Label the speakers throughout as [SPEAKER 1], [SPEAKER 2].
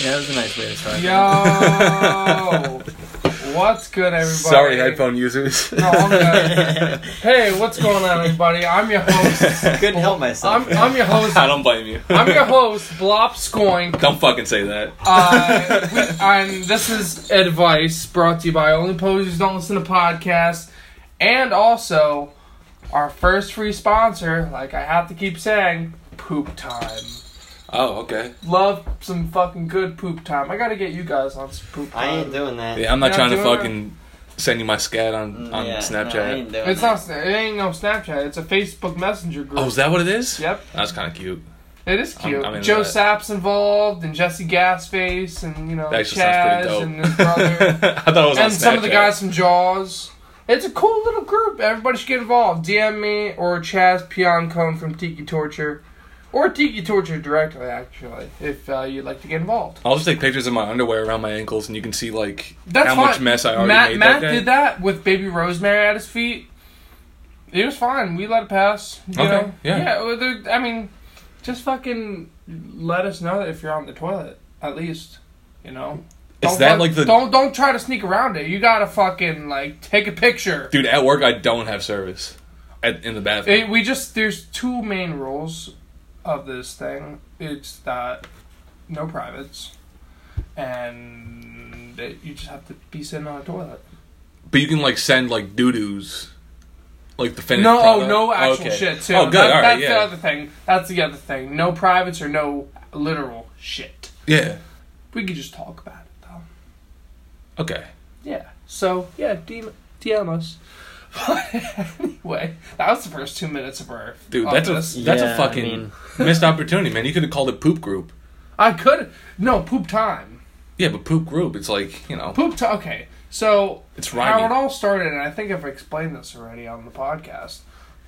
[SPEAKER 1] Yeah, that was a nice way to start.
[SPEAKER 2] Yo, what's good, everybody?
[SPEAKER 3] Sorry, headphone users.
[SPEAKER 2] No, I'm good. Hey, what's going on, everybody? I'm your host.
[SPEAKER 1] Couldn't help myself.
[SPEAKER 2] I'm, I'm your host.
[SPEAKER 3] I don't blame you.
[SPEAKER 2] I'm your host, Blopscoin.
[SPEAKER 3] Don't fucking say that.
[SPEAKER 2] Uh, we- and this is advice brought to you by Only Posers Don't Listen to Podcasts, and also our first free sponsor. Like I have to keep saying, poop time.
[SPEAKER 3] oh, okay.
[SPEAKER 2] Love some fucking good poop time. I gotta get you guys on some poop time.
[SPEAKER 1] I ain't doing that. Mm,
[SPEAKER 3] Yeah, I'm not
[SPEAKER 2] Yeah,
[SPEAKER 3] trying to
[SPEAKER 2] do it. Mm,
[SPEAKER 3] fucking send you my scat on, on
[SPEAKER 1] Yeah, no, I ain't
[SPEAKER 3] Snapchat.
[SPEAKER 1] doing
[SPEAKER 2] It's
[SPEAKER 1] that.
[SPEAKER 2] not. Sna- It ain't no Snapchat. It's a Facebook Messenger group.
[SPEAKER 3] oh, is that what it is?
[SPEAKER 2] Yep,
[SPEAKER 3] That's kind of cute.
[SPEAKER 2] it is cute.
[SPEAKER 3] I'm into
[SPEAKER 2] Joe
[SPEAKER 3] that.
[SPEAKER 2] Sapp's involved, and Jesse Gasface, and you know
[SPEAKER 3] That actually sounds
[SPEAKER 2] Chaz
[SPEAKER 3] pretty
[SPEAKER 2] and
[SPEAKER 3] dope.
[SPEAKER 2] his brother,
[SPEAKER 3] I thought it was on
[SPEAKER 2] and some of the
[SPEAKER 3] Snapchat.
[SPEAKER 2] guys from Jaws. It's a cool little group. Everybody should get involved. DM me or Chaz Piancone from Tiki Torture, or Tiki Torture directly, actually, if uh, you'd like to get involved.
[SPEAKER 3] I'll just take pictures of my underwear around my ankles, and you can see like
[SPEAKER 2] That's
[SPEAKER 3] how
[SPEAKER 2] fine.
[SPEAKER 3] much mess I already
[SPEAKER 2] Matt,
[SPEAKER 3] made
[SPEAKER 2] Matt
[SPEAKER 3] that day.
[SPEAKER 2] did that with baby Rosemary at his feet. It was fine. We let it pass. You
[SPEAKER 3] Okay,
[SPEAKER 2] Know?
[SPEAKER 3] yeah.
[SPEAKER 2] Yeah. well, there- I mean, just fucking let us know if you're on the toilet at least. You know.
[SPEAKER 3] Is
[SPEAKER 2] Don't
[SPEAKER 3] that
[SPEAKER 2] fuck-
[SPEAKER 3] like the-
[SPEAKER 2] Don't don't try to sneak around it. You gotta fucking like take a picture.
[SPEAKER 3] Dude, at work I don't have service at, in the bathroom.
[SPEAKER 2] It, we just there's two main rules of this thing. It's that no privates, and that you just have to be sitting on a toilet.
[SPEAKER 3] but you can like send like doo doos, like the finished.
[SPEAKER 2] No, oh,
[SPEAKER 3] product.
[SPEAKER 2] no actual
[SPEAKER 3] Okay.
[SPEAKER 2] shit too.
[SPEAKER 3] Oh, good.
[SPEAKER 2] That-
[SPEAKER 3] all right,
[SPEAKER 2] that's the
[SPEAKER 3] yeah,
[SPEAKER 2] other thing. That's the other thing. No privates or no literal shit.
[SPEAKER 3] yeah.
[SPEAKER 2] We could just talk about it though.
[SPEAKER 3] Okay.
[SPEAKER 2] Yeah. So yeah, DM, DM us. anyway, that was the first two minutes of our
[SPEAKER 3] Dude,
[SPEAKER 2] of
[SPEAKER 3] that's
[SPEAKER 2] this.
[SPEAKER 3] a that's
[SPEAKER 1] Yeah, I
[SPEAKER 3] a fucking
[SPEAKER 1] mean-
[SPEAKER 3] missed opportunity, man. You could have called it poop group.
[SPEAKER 2] I could no poop time.
[SPEAKER 3] Yeah, but poop group, it's like you know,
[SPEAKER 2] Poop time. Okay, so
[SPEAKER 3] it's
[SPEAKER 2] how it
[SPEAKER 3] rhyming.
[SPEAKER 2] all started, and I think I've explained this already on the podcast,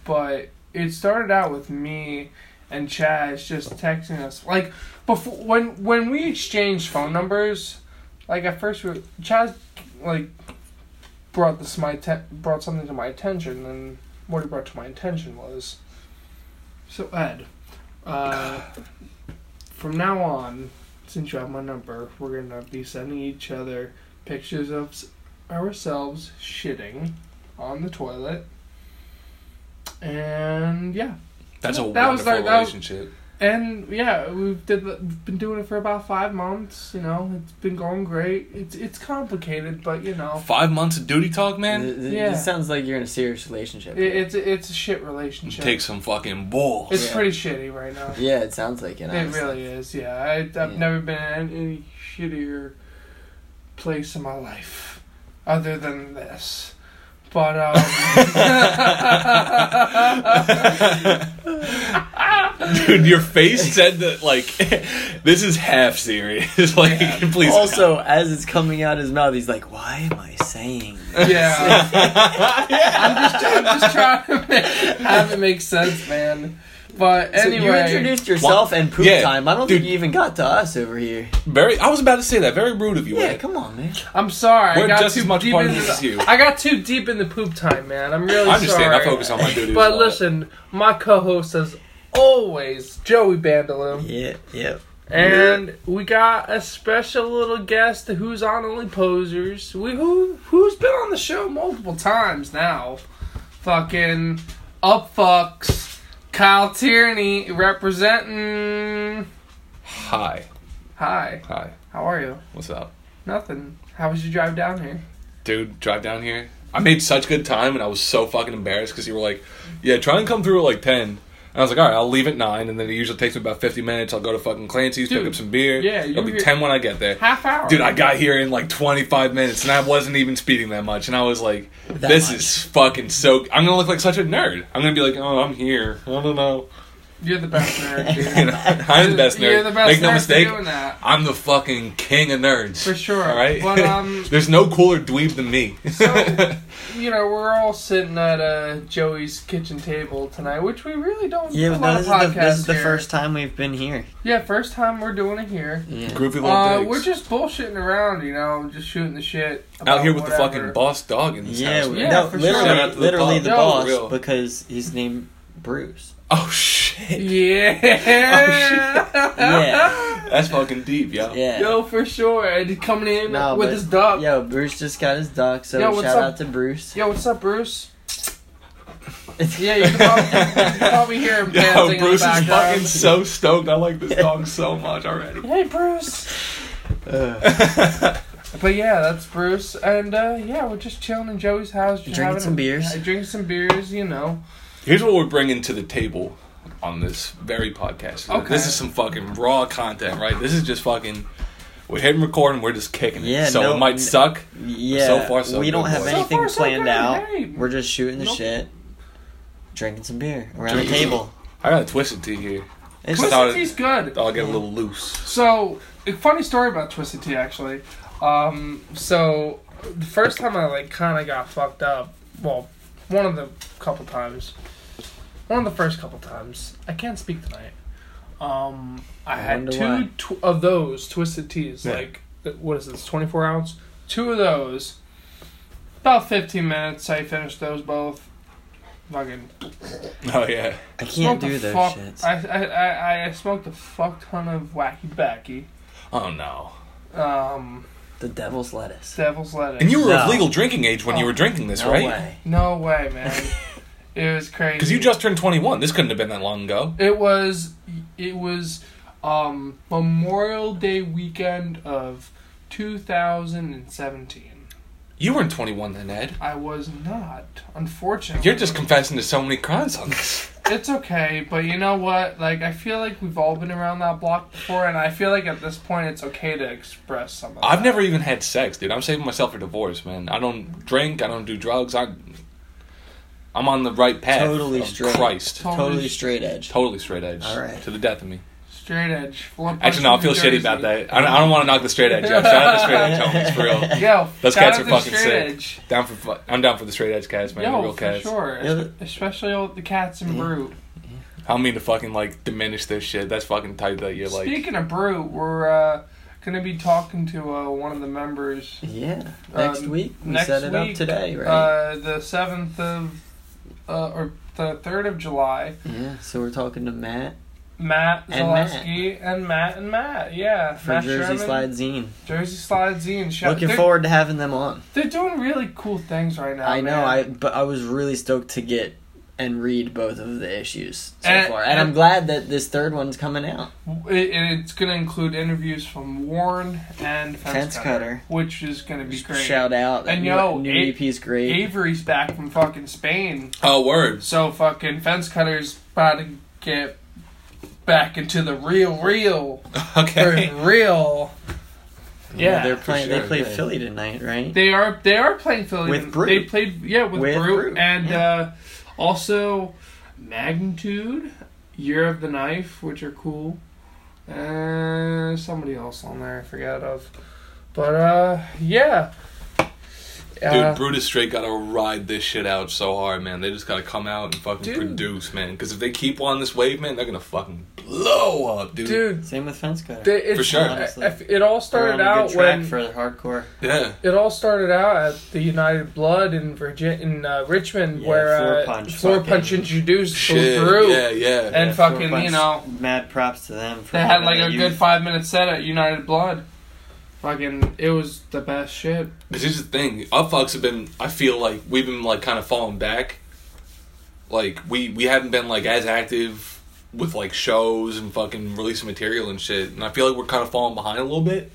[SPEAKER 2] but it started out with me and Chaz just texting us. Like before, when when we exchanged phone numbers, like at first, we, Chaz like brought this to my atten- brought something to my attention, and what he brought to my attention was, so Ed, uh, from now on, since you have my number, we're gonna be sending each other pictures of s- ourselves shitting on the toilet. And yeah,
[SPEAKER 3] That's a
[SPEAKER 2] That
[SPEAKER 3] wonderful
[SPEAKER 2] was like- that was-
[SPEAKER 3] relationship.
[SPEAKER 2] and yeah, we've did the- we've been doing it for about five months. You know, it's been going great. It's it's complicated, but you know,
[SPEAKER 3] Five months of duty talk, man.
[SPEAKER 1] Th- th-
[SPEAKER 2] Yeah.
[SPEAKER 1] This sounds like you're in a serious relationship.
[SPEAKER 2] it, it's it's a shit relationship.
[SPEAKER 3] Take some fucking balls.
[SPEAKER 2] it's
[SPEAKER 1] Yeah.
[SPEAKER 2] pretty shitty right now.
[SPEAKER 1] yeah, it sounds like it.
[SPEAKER 2] It
[SPEAKER 1] honestly.
[SPEAKER 2] really is. Yeah, I, I've
[SPEAKER 1] Yeah.
[SPEAKER 2] never been in any shittier place in my life, other than this. But um,
[SPEAKER 3] Dude, your face said that like this is half serious. like, please.
[SPEAKER 1] Also, as it's coming out his mouth, he's like, "Why am I saying?" This?
[SPEAKER 2] yeah. I'm just, I'm just trying to make, have it make sense, man. But
[SPEAKER 1] So you
[SPEAKER 2] anyway,
[SPEAKER 1] introduced yourself and poop
[SPEAKER 3] Yeah,
[SPEAKER 1] time. I don't
[SPEAKER 3] dude.
[SPEAKER 1] think you even got to us over here.
[SPEAKER 3] very. I was about to say that. Very rude of you.
[SPEAKER 1] Yeah,
[SPEAKER 3] Ed.
[SPEAKER 1] come on, man.
[SPEAKER 2] I'm sorry. I
[SPEAKER 3] We're
[SPEAKER 2] got
[SPEAKER 3] just
[SPEAKER 2] too
[SPEAKER 3] as much
[SPEAKER 2] deep
[SPEAKER 3] part of
[SPEAKER 2] into
[SPEAKER 3] this as
[SPEAKER 2] the-
[SPEAKER 3] you.
[SPEAKER 2] I got too deep in the poop time, man. I'm really
[SPEAKER 3] I understand.
[SPEAKER 2] sorry.
[SPEAKER 3] I focus on my duties. a
[SPEAKER 2] But
[SPEAKER 3] lot.
[SPEAKER 2] listen, my co-host as always, Joey Bandaloom.
[SPEAKER 1] Yeah, yeah.
[SPEAKER 2] And we got a special little guest who's on Only Posers. We who who's been on the show multiple times now. Fucking up fucks. Kyle Tierney representing
[SPEAKER 3] hi,
[SPEAKER 2] Hi,
[SPEAKER 3] hi.
[SPEAKER 2] how are you?
[SPEAKER 3] What's up,
[SPEAKER 2] Nothing. How was your drive down here?
[SPEAKER 3] dude? Drive down here. I made such good time, and I was so fucking embarrassed because you were like, "Yeah, try and come through at like 10. And I was like, "All right, I'll leave at 9, and then it usually takes me about fifty minutes. I'll go to fucking Clancy's,
[SPEAKER 2] Dude,
[SPEAKER 3] pick up some beer.
[SPEAKER 2] yeah, you
[SPEAKER 3] it'll be
[SPEAKER 2] were-
[SPEAKER 3] ten when I get there.
[SPEAKER 2] Half hour.
[SPEAKER 3] Dude, I got here in like 25 minutes and I wasn't even speeding that much. And I was like,
[SPEAKER 1] That
[SPEAKER 3] this
[SPEAKER 1] much.
[SPEAKER 3] is fucking so. I'm going to look like such a nerd. I'm going to be like, oh, I'm here. I don't know.
[SPEAKER 2] You're the best nerd, dude.
[SPEAKER 3] You know, I'm the best nerd.
[SPEAKER 2] You're the best
[SPEAKER 3] Make
[SPEAKER 2] nerd
[SPEAKER 3] no
[SPEAKER 2] for
[SPEAKER 3] mistake,
[SPEAKER 2] doing that.
[SPEAKER 3] I'm the fucking king of nerds.
[SPEAKER 2] For sure.
[SPEAKER 3] All right.
[SPEAKER 2] But, um,
[SPEAKER 3] There's no cooler dweeb than me.
[SPEAKER 2] So- You know, we're all sitting at uh, Joey's kitchen table tonight, which we really don't
[SPEAKER 1] Yeah,
[SPEAKER 2] do a
[SPEAKER 1] no,
[SPEAKER 2] lot
[SPEAKER 1] this is,
[SPEAKER 2] of podcasts
[SPEAKER 1] the, this is the
[SPEAKER 2] here.
[SPEAKER 1] first time we've been here.
[SPEAKER 2] Yeah, first time we're doing it here.
[SPEAKER 1] Yeah.
[SPEAKER 3] Groovy little
[SPEAKER 2] Uh,
[SPEAKER 3] digs.
[SPEAKER 2] we're just bullshitting around, you know, just shooting the shit.
[SPEAKER 3] out
[SPEAKER 2] about
[SPEAKER 3] here with the
[SPEAKER 2] whatever.
[SPEAKER 3] fucking boss dog in this
[SPEAKER 1] Yeah,
[SPEAKER 3] house.
[SPEAKER 1] we-
[SPEAKER 3] man.
[SPEAKER 1] no,
[SPEAKER 2] for sure.
[SPEAKER 1] literally,
[SPEAKER 3] Shout out to the
[SPEAKER 1] literally
[SPEAKER 3] boss.
[SPEAKER 1] the
[SPEAKER 2] No,
[SPEAKER 1] boss
[SPEAKER 3] real.
[SPEAKER 1] because he's named Bruce.
[SPEAKER 3] Oh shit. Oh,
[SPEAKER 2] Yeah.
[SPEAKER 1] Yeah.
[SPEAKER 3] That's fucking deep, yo.
[SPEAKER 1] Yeah.
[SPEAKER 2] Yo, for sure. And he's coming in
[SPEAKER 1] No,
[SPEAKER 2] with
[SPEAKER 1] but-
[SPEAKER 2] his dog.
[SPEAKER 1] Yo, Bruce just got his duck, so
[SPEAKER 2] Yo, what's
[SPEAKER 1] shout
[SPEAKER 2] up?
[SPEAKER 1] out to Bruce.
[SPEAKER 2] Yo, what's up, Bruce? Yeah, you can probably, you can probably hear him
[SPEAKER 3] Yo,
[SPEAKER 2] dancing
[SPEAKER 3] Bruce
[SPEAKER 2] in the
[SPEAKER 3] is
[SPEAKER 2] background.
[SPEAKER 3] fucking so stoked. I like this dog so much already.
[SPEAKER 2] Hey, Bruce.
[SPEAKER 1] Ugh.
[SPEAKER 2] But yeah, that's Bruce, and uh, yeah, we're just chilling in Joey's house, just
[SPEAKER 1] Drinking
[SPEAKER 2] having
[SPEAKER 1] some
[SPEAKER 2] a-
[SPEAKER 1] beers.
[SPEAKER 2] yeah, drinking some beers, you know.
[SPEAKER 3] Here's what we're bringing to the table on this very podcast.
[SPEAKER 2] Okay.
[SPEAKER 3] This is some fucking raw content, right? This is just fucking. We're hitting record and we're just kicking it.
[SPEAKER 1] Yeah,
[SPEAKER 3] so
[SPEAKER 1] no-
[SPEAKER 3] it might suck.
[SPEAKER 1] yeah,
[SPEAKER 3] So far, so
[SPEAKER 1] we don't
[SPEAKER 3] good,
[SPEAKER 1] have
[SPEAKER 3] boys.
[SPEAKER 2] So
[SPEAKER 1] anything
[SPEAKER 2] far, so
[SPEAKER 1] planned
[SPEAKER 2] good,
[SPEAKER 1] out.
[SPEAKER 2] hey.
[SPEAKER 1] We're just shooting the
[SPEAKER 2] Nope.
[SPEAKER 1] shit, drinking some beer around the
[SPEAKER 3] Drinking-
[SPEAKER 1] table.
[SPEAKER 3] I got a twisted tea here.
[SPEAKER 1] It's
[SPEAKER 3] What's
[SPEAKER 1] just,
[SPEAKER 3] up?
[SPEAKER 2] Twisted Tea's good.
[SPEAKER 3] I'll get a little loose.
[SPEAKER 2] So, a funny story about Twisted Tea, actually. Um, so, the first time I, like, kind of got fucked up, well, one of the couple times, one of the first couple times, I can't speak tonight. Um, I,
[SPEAKER 1] I
[SPEAKER 2] had
[SPEAKER 1] wonder
[SPEAKER 2] two
[SPEAKER 1] why.
[SPEAKER 2] tw- of those Twisted Teas,
[SPEAKER 3] Yeah.
[SPEAKER 2] like, th- what is this, 24 ounce? Two of those. About 15 minutes, I finished those both. Fucking
[SPEAKER 3] Oh, yeah.
[SPEAKER 1] I can't
[SPEAKER 2] smoked a
[SPEAKER 1] do those
[SPEAKER 2] fuck,
[SPEAKER 1] shits.
[SPEAKER 2] I, I, I, I smoked a fuck ton of wacky backy.
[SPEAKER 3] Oh, no.
[SPEAKER 2] Um,
[SPEAKER 1] the devil's lettuce.
[SPEAKER 2] Devil's lettuce.
[SPEAKER 3] And you were
[SPEAKER 1] No.
[SPEAKER 3] of legal drinking age when you were drinking this,
[SPEAKER 1] No
[SPEAKER 3] right?
[SPEAKER 1] way.
[SPEAKER 2] No way, man. it was crazy.
[SPEAKER 3] Because you just turned 21. This couldn't have been that long ago.
[SPEAKER 2] It was. It was. Um, Memorial Day weekend of 2017.
[SPEAKER 3] You weren't 21 then, Ed.
[SPEAKER 2] I was not, unfortunately.
[SPEAKER 3] You're just confessing to so many crimes on this.
[SPEAKER 2] It's okay, but you know what? Like, I feel like we've all been around that block before, and I feel like at this point it's okay to express some of
[SPEAKER 3] I've
[SPEAKER 2] that.
[SPEAKER 3] never even had sex, dude. I'm saving myself for divorce, man. I don't drink. I don't do drugs. I, I'm on the right path.
[SPEAKER 1] Totally
[SPEAKER 3] of
[SPEAKER 1] straight.
[SPEAKER 3] Christ.
[SPEAKER 2] Totally
[SPEAKER 1] Totally straight edge.
[SPEAKER 3] Totally straight edge.
[SPEAKER 1] All right.
[SPEAKER 3] To the death of me.
[SPEAKER 2] Straight edge. Blunt
[SPEAKER 3] Actually, no, I feel
[SPEAKER 2] punch from
[SPEAKER 3] shitty about
[SPEAKER 2] Jersey.
[SPEAKER 3] that. I don't, I don't want to knock the straight edge up. Shout out to straight edge homies, for real.
[SPEAKER 2] Yo,
[SPEAKER 3] Those
[SPEAKER 2] shout
[SPEAKER 3] cats
[SPEAKER 2] out
[SPEAKER 3] are
[SPEAKER 2] to
[SPEAKER 3] fucking
[SPEAKER 2] straight
[SPEAKER 3] sick.
[SPEAKER 2] edge.
[SPEAKER 3] Down for fu- I'm down for the straight edge cats, man. the
[SPEAKER 2] Yo,
[SPEAKER 3] real
[SPEAKER 2] for
[SPEAKER 3] cats.
[SPEAKER 2] sure.
[SPEAKER 1] Yeah,
[SPEAKER 2] Espe-
[SPEAKER 1] the- Mm-hmm.
[SPEAKER 2] Especially all the cats and brute.
[SPEAKER 3] I don't mean to fucking like diminish this shit. That's fucking tight that you're like.
[SPEAKER 2] Speaking of brute, we're uh, gonna be talking to uh, one of the members
[SPEAKER 1] Yeah. Next
[SPEAKER 2] Um,
[SPEAKER 1] week we
[SPEAKER 2] next
[SPEAKER 1] set it up
[SPEAKER 2] week,
[SPEAKER 1] today, right?
[SPEAKER 2] uh, the seventh of uh, or the third of July.
[SPEAKER 1] yeah. So we're talking to Matt
[SPEAKER 2] Matt
[SPEAKER 1] And Matt.
[SPEAKER 2] Zaleski and Matt and Matt. Yeah,
[SPEAKER 1] for
[SPEAKER 2] Matt
[SPEAKER 1] Jersey
[SPEAKER 2] Sherman,
[SPEAKER 1] Slide Zine.
[SPEAKER 2] Jersey Slide Z and shout.
[SPEAKER 1] Looking
[SPEAKER 2] they're,
[SPEAKER 1] forward to having them on.
[SPEAKER 2] They're doing really cool things right now.
[SPEAKER 1] I know.
[SPEAKER 2] Oh, man.
[SPEAKER 1] I but I was really stoked to get and read both of the issues so
[SPEAKER 2] And-
[SPEAKER 1] far, and I'm
[SPEAKER 2] and-
[SPEAKER 1] glad that this third one's coming out.
[SPEAKER 2] It, and it's gonna include interviews from Warren and Fence,
[SPEAKER 1] Fence Cutter.
[SPEAKER 2] which is gonna be great.
[SPEAKER 1] Shout out!
[SPEAKER 2] And
[SPEAKER 1] new,
[SPEAKER 2] yo,
[SPEAKER 1] new
[SPEAKER 2] A-
[SPEAKER 1] EP's great.
[SPEAKER 2] Avery's back from fucking Spain.
[SPEAKER 3] Oh, words.
[SPEAKER 2] So fucking fence cutters about to get back into the real, real, for
[SPEAKER 3] Okay.
[SPEAKER 2] real. Yeah,
[SPEAKER 1] they're
[SPEAKER 2] for
[SPEAKER 1] playing.
[SPEAKER 3] sure.
[SPEAKER 1] They play
[SPEAKER 3] Yeah.
[SPEAKER 1] Philly tonight, right?
[SPEAKER 2] they are they are playing Philly
[SPEAKER 1] With Brute.
[SPEAKER 2] They played yeah with,
[SPEAKER 1] With
[SPEAKER 2] Brute,
[SPEAKER 1] Brute,
[SPEAKER 2] and
[SPEAKER 1] yeah.
[SPEAKER 2] uh, also Magnitude, Year of the Knife, which are cool. Uh, somebody else on there I forgot of, but uh, yeah. Uh,
[SPEAKER 3] Dude, Brutus Straight gotta ride this shit out so hard, man. They just gotta come out and fucking
[SPEAKER 2] Dude.
[SPEAKER 3] produce, man. Because if they keep on this wave, man, they're gonna fucking blow up, dude.
[SPEAKER 2] dude,
[SPEAKER 1] Same with Fence Cutter.
[SPEAKER 2] they, it's,
[SPEAKER 3] For sure.
[SPEAKER 2] I- I- it all
[SPEAKER 1] They're
[SPEAKER 2] started
[SPEAKER 1] on a
[SPEAKER 2] out
[SPEAKER 1] good track
[SPEAKER 2] when
[SPEAKER 1] for the hardcore.
[SPEAKER 3] Yeah.
[SPEAKER 2] It all started out at the United Blood in Virgin in uh, Richmond,
[SPEAKER 1] Yeah,
[SPEAKER 2] where
[SPEAKER 1] Floor
[SPEAKER 2] uh,
[SPEAKER 1] Punch
[SPEAKER 2] Floor
[SPEAKER 1] fucking-
[SPEAKER 2] Punch introduced
[SPEAKER 3] Shit.
[SPEAKER 2] the group,
[SPEAKER 3] Yeah, yeah.
[SPEAKER 2] and
[SPEAKER 1] Yeah,
[SPEAKER 2] fucking
[SPEAKER 1] Four
[SPEAKER 2] you
[SPEAKER 1] Punch,
[SPEAKER 2] know
[SPEAKER 1] mad props to them. For
[SPEAKER 2] they had
[SPEAKER 1] having
[SPEAKER 2] like
[SPEAKER 1] the
[SPEAKER 2] a good
[SPEAKER 1] youth.
[SPEAKER 2] five minute set at United Blood. Fucking, it was the best shit.
[SPEAKER 3] Because here's the thing, fucks have been. I feel like we've been like kind of falling back. Like we we haven't been like as active with like shows and fucking releasing material and shit, and I feel like we're kind of falling behind a little bit.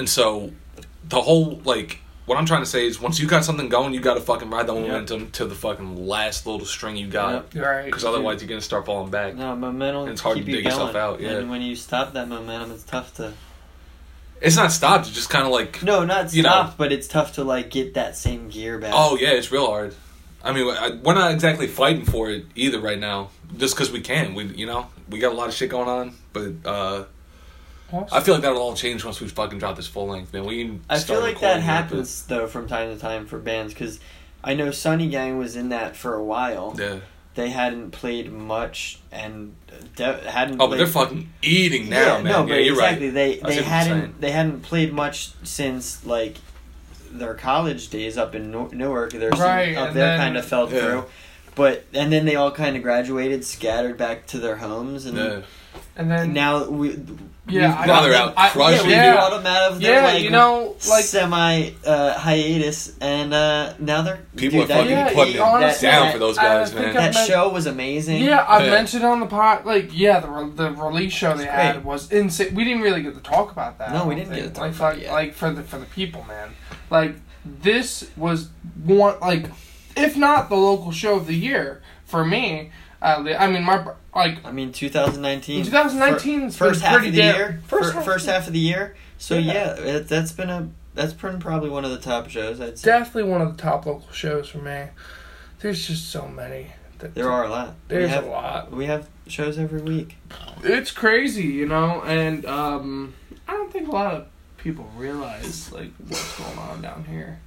[SPEAKER 3] And so, the whole like what I'm trying to say is, once you got something going, you got to fucking ride the momentum to the fucking last little string you got,
[SPEAKER 2] Right?
[SPEAKER 3] because otherwise you're gonna start falling back.
[SPEAKER 1] No, momentum.
[SPEAKER 3] It's hard
[SPEAKER 1] keep
[SPEAKER 3] to
[SPEAKER 1] you
[SPEAKER 3] dig yourself
[SPEAKER 1] going.
[SPEAKER 3] out, yeah.
[SPEAKER 1] And when you stop that momentum, it's tough to.
[SPEAKER 3] It's not stopped. It's just kind of like
[SPEAKER 1] No, not
[SPEAKER 3] You know.
[SPEAKER 1] stop, but it's tough to like get that same gear back.
[SPEAKER 3] Oh yeah, it's real hard. I mean, I- we're not exactly fighting for it either right now. just because we can. We you know we got a lot of shit going on, but uh,
[SPEAKER 2] Awesome.
[SPEAKER 3] I feel like that'll all change once we fucking drop this full length. Man, we can
[SPEAKER 1] I
[SPEAKER 3] start
[SPEAKER 1] feel like that
[SPEAKER 3] recording it, but-
[SPEAKER 1] happens though from time to time for bands because I know Sunny Gang was in that for a while.
[SPEAKER 3] Yeah.
[SPEAKER 1] They hadn't played much and de- hadn't.
[SPEAKER 3] Oh, but
[SPEAKER 1] played-
[SPEAKER 3] they're fucking eating now,
[SPEAKER 1] yeah,
[SPEAKER 3] man.
[SPEAKER 1] No, but
[SPEAKER 3] yeah, you're
[SPEAKER 1] exactly.
[SPEAKER 3] right.
[SPEAKER 1] They
[SPEAKER 3] I see
[SPEAKER 1] they
[SPEAKER 3] what you're saying.
[SPEAKER 1] hadn't they hadn't played much since like their college days up in Nor- Newark. There's
[SPEAKER 2] Right,
[SPEAKER 1] some of
[SPEAKER 2] and
[SPEAKER 1] their
[SPEAKER 2] then-
[SPEAKER 1] kind of fell
[SPEAKER 3] Yeah.
[SPEAKER 1] through. But and then they all kind of graduated, scattered back to their homes, and
[SPEAKER 3] Yeah.
[SPEAKER 2] and then
[SPEAKER 1] now we
[SPEAKER 2] yeah,
[SPEAKER 1] we've
[SPEAKER 2] I
[SPEAKER 3] Now they're
[SPEAKER 1] gotten-
[SPEAKER 3] out
[SPEAKER 2] I- yeah,
[SPEAKER 1] yeah,
[SPEAKER 3] crushing.
[SPEAKER 1] we
[SPEAKER 2] yeah.
[SPEAKER 1] brought 'em out of their
[SPEAKER 2] yeah,
[SPEAKER 1] like,
[SPEAKER 2] you know, like
[SPEAKER 1] semi uh, hiatus, and uh, now they're
[SPEAKER 3] People
[SPEAKER 1] dude,
[SPEAKER 3] are
[SPEAKER 1] that-
[SPEAKER 3] fucking
[SPEAKER 2] Yeah,
[SPEAKER 3] putting it
[SPEAKER 2] honestly,
[SPEAKER 3] down
[SPEAKER 1] that-
[SPEAKER 3] for those
[SPEAKER 2] I
[SPEAKER 3] guys,
[SPEAKER 2] think
[SPEAKER 3] man.
[SPEAKER 2] I-
[SPEAKER 1] That show was amazing.
[SPEAKER 2] Yeah, I
[SPEAKER 3] Yeah.
[SPEAKER 2] mentioned on the pod, like, yeah, the, re- the release show they
[SPEAKER 1] It's
[SPEAKER 2] had
[SPEAKER 1] great.
[SPEAKER 2] was insane. We didn't really get to talk about that.
[SPEAKER 1] No,
[SPEAKER 2] I
[SPEAKER 1] we
[SPEAKER 2] don't
[SPEAKER 1] didn't get
[SPEAKER 2] think.
[SPEAKER 1] to
[SPEAKER 2] like,
[SPEAKER 1] talk about
[SPEAKER 2] like,
[SPEAKER 1] it yet.
[SPEAKER 2] like for the for the people, man. Like this was one like, if not the local show of the year for me. Uh, I mean, my br- like
[SPEAKER 1] I mean, 2019.
[SPEAKER 2] 2019
[SPEAKER 1] fir-
[SPEAKER 2] 's
[SPEAKER 1] first
[SPEAKER 2] been
[SPEAKER 1] half
[SPEAKER 2] pretty
[SPEAKER 1] of the
[SPEAKER 2] damn-
[SPEAKER 1] year.
[SPEAKER 2] first
[SPEAKER 1] First,
[SPEAKER 2] half-
[SPEAKER 1] first half of the year. So
[SPEAKER 2] Yeah.
[SPEAKER 1] yeah, it, that's been a that's been probably one of the top shows. I'd say
[SPEAKER 2] definitely one of the top local shows for me. There's just so many. that-
[SPEAKER 1] there are a lot. we
[SPEAKER 2] There's
[SPEAKER 1] have,
[SPEAKER 2] a lot.
[SPEAKER 1] We have shows every week.
[SPEAKER 2] it's crazy, you know, and um, I don't think a lot of people realize like what's going on down here.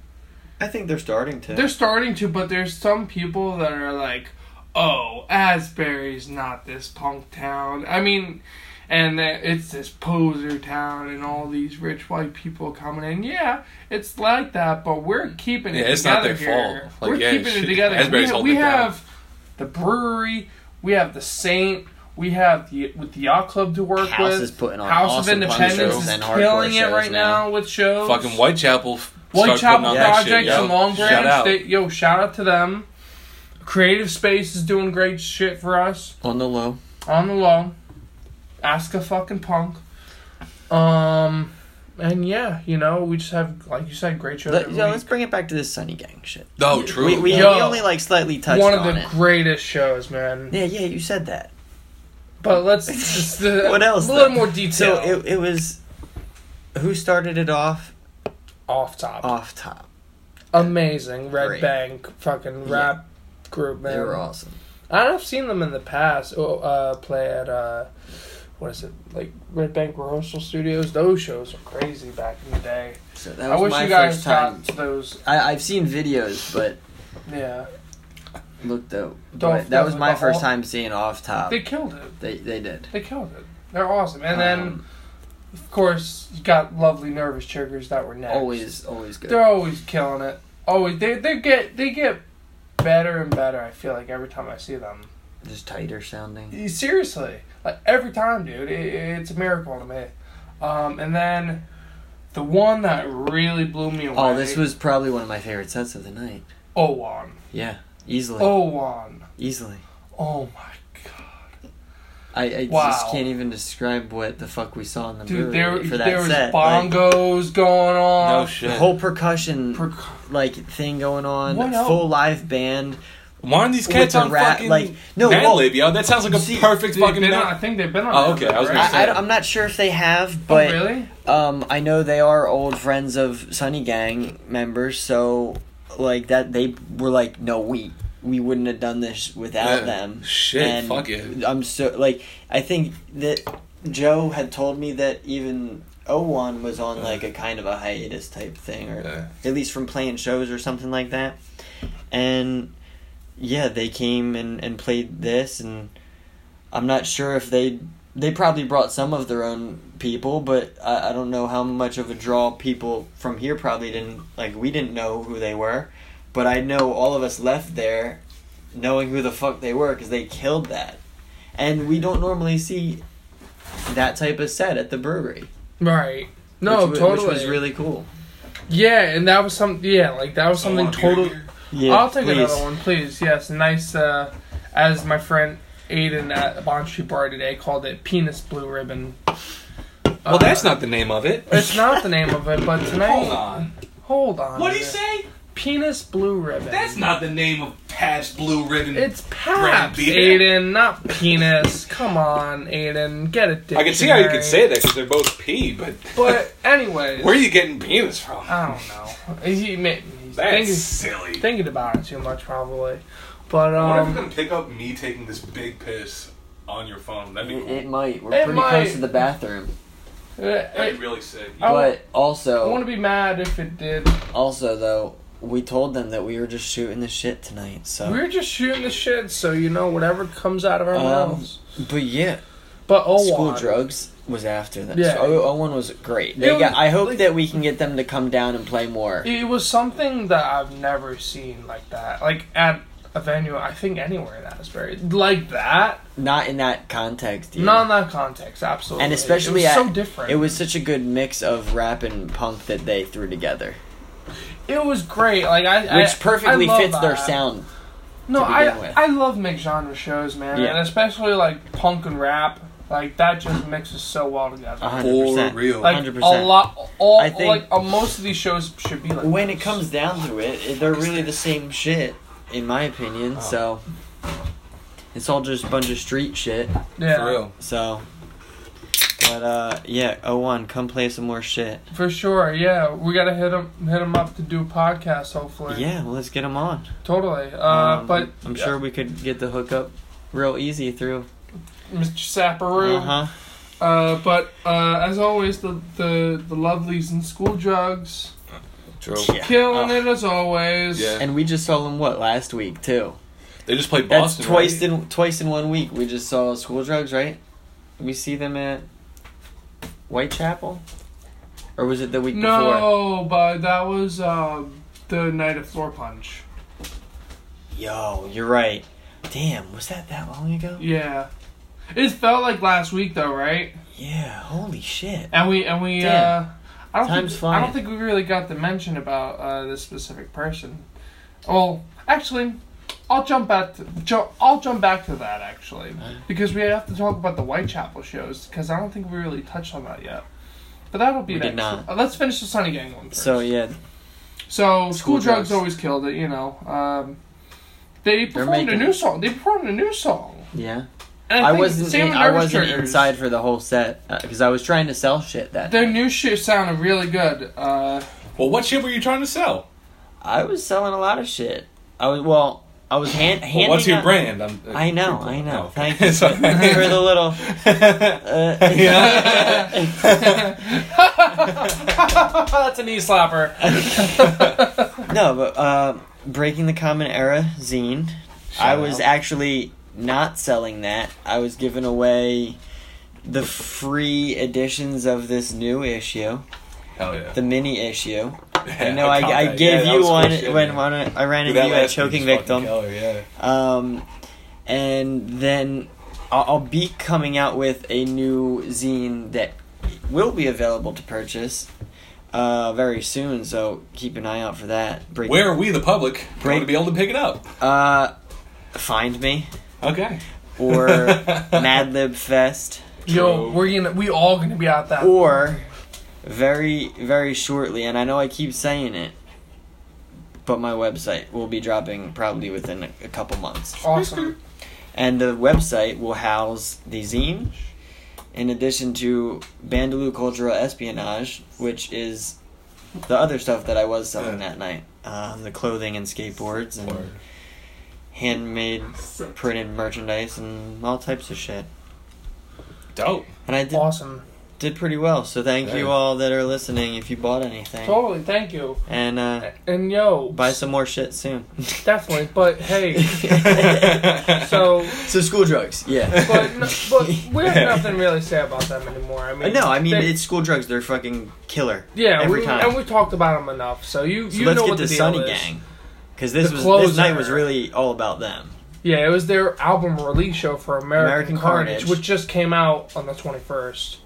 [SPEAKER 1] I think they're starting to.
[SPEAKER 2] They're starting to, but there's some people that are like, "Oh, Asbury's not this punk town." I mean, and that it's this poser town, and all these rich white people coming in. Yeah, it's like that, but we're keeping it
[SPEAKER 3] Yeah, it's not
[SPEAKER 2] together
[SPEAKER 3] their
[SPEAKER 2] here.
[SPEAKER 3] fault. Like,
[SPEAKER 2] we're
[SPEAKER 3] yeah,
[SPEAKER 2] keeping
[SPEAKER 3] shit,
[SPEAKER 2] it together.
[SPEAKER 3] Asbury's
[SPEAKER 2] we
[SPEAKER 3] holding
[SPEAKER 2] we
[SPEAKER 3] it down.
[SPEAKER 2] have the brewery, we have the Saint, we have the with the yacht club to work
[SPEAKER 1] House
[SPEAKER 2] with.
[SPEAKER 1] is putting on
[SPEAKER 2] House
[SPEAKER 1] awesome
[SPEAKER 2] of
[SPEAKER 1] punk
[SPEAKER 2] Independence
[SPEAKER 1] shows
[SPEAKER 2] is
[SPEAKER 1] and hardcore
[SPEAKER 2] killing it
[SPEAKER 1] shows
[SPEAKER 2] right
[SPEAKER 1] now.
[SPEAKER 2] now. with shows.
[SPEAKER 3] Fucking Whitechapel. f- start putting
[SPEAKER 2] Whitechapel
[SPEAKER 3] on that shit,
[SPEAKER 2] Project
[SPEAKER 3] yo.
[SPEAKER 2] and Long
[SPEAKER 3] Shout
[SPEAKER 2] Branch.
[SPEAKER 3] out.
[SPEAKER 2] They, yo, shout out to them. Creative Space is doing great shit for us
[SPEAKER 1] on the low.
[SPEAKER 2] on the low. Ask a fucking punk. Um, and yeah, you know we just have like you said, great shows.
[SPEAKER 1] Let,
[SPEAKER 2] every
[SPEAKER 1] yo,
[SPEAKER 2] week. Oh,
[SPEAKER 1] let's bring it back to this Sunny Gang shit.
[SPEAKER 3] No, true.
[SPEAKER 1] We, we,
[SPEAKER 2] Yo.
[SPEAKER 1] we only like slightly touched
[SPEAKER 2] One of
[SPEAKER 1] on
[SPEAKER 2] the
[SPEAKER 1] it.
[SPEAKER 2] greatest shows, man.
[SPEAKER 1] yeah, yeah, you said that.
[SPEAKER 2] But let's just uh,
[SPEAKER 1] What else,
[SPEAKER 2] A little
[SPEAKER 1] though?
[SPEAKER 2] more detail.
[SPEAKER 1] So it, it was who started it off?
[SPEAKER 2] off top,
[SPEAKER 1] Off top.
[SPEAKER 2] amazing Red
[SPEAKER 1] Great.
[SPEAKER 2] Bank fucking
[SPEAKER 1] Yeah.
[SPEAKER 2] rap group, man.
[SPEAKER 1] They were awesome.
[SPEAKER 2] I have seen them in the past oh, uh, play at uh, what is it like Red Bank Rehearsal Studios. Those shows are crazy back in the day.
[SPEAKER 1] So that
[SPEAKER 2] I
[SPEAKER 1] was
[SPEAKER 2] wish
[SPEAKER 1] my
[SPEAKER 2] you guys
[SPEAKER 1] first time.
[SPEAKER 2] got those.
[SPEAKER 1] I, I've seen videos, but
[SPEAKER 2] Yeah,
[SPEAKER 1] look though,
[SPEAKER 2] Don't-
[SPEAKER 1] but that was my
[SPEAKER 2] don't-
[SPEAKER 1] first time seeing off top.
[SPEAKER 2] they killed it.
[SPEAKER 1] They they did.
[SPEAKER 2] They killed it. They're awesome. And then
[SPEAKER 1] Um,
[SPEAKER 2] of course you got lovely nervous triggers that were next.
[SPEAKER 1] always always good.
[SPEAKER 2] they're always killing it. Always they they get they get better and better. I feel like every time I see them.
[SPEAKER 1] Just tighter sounding.
[SPEAKER 2] Seriously, like every time, dude, it, it's a miracle to me. Um, and then the one that really blew me away.
[SPEAKER 1] Oh, this was probably one of my favorite sets of the night.
[SPEAKER 2] Owan.
[SPEAKER 1] Yeah, easily,
[SPEAKER 2] Oh. Owan.
[SPEAKER 1] easily.
[SPEAKER 2] Oh my god,
[SPEAKER 1] I, I
[SPEAKER 2] Wow.
[SPEAKER 1] just can't even describe what the fuck we saw in the
[SPEAKER 2] dude!
[SPEAKER 1] movie
[SPEAKER 2] There,
[SPEAKER 1] for that
[SPEAKER 2] there was
[SPEAKER 1] set. like,
[SPEAKER 2] bongos going on.
[SPEAKER 3] no
[SPEAKER 1] the
[SPEAKER 3] shit.
[SPEAKER 1] whole percussion
[SPEAKER 2] Perc-
[SPEAKER 1] like thing going on.
[SPEAKER 2] What
[SPEAKER 1] full live band.
[SPEAKER 3] Why aren't these
[SPEAKER 1] with
[SPEAKER 3] cats
[SPEAKER 1] the
[SPEAKER 3] on
[SPEAKER 1] rat-
[SPEAKER 3] fucking
[SPEAKER 1] like- no,
[SPEAKER 3] no, man
[SPEAKER 1] well-
[SPEAKER 3] lib, yo? That sounds like a
[SPEAKER 1] See,
[SPEAKER 3] perfect
[SPEAKER 2] Dude,
[SPEAKER 3] fucking
[SPEAKER 2] they've been
[SPEAKER 3] man-
[SPEAKER 2] on- I think they've been on.
[SPEAKER 3] Oh,
[SPEAKER 2] that
[SPEAKER 3] okay,
[SPEAKER 2] bit,
[SPEAKER 3] I was gonna
[SPEAKER 2] right?
[SPEAKER 3] say-
[SPEAKER 1] I, am not sure if they have,
[SPEAKER 2] Oh,
[SPEAKER 1] but
[SPEAKER 2] really?
[SPEAKER 1] um, I know they are old friends of Sunny Gang members. So like that, they were like, no, we we wouldn't have done this without
[SPEAKER 3] Yeah.
[SPEAKER 1] them.
[SPEAKER 3] Shit,
[SPEAKER 1] And
[SPEAKER 3] fuck it.
[SPEAKER 1] I'm so like I think that Joe had told me that even Owan was on like a kind of a hiatus type thing, or at least from playing shows or something like that. And yeah, they came and, and played this, and I'm not sure if they they probably brought some of their own people, but I, I don't know how much of a draw people from here probably didn't like. We didn't know who they were, but I know all of us left there knowing who the fuck they were because they killed that, and we don't normally see that type of set at the brewery.
[SPEAKER 2] Right. No,
[SPEAKER 1] which, wa-
[SPEAKER 2] totally.
[SPEAKER 1] which was really cool.
[SPEAKER 2] yeah, and that was some. Yeah, like that was
[SPEAKER 1] Oh,
[SPEAKER 2] something
[SPEAKER 3] want beer
[SPEAKER 2] totally.
[SPEAKER 3] here.
[SPEAKER 1] Yeah,
[SPEAKER 2] I'll take
[SPEAKER 1] please.
[SPEAKER 2] another one, please. Yes, nice. Uh, as my friend Aiden at Bond Street Bar today called it, penis blue ribbon. Uh,
[SPEAKER 3] Well, that's not the name of it.
[SPEAKER 2] It's not the name of it, but tonight.
[SPEAKER 3] Hold on.
[SPEAKER 2] Hold on.
[SPEAKER 3] What do you
[SPEAKER 2] a minute.
[SPEAKER 3] say?
[SPEAKER 2] Penis blue ribbon.
[SPEAKER 3] That's not the name of Pat's Blue Ribbon.
[SPEAKER 2] It's
[SPEAKER 3] Brand
[SPEAKER 2] Paps,
[SPEAKER 3] beer.
[SPEAKER 2] Aiden, not penis. Come on, Aiden, get it.
[SPEAKER 3] I can see how you can say that because they're both P, but
[SPEAKER 2] But Uh, anyways,
[SPEAKER 3] where are you getting penis from?
[SPEAKER 2] I don't know. He may, he's
[SPEAKER 3] That's
[SPEAKER 2] thinking,
[SPEAKER 3] silly.
[SPEAKER 2] thinking about it too much, probably. But
[SPEAKER 3] what
[SPEAKER 2] um,
[SPEAKER 3] if you can pick up me taking this big piss on your phone? That'd be
[SPEAKER 1] It,
[SPEAKER 3] cool.
[SPEAKER 1] it might. We're
[SPEAKER 2] It
[SPEAKER 1] pretty
[SPEAKER 2] might.
[SPEAKER 1] close to the bathroom.
[SPEAKER 2] I,
[SPEAKER 3] That'd be really sick.
[SPEAKER 2] I-
[SPEAKER 1] But
[SPEAKER 2] I
[SPEAKER 1] also,
[SPEAKER 2] want to be mad if it did.
[SPEAKER 1] also though, we told them that we were just shooting the shit tonight. So,
[SPEAKER 2] We're just shooting the shit, so you know whatever comes out of our
[SPEAKER 1] Um,
[SPEAKER 2] mouths.
[SPEAKER 1] but yeah,
[SPEAKER 2] But oh,
[SPEAKER 1] school
[SPEAKER 2] wow.
[SPEAKER 1] drugs was after them.
[SPEAKER 2] Yeah.
[SPEAKER 1] So O- Owen was great. They
[SPEAKER 2] It was-
[SPEAKER 1] got, I hope
[SPEAKER 2] like-
[SPEAKER 1] that we can get them to come down and play more.
[SPEAKER 2] It was something that I've never seen like that, like at a venue. I think anywhere in Asbury, like that.
[SPEAKER 1] Not in that context. yeah.
[SPEAKER 2] Not in that context, absolutely.
[SPEAKER 1] and especially
[SPEAKER 2] it was
[SPEAKER 1] at,
[SPEAKER 2] so different.
[SPEAKER 1] It was such a good mix of rap and punk that they threw together,
[SPEAKER 2] It was great. Like I,
[SPEAKER 1] which
[SPEAKER 2] I-
[SPEAKER 1] perfectly
[SPEAKER 2] I love
[SPEAKER 1] fits their
[SPEAKER 2] that.
[SPEAKER 1] sound.
[SPEAKER 2] No,
[SPEAKER 1] to begin
[SPEAKER 2] I,
[SPEAKER 1] with.
[SPEAKER 2] I love mixed genre shows, man,
[SPEAKER 1] Yeah.
[SPEAKER 2] and especially like punk and rap. Like that just mixes so well together.
[SPEAKER 1] Uh-huh.
[SPEAKER 3] For
[SPEAKER 1] 100%.
[SPEAKER 3] real.
[SPEAKER 2] Like
[SPEAKER 1] 100%.
[SPEAKER 2] a lot, all
[SPEAKER 1] I think-
[SPEAKER 2] like uh, most of these shows should be like.
[SPEAKER 1] When it
[SPEAKER 2] this.
[SPEAKER 1] comes down to it, it- they're really the same shit, in my opinion. So it's all just a bunch of street shit.
[SPEAKER 2] yeah,
[SPEAKER 3] For real.
[SPEAKER 1] So, but uh, yeah, O one, come play some more shit.
[SPEAKER 2] for sure. Yeah, we gotta hit them, hit them up to do a podcast. Hopefully,
[SPEAKER 1] Yeah, well, let's get them on.
[SPEAKER 2] totally. Uh,
[SPEAKER 1] Um,
[SPEAKER 2] but
[SPEAKER 1] I'm sure we could get the hookup real easy through.
[SPEAKER 2] Mr. Saparoo.
[SPEAKER 1] Uh huh.
[SPEAKER 2] Uh, but uh, as always, the, the the lovelies and school drugs
[SPEAKER 3] True.
[SPEAKER 1] Yeah.
[SPEAKER 2] killing
[SPEAKER 1] Uh,
[SPEAKER 2] it as always.
[SPEAKER 3] Yeah.
[SPEAKER 1] And we just saw them what last week too.
[SPEAKER 3] They just played
[SPEAKER 1] That's
[SPEAKER 3] Boston.
[SPEAKER 1] twice
[SPEAKER 3] right?
[SPEAKER 1] in twice in one week. We just saw school drugs, right? We see them at Whitechapel, or was it the week before?
[SPEAKER 2] No, but that was um, the night of floor punch.
[SPEAKER 1] Yo, you're right. Damn, was that that long ago?
[SPEAKER 2] Yeah, it felt like last week though, right?
[SPEAKER 1] Yeah, holy shit.
[SPEAKER 2] And we and we.
[SPEAKER 1] Damn.
[SPEAKER 2] Uh, I don't
[SPEAKER 1] Time's
[SPEAKER 2] think I
[SPEAKER 1] flying.
[SPEAKER 2] don't think we really got to mention about uh, this specific person. Well, actually, I'll jump back. To, ju- I'll jump back to that actually because we have to talk about the Whitechapel shows because I don't think we really touched on that yet. But that'll be
[SPEAKER 1] We
[SPEAKER 2] next.
[SPEAKER 1] did not.
[SPEAKER 2] Uh, let's finish the Sunny Gang one first.
[SPEAKER 1] So yeah,
[SPEAKER 2] So
[SPEAKER 1] School
[SPEAKER 2] school drugs.
[SPEAKER 1] Drugs.
[SPEAKER 2] always killed it, you know. Um, they performed a
[SPEAKER 1] making-
[SPEAKER 2] new song. They performed a new song.
[SPEAKER 1] yeah.
[SPEAKER 2] And
[SPEAKER 1] I
[SPEAKER 2] think
[SPEAKER 1] wasn't.
[SPEAKER 2] Sam
[SPEAKER 1] In,
[SPEAKER 2] and
[SPEAKER 1] I
[SPEAKER 2] Nervous
[SPEAKER 1] wasn't
[SPEAKER 2] Triggers,
[SPEAKER 1] inside for the whole set because I was trying to sell shit that.
[SPEAKER 2] Their new shit sounded really good. Uh,
[SPEAKER 3] Well, what shit were you trying to sell?
[SPEAKER 1] I was selling a lot of shit. I was well. I was hand.
[SPEAKER 3] Well,
[SPEAKER 1] handing
[SPEAKER 3] what's your
[SPEAKER 1] out-
[SPEAKER 3] brand? I'm, uh,
[SPEAKER 1] I know.
[SPEAKER 3] people-
[SPEAKER 1] I know.
[SPEAKER 3] no.
[SPEAKER 1] Thank you for
[SPEAKER 3] Sorry.
[SPEAKER 1] the little. Uh,
[SPEAKER 2] that's a knee slapper.
[SPEAKER 1] No, but uh, breaking the common era zine. I was
[SPEAKER 3] out.
[SPEAKER 1] actually not selling that. I was giving away the free editions of this new issue,
[SPEAKER 3] Hell yeah.
[SPEAKER 1] the mini issue. I
[SPEAKER 3] Yeah,
[SPEAKER 1] know
[SPEAKER 3] caught
[SPEAKER 1] I, I
[SPEAKER 3] that.
[SPEAKER 1] gave
[SPEAKER 3] Yeah, that
[SPEAKER 1] you
[SPEAKER 3] was cool
[SPEAKER 1] one
[SPEAKER 3] shit,
[SPEAKER 1] when,
[SPEAKER 3] man.
[SPEAKER 1] when I ran
[SPEAKER 3] Dude,
[SPEAKER 1] into
[SPEAKER 3] that
[SPEAKER 1] you
[SPEAKER 3] last
[SPEAKER 1] at
[SPEAKER 3] dude
[SPEAKER 1] Choking
[SPEAKER 3] was
[SPEAKER 1] Victim.
[SPEAKER 3] fucking killer, yeah.
[SPEAKER 1] Um, and then I'll, I'll be coming out with a new zine that will be available to purchase uh, very soon. So keep an eye out for that. Break,
[SPEAKER 3] Where are we, the public, going
[SPEAKER 1] Break-
[SPEAKER 3] to be able to pick it up?
[SPEAKER 1] Uh, find me
[SPEAKER 3] Okay.
[SPEAKER 1] or Mad Lib Fest
[SPEAKER 2] Yo, we're gonna we all gonna be out that.
[SPEAKER 1] or very very shortly. And I know I keep saying it. But my website will be dropping probably within a- a couple months.
[SPEAKER 2] Awesome.
[SPEAKER 1] And the website will house the zine, in addition to Bandaloo Cultural Espionage, which is the other stuff that I was selling
[SPEAKER 3] Yeah.
[SPEAKER 1] that night. Um, the clothing and skateboards and
[SPEAKER 3] Word.
[SPEAKER 1] handmade printed merchandise and all types of shit.
[SPEAKER 3] Dope.
[SPEAKER 1] And I did,
[SPEAKER 2] Awesome.
[SPEAKER 1] did pretty well, so thank
[SPEAKER 3] Yeah.
[SPEAKER 1] you all that are listening if you bought anything.
[SPEAKER 2] Totally. Thank you.
[SPEAKER 1] And uh,
[SPEAKER 2] And yo,
[SPEAKER 1] buy some more shit soon.
[SPEAKER 2] definitely. But hey,
[SPEAKER 3] so,
[SPEAKER 2] so.
[SPEAKER 1] So, school drugs, yeah.
[SPEAKER 2] But, no, but we have nothing really to say about them anymore. I mean,
[SPEAKER 1] Uh, No, I mean,
[SPEAKER 2] they-
[SPEAKER 1] it's school drugs, they're fucking killer.
[SPEAKER 2] Yeah,
[SPEAKER 1] every
[SPEAKER 2] we,
[SPEAKER 1] time.
[SPEAKER 2] and we talked about them enough, so you
[SPEAKER 1] So
[SPEAKER 2] you
[SPEAKER 1] let's
[SPEAKER 2] know
[SPEAKER 1] get
[SPEAKER 2] what
[SPEAKER 1] to
[SPEAKER 2] the deal
[SPEAKER 1] Sunny
[SPEAKER 2] is.
[SPEAKER 1] Gang because this
[SPEAKER 2] The
[SPEAKER 1] was
[SPEAKER 2] closer.
[SPEAKER 1] this night was really all about them.
[SPEAKER 2] Yeah, it was their album release show for American,
[SPEAKER 1] American
[SPEAKER 2] Carnage,
[SPEAKER 1] Carnage.
[SPEAKER 2] which just came out on the twenty first.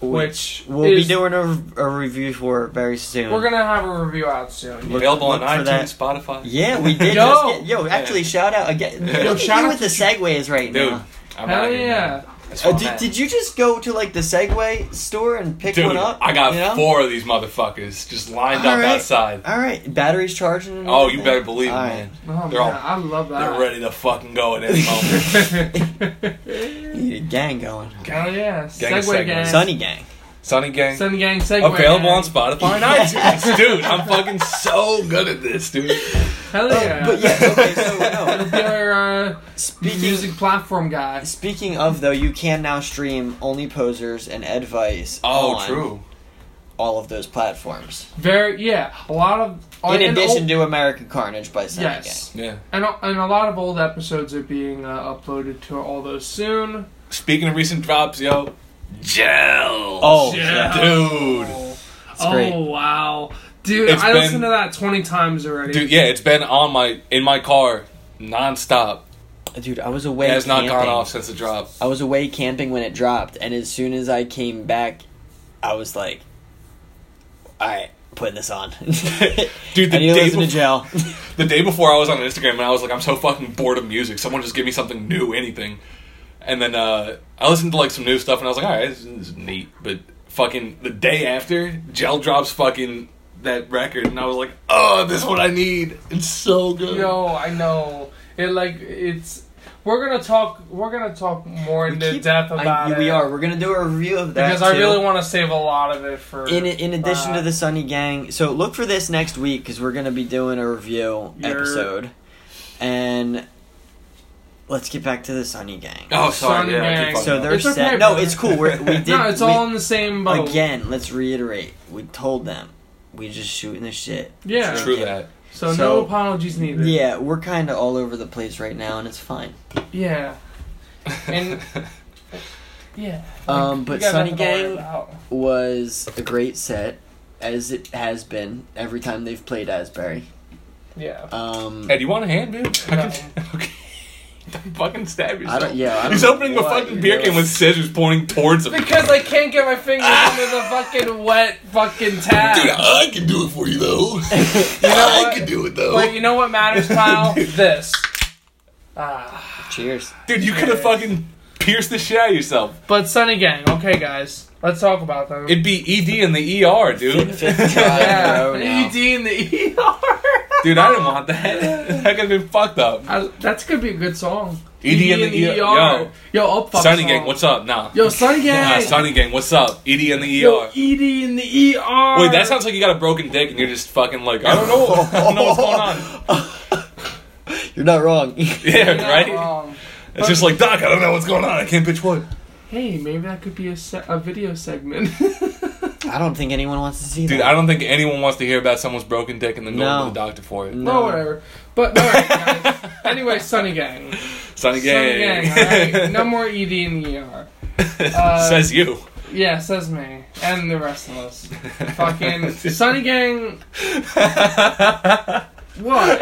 [SPEAKER 2] Which
[SPEAKER 1] we'll
[SPEAKER 2] is-
[SPEAKER 1] be doing a, a review for very soon.
[SPEAKER 2] We're gonna have a review out soon.
[SPEAKER 1] Look-
[SPEAKER 3] Available on
[SPEAKER 1] look for
[SPEAKER 3] iTunes,
[SPEAKER 1] that.
[SPEAKER 3] Spotify.
[SPEAKER 1] Yeah, we did.
[SPEAKER 2] Yo!
[SPEAKER 1] just get- yo, actually, shout out again.
[SPEAKER 3] Yo,
[SPEAKER 1] Yo,
[SPEAKER 2] shout
[SPEAKER 1] shout
[SPEAKER 2] out
[SPEAKER 1] with the segways right
[SPEAKER 3] Dude,
[SPEAKER 1] now.
[SPEAKER 3] I'm out
[SPEAKER 2] Hell yeah!
[SPEAKER 3] here, man. That's
[SPEAKER 1] Uh,
[SPEAKER 3] where I'm
[SPEAKER 1] did,
[SPEAKER 3] at.
[SPEAKER 1] did you just go to like the Segway store and pick
[SPEAKER 3] Dude,
[SPEAKER 1] one up?
[SPEAKER 3] I got
[SPEAKER 1] you know?
[SPEAKER 3] four of these motherfuckers just lined up
[SPEAKER 1] Alright.
[SPEAKER 3] outside.
[SPEAKER 1] All right, batteries charging. and
[SPEAKER 3] Oh, you
[SPEAKER 1] everything.
[SPEAKER 3] better believe it,
[SPEAKER 1] All
[SPEAKER 3] man.
[SPEAKER 2] Oh,
[SPEAKER 3] They're all-
[SPEAKER 2] man, I love that.
[SPEAKER 3] They're ready to fucking go at any moment.
[SPEAKER 1] right. You need a gang going.
[SPEAKER 2] Hell yeah!
[SPEAKER 3] Gang of
[SPEAKER 2] Segway gang.
[SPEAKER 3] segways.
[SPEAKER 1] Sunny gang.
[SPEAKER 3] Sonny Gang.
[SPEAKER 2] Sunny gang. Segway.
[SPEAKER 3] Available
[SPEAKER 2] gang.
[SPEAKER 3] on Spotify and iTunes. Dude, I'm fucking so good at this, dude.
[SPEAKER 2] Hell yeah.
[SPEAKER 1] But yeah, okay, so
[SPEAKER 2] He'll be
[SPEAKER 1] no.
[SPEAKER 2] our uh, music
[SPEAKER 1] Speaking
[SPEAKER 2] platform guy.
[SPEAKER 1] speaking of though, you can now stream only posers and advice
[SPEAKER 3] Oh,
[SPEAKER 1] on
[SPEAKER 3] true.
[SPEAKER 1] all of those platforms.
[SPEAKER 2] Very yeah. A lot of
[SPEAKER 1] In
[SPEAKER 2] and
[SPEAKER 1] addition
[SPEAKER 2] old-
[SPEAKER 1] to American Carnage by Sam
[SPEAKER 2] yes,
[SPEAKER 3] Yeah.
[SPEAKER 2] and a- and a lot of old episodes are being uh, uploaded to all those soon.
[SPEAKER 3] Speaking of recent drops, yo, gel.
[SPEAKER 1] Oh,
[SPEAKER 2] Yeah.
[SPEAKER 3] dude.
[SPEAKER 2] oh
[SPEAKER 1] great.
[SPEAKER 2] wow, dude!
[SPEAKER 3] It's
[SPEAKER 2] I
[SPEAKER 3] been-
[SPEAKER 2] listened to that twenty times already.
[SPEAKER 3] Dude, yeah, it's been on my in my car nonstop.
[SPEAKER 1] Dude, I was away.
[SPEAKER 3] It has not gone
[SPEAKER 1] camping.
[SPEAKER 3] off since the drop.
[SPEAKER 1] I was away camping when it dropped, and as soon as I came back, I was like, "All right, putting this on."
[SPEAKER 3] Dude, the
[SPEAKER 1] I need to
[SPEAKER 3] day
[SPEAKER 1] listen to
[SPEAKER 3] bef-
[SPEAKER 1] jail.
[SPEAKER 3] The day before, I was on Instagram and I was like, I'm so fucking bored of music. Someone just give me something new, anything. And then uh, I listened to like some new stuff and I was like, all right, this is neat. But fucking the day after, Gel drops fucking that record and I was like, oh, this is what I need. It's so good.
[SPEAKER 2] Yo, I know. It like it's. We're gonna talk. We're gonna talk more into
[SPEAKER 1] Keep-
[SPEAKER 2] depth
[SPEAKER 1] I-
[SPEAKER 2] about it.
[SPEAKER 1] we are. We're gonna do a review of that
[SPEAKER 2] because I
[SPEAKER 1] too.
[SPEAKER 2] really want to save a lot of it for.
[SPEAKER 1] In in addition
[SPEAKER 2] uh,
[SPEAKER 1] to the Sunny Gang, so look for this next week because we're gonna be doing a review
[SPEAKER 2] Your-
[SPEAKER 1] episode, and let's get back to the Sunny Gang.
[SPEAKER 3] Oh, sorry.
[SPEAKER 2] Sun
[SPEAKER 3] yeah, I
[SPEAKER 2] Gang.
[SPEAKER 3] keep fucking
[SPEAKER 1] So
[SPEAKER 3] up.
[SPEAKER 1] they're
[SPEAKER 2] It's okay,
[SPEAKER 1] sad. No,
[SPEAKER 2] brother.
[SPEAKER 1] it's cool. We're, we did.
[SPEAKER 2] no, it's
[SPEAKER 1] we-
[SPEAKER 2] all in the same boat.
[SPEAKER 1] Again, let's reiterate. We told them we just shooting the shit.
[SPEAKER 2] Yeah.
[SPEAKER 3] True that.
[SPEAKER 2] So, no
[SPEAKER 1] So-
[SPEAKER 2] apologies needed.
[SPEAKER 1] Yeah, we're kind of all over the place right now, and it's fine.
[SPEAKER 2] Yeah. And yeah.
[SPEAKER 1] Um,
[SPEAKER 2] We
[SPEAKER 1] but
[SPEAKER 2] got
[SPEAKER 1] Sunny
[SPEAKER 2] nothing to worry
[SPEAKER 1] Gang
[SPEAKER 2] about.
[SPEAKER 1] was a great set, as it has been every time they've played Asbury.
[SPEAKER 2] Yeah.
[SPEAKER 1] Um,
[SPEAKER 3] Hey, do you want a hand, dude? I
[SPEAKER 2] No.
[SPEAKER 3] can- okay. Don't fucking stab yourself.
[SPEAKER 1] I don't. Yeah, I don't
[SPEAKER 3] He's
[SPEAKER 1] know
[SPEAKER 3] opening a
[SPEAKER 1] what
[SPEAKER 3] fucking
[SPEAKER 1] you're
[SPEAKER 3] beer
[SPEAKER 1] doing.
[SPEAKER 3] can with scissors pointing towards him.
[SPEAKER 2] Because I can't get my fingers
[SPEAKER 1] Ah!
[SPEAKER 2] under the fucking wet fucking tab.
[SPEAKER 3] I can do it for you though.
[SPEAKER 2] know what?
[SPEAKER 3] do it though.
[SPEAKER 2] But you know what matters, Kyle? this. Ah.
[SPEAKER 1] Cheers.
[SPEAKER 3] Dude, you could have fucking pierced the shit out of yourself.
[SPEAKER 2] But Sunny Gang, okay, guys, let's talk about them.
[SPEAKER 3] It'd be ED in the ER, dude.
[SPEAKER 1] Fifth try in a row now.
[SPEAKER 2] yeah, ED in the ER.
[SPEAKER 3] Dude, I didn't want that. That could have been fucked up.
[SPEAKER 2] I, that's gonna be a good song. E
[SPEAKER 3] ED in the ER.
[SPEAKER 2] Yo, yo, up fuck
[SPEAKER 3] Sunny
[SPEAKER 2] song.
[SPEAKER 3] Gang, what's up? Nah.
[SPEAKER 2] Yo, Sunny
[SPEAKER 3] Nah,
[SPEAKER 2] Gang.
[SPEAKER 3] Sunny Gang, what's up? ED in the
[SPEAKER 2] Yo, E
[SPEAKER 3] ER.
[SPEAKER 2] ED in the ER.
[SPEAKER 3] Wait, that sounds like you got a broken dick and you're just fucking like, I don't know. I don't know what's going on.
[SPEAKER 1] You're not wrong.
[SPEAKER 3] Yeah,
[SPEAKER 2] Not
[SPEAKER 3] right?
[SPEAKER 2] wrong.
[SPEAKER 3] It's just like, Doc, I don't know what's going on. I can't pitch wood.
[SPEAKER 2] Hey, maybe that could be a, se- a video segment.
[SPEAKER 1] I don't think anyone wants to see
[SPEAKER 3] Dude,
[SPEAKER 1] that.
[SPEAKER 3] I don't think anyone wants to hear about someone's broken dick and then going
[SPEAKER 1] No.
[SPEAKER 3] to the doctor for it.
[SPEAKER 1] No.
[SPEAKER 2] Well, Oh, whatever. But alright, guys. anyway, Sunny Gang.
[SPEAKER 3] Sonny
[SPEAKER 2] Sunny
[SPEAKER 3] Gang.
[SPEAKER 2] Gang. Alright, no more ED in the ER. Uh,
[SPEAKER 3] Says you.
[SPEAKER 2] Yeah, says me and the rest of us. Fucking Sunny Gang. What?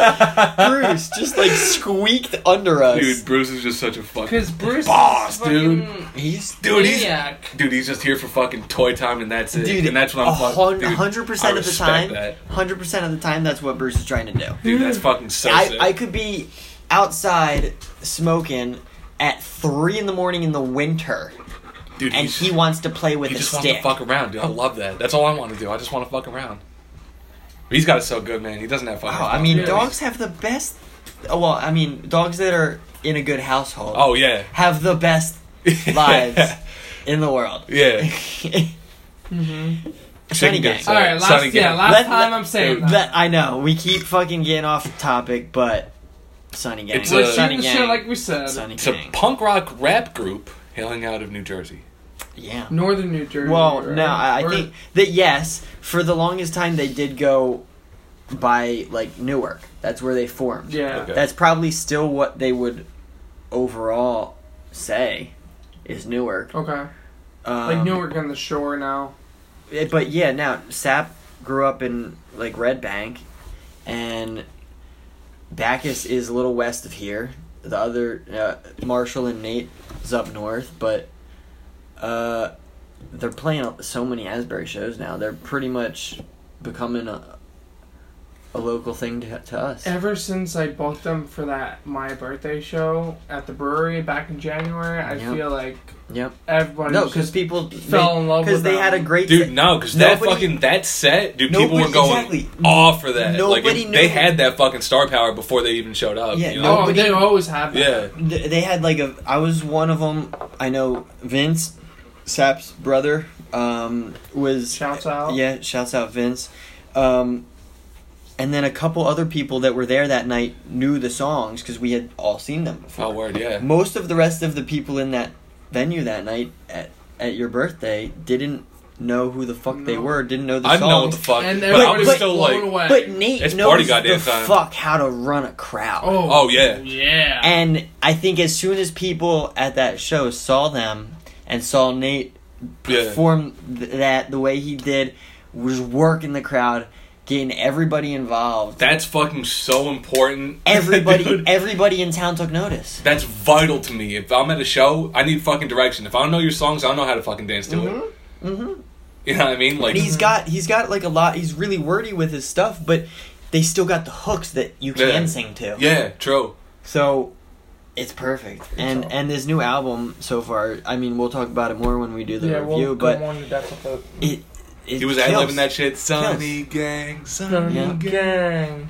[SPEAKER 1] Bruce just like squeaked under us.
[SPEAKER 3] Dude, Bruce is just such a fucking
[SPEAKER 2] Because Bruce
[SPEAKER 3] Boss,
[SPEAKER 2] is fucking
[SPEAKER 3] dude.
[SPEAKER 1] He's
[SPEAKER 3] dude. He's
[SPEAKER 2] maniac.
[SPEAKER 3] dude. He's just here for fucking toy time, and that's it.
[SPEAKER 1] dude,
[SPEAKER 3] and that's what I'm fucking.
[SPEAKER 1] hundred percent of the time. Hundred percent of the time, that's what Bruce is trying to do.
[SPEAKER 3] Dude, that's fucking so
[SPEAKER 1] I,
[SPEAKER 3] sick.
[SPEAKER 1] I could be outside smoking at three in the morning in the winter,
[SPEAKER 3] dude,
[SPEAKER 1] and
[SPEAKER 3] he's-
[SPEAKER 1] he wants to play with
[SPEAKER 3] he
[SPEAKER 1] a
[SPEAKER 3] just wants to
[SPEAKER 1] stick.
[SPEAKER 3] fuck around, dude. I love that. That's all I want to do. I just want to fuck around. But he's got it so good, man. He doesn't have fucking.
[SPEAKER 1] Wow, Oh, I mean,
[SPEAKER 2] Yeah.
[SPEAKER 1] dogs have the best. oh, Well, I mean, dogs that are in a good household
[SPEAKER 3] Oh yeah.
[SPEAKER 1] have the best lives in the world.
[SPEAKER 3] yeah.
[SPEAKER 1] Sunny
[SPEAKER 3] Chicken
[SPEAKER 1] Gang.
[SPEAKER 3] dance.
[SPEAKER 2] All right, Mm-hmm. last
[SPEAKER 3] Sunny
[SPEAKER 2] yeah,
[SPEAKER 3] Gang.
[SPEAKER 2] last
[SPEAKER 1] Let-
[SPEAKER 2] time
[SPEAKER 1] let-
[SPEAKER 2] I'm saying
[SPEAKER 3] dude,
[SPEAKER 2] that.
[SPEAKER 1] That I know. We keep fucking getting off topic, but Sunny Gang.
[SPEAKER 3] It's
[SPEAKER 2] We're
[SPEAKER 3] uh,
[SPEAKER 2] shooting
[SPEAKER 1] Sunny
[SPEAKER 2] the shit
[SPEAKER 1] Gang.
[SPEAKER 2] like we said.
[SPEAKER 1] Sunny
[SPEAKER 3] It's a
[SPEAKER 1] Gang.
[SPEAKER 3] punk rock rap group hailing out of New Jersey.
[SPEAKER 1] Yeah.
[SPEAKER 2] Northern New Jersey.
[SPEAKER 1] Well,
[SPEAKER 2] right?
[SPEAKER 1] no, I, I
[SPEAKER 2] Or-
[SPEAKER 1] think that yes, for the longest time they did go by like Newark. That's where they formed.
[SPEAKER 2] Yeah.
[SPEAKER 3] Okay.
[SPEAKER 1] That's probably still what they would overall say is Newark.
[SPEAKER 2] Okay.
[SPEAKER 1] Um,
[SPEAKER 2] Oh, Like Newark on the shore now.
[SPEAKER 1] eh, But yeah, now Sap grew up in like Red Bank, and Bacchus is a little west of here. The other uh, Marshall and Nate is up north, but uh, they're playing so many Asbury shows now. They're pretty much becoming a a local thing to, to us.
[SPEAKER 2] Ever since I booked them for that my birthday show at the brewery back in January, I
[SPEAKER 1] Yep.
[SPEAKER 2] feel like
[SPEAKER 1] Yep.
[SPEAKER 2] everybody
[SPEAKER 1] No,
[SPEAKER 2] was
[SPEAKER 1] because
[SPEAKER 2] just
[SPEAKER 1] people
[SPEAKER 2] fell in love
[SPEAKER 1] because
[SPEAKER 2] with
[SPEAKER 1] they
[SPEAKER 2] them.
[SPEAKER 1] had a great
[SPEAKER 3] Dude,
[SPEAKER 1] se-
[SPEAKER 3] no, because that
[SPEAKER 1] Nobody-
[SPEAKER 3] fucking that set, dude, people
[SPEAKER 1] Nobody-
[SPEAKER 3] were going
[SPEAKER 1] exactly.
[SPEAKER 3] off for that. like
[SPEAKER 1] Nobody
[SPEAKER 3] it- they
[SPEAKER 1] knew.
[SPEAKER 3] had that fucking star power before they even showed up.
[SPEAKER 1] Yeah,
[SPEAKER 3] you know?
[SPEAKER 2] Oh, they always have that.
[SPEAKER 3] yeah.
[SPEAKER 1] Th- they had like a i was one of them i know vince sap's brother um was
[SPEAKER 2] Shouts out.
[SPEAKER 1] yeah shouts out vince um and then a couple other people that were there that night knew the songs because we had all seen them before.
[SPEAKER 3] Oh, word, yeah.
[SPEAKER 1] Most of the rest of the people in that venue that night at at your birthday didn't know who the fuck they
[SPEAKER 2] No.
[SPEAKER 1] were, didn't know the
[SPEAKER 3] I
[SPEAKER 1] songs.
[SPEAKER 3] didn't know what the fuck.
[SPEAKER 2] And
[SPEAKER 3] but I
[SPEAKER 2] everybody
[SPEAKER 3] was
[SPEAKER 1] but-
[SPEAKER 3] still like,
[SPEAKER 2] blown away.
[SPEAKER 1] But Nate
[SPEAKER 3] It's
[SPEAKER 1] knows
[SPEAKER 3] party
[SPEAKER 1] the
[SPEAKER 3] goddamn time.
[SPEAKER 1] fuck how to run a crowd.
[SPEAKER 2] Oh,
[SPEAKER 3] Oh, yeah.
[SPEAKER 2] yeah.
[SPEAKER 1] And I think as soon as people at that show saw them and saw Nate
[SPEAKER 3] Yeah.
[SPEAKER 1] perform th- that the way he did, was working the crowd, getting everybody involved.
[SPEAKER 3] that's fucking so important.
[SPEAKER 1] everybody,
[SPEAKER 3] Dude,
[SPEAKER 1] everybody in town took notice.
[SPEAKER 3] that's vital to me. If I'm at a show, I need fucking direction. If I don't know your songs, I don't know how to fucking dance to it.
[SPEAKER 1] Mm-hmm.
[SPEAKER 3] You know what I mean? Like,
[SPEAKER 1] And he's got he's got like a lot. He's really wordy with his stuff, but they still got the hooks that you
[SPEAKER 3] Yeah.
[SPEAKER 1] can sing to.
[SPEAKER 3] yeah, true.
[SPEAKER 1] So it's perfect. And
[SPEAKER 2] so.
[SPEAKER 1] and this new album so far, I mean, we'll talk about it more when we do the
[SPEAKER 2] yeah,
[SPEAKER 1] review,
[SPEAKER 2] we'll
[SPEAKER 1] but
[SPEAKER 2] go on to death with
[SPEAKER 1] it, it
[SPEAKER 3] He was ad
[SPEAKER 1] kills.
[SPEAKER 3] libbing that shit. Sonny Gang,
[SPEAKER 2] the
[SPEAKER 3] Sonny
[SPEAKER 1] Yeah.
[SPEAKER 3] Gang.
[SPEAKER 2] gang.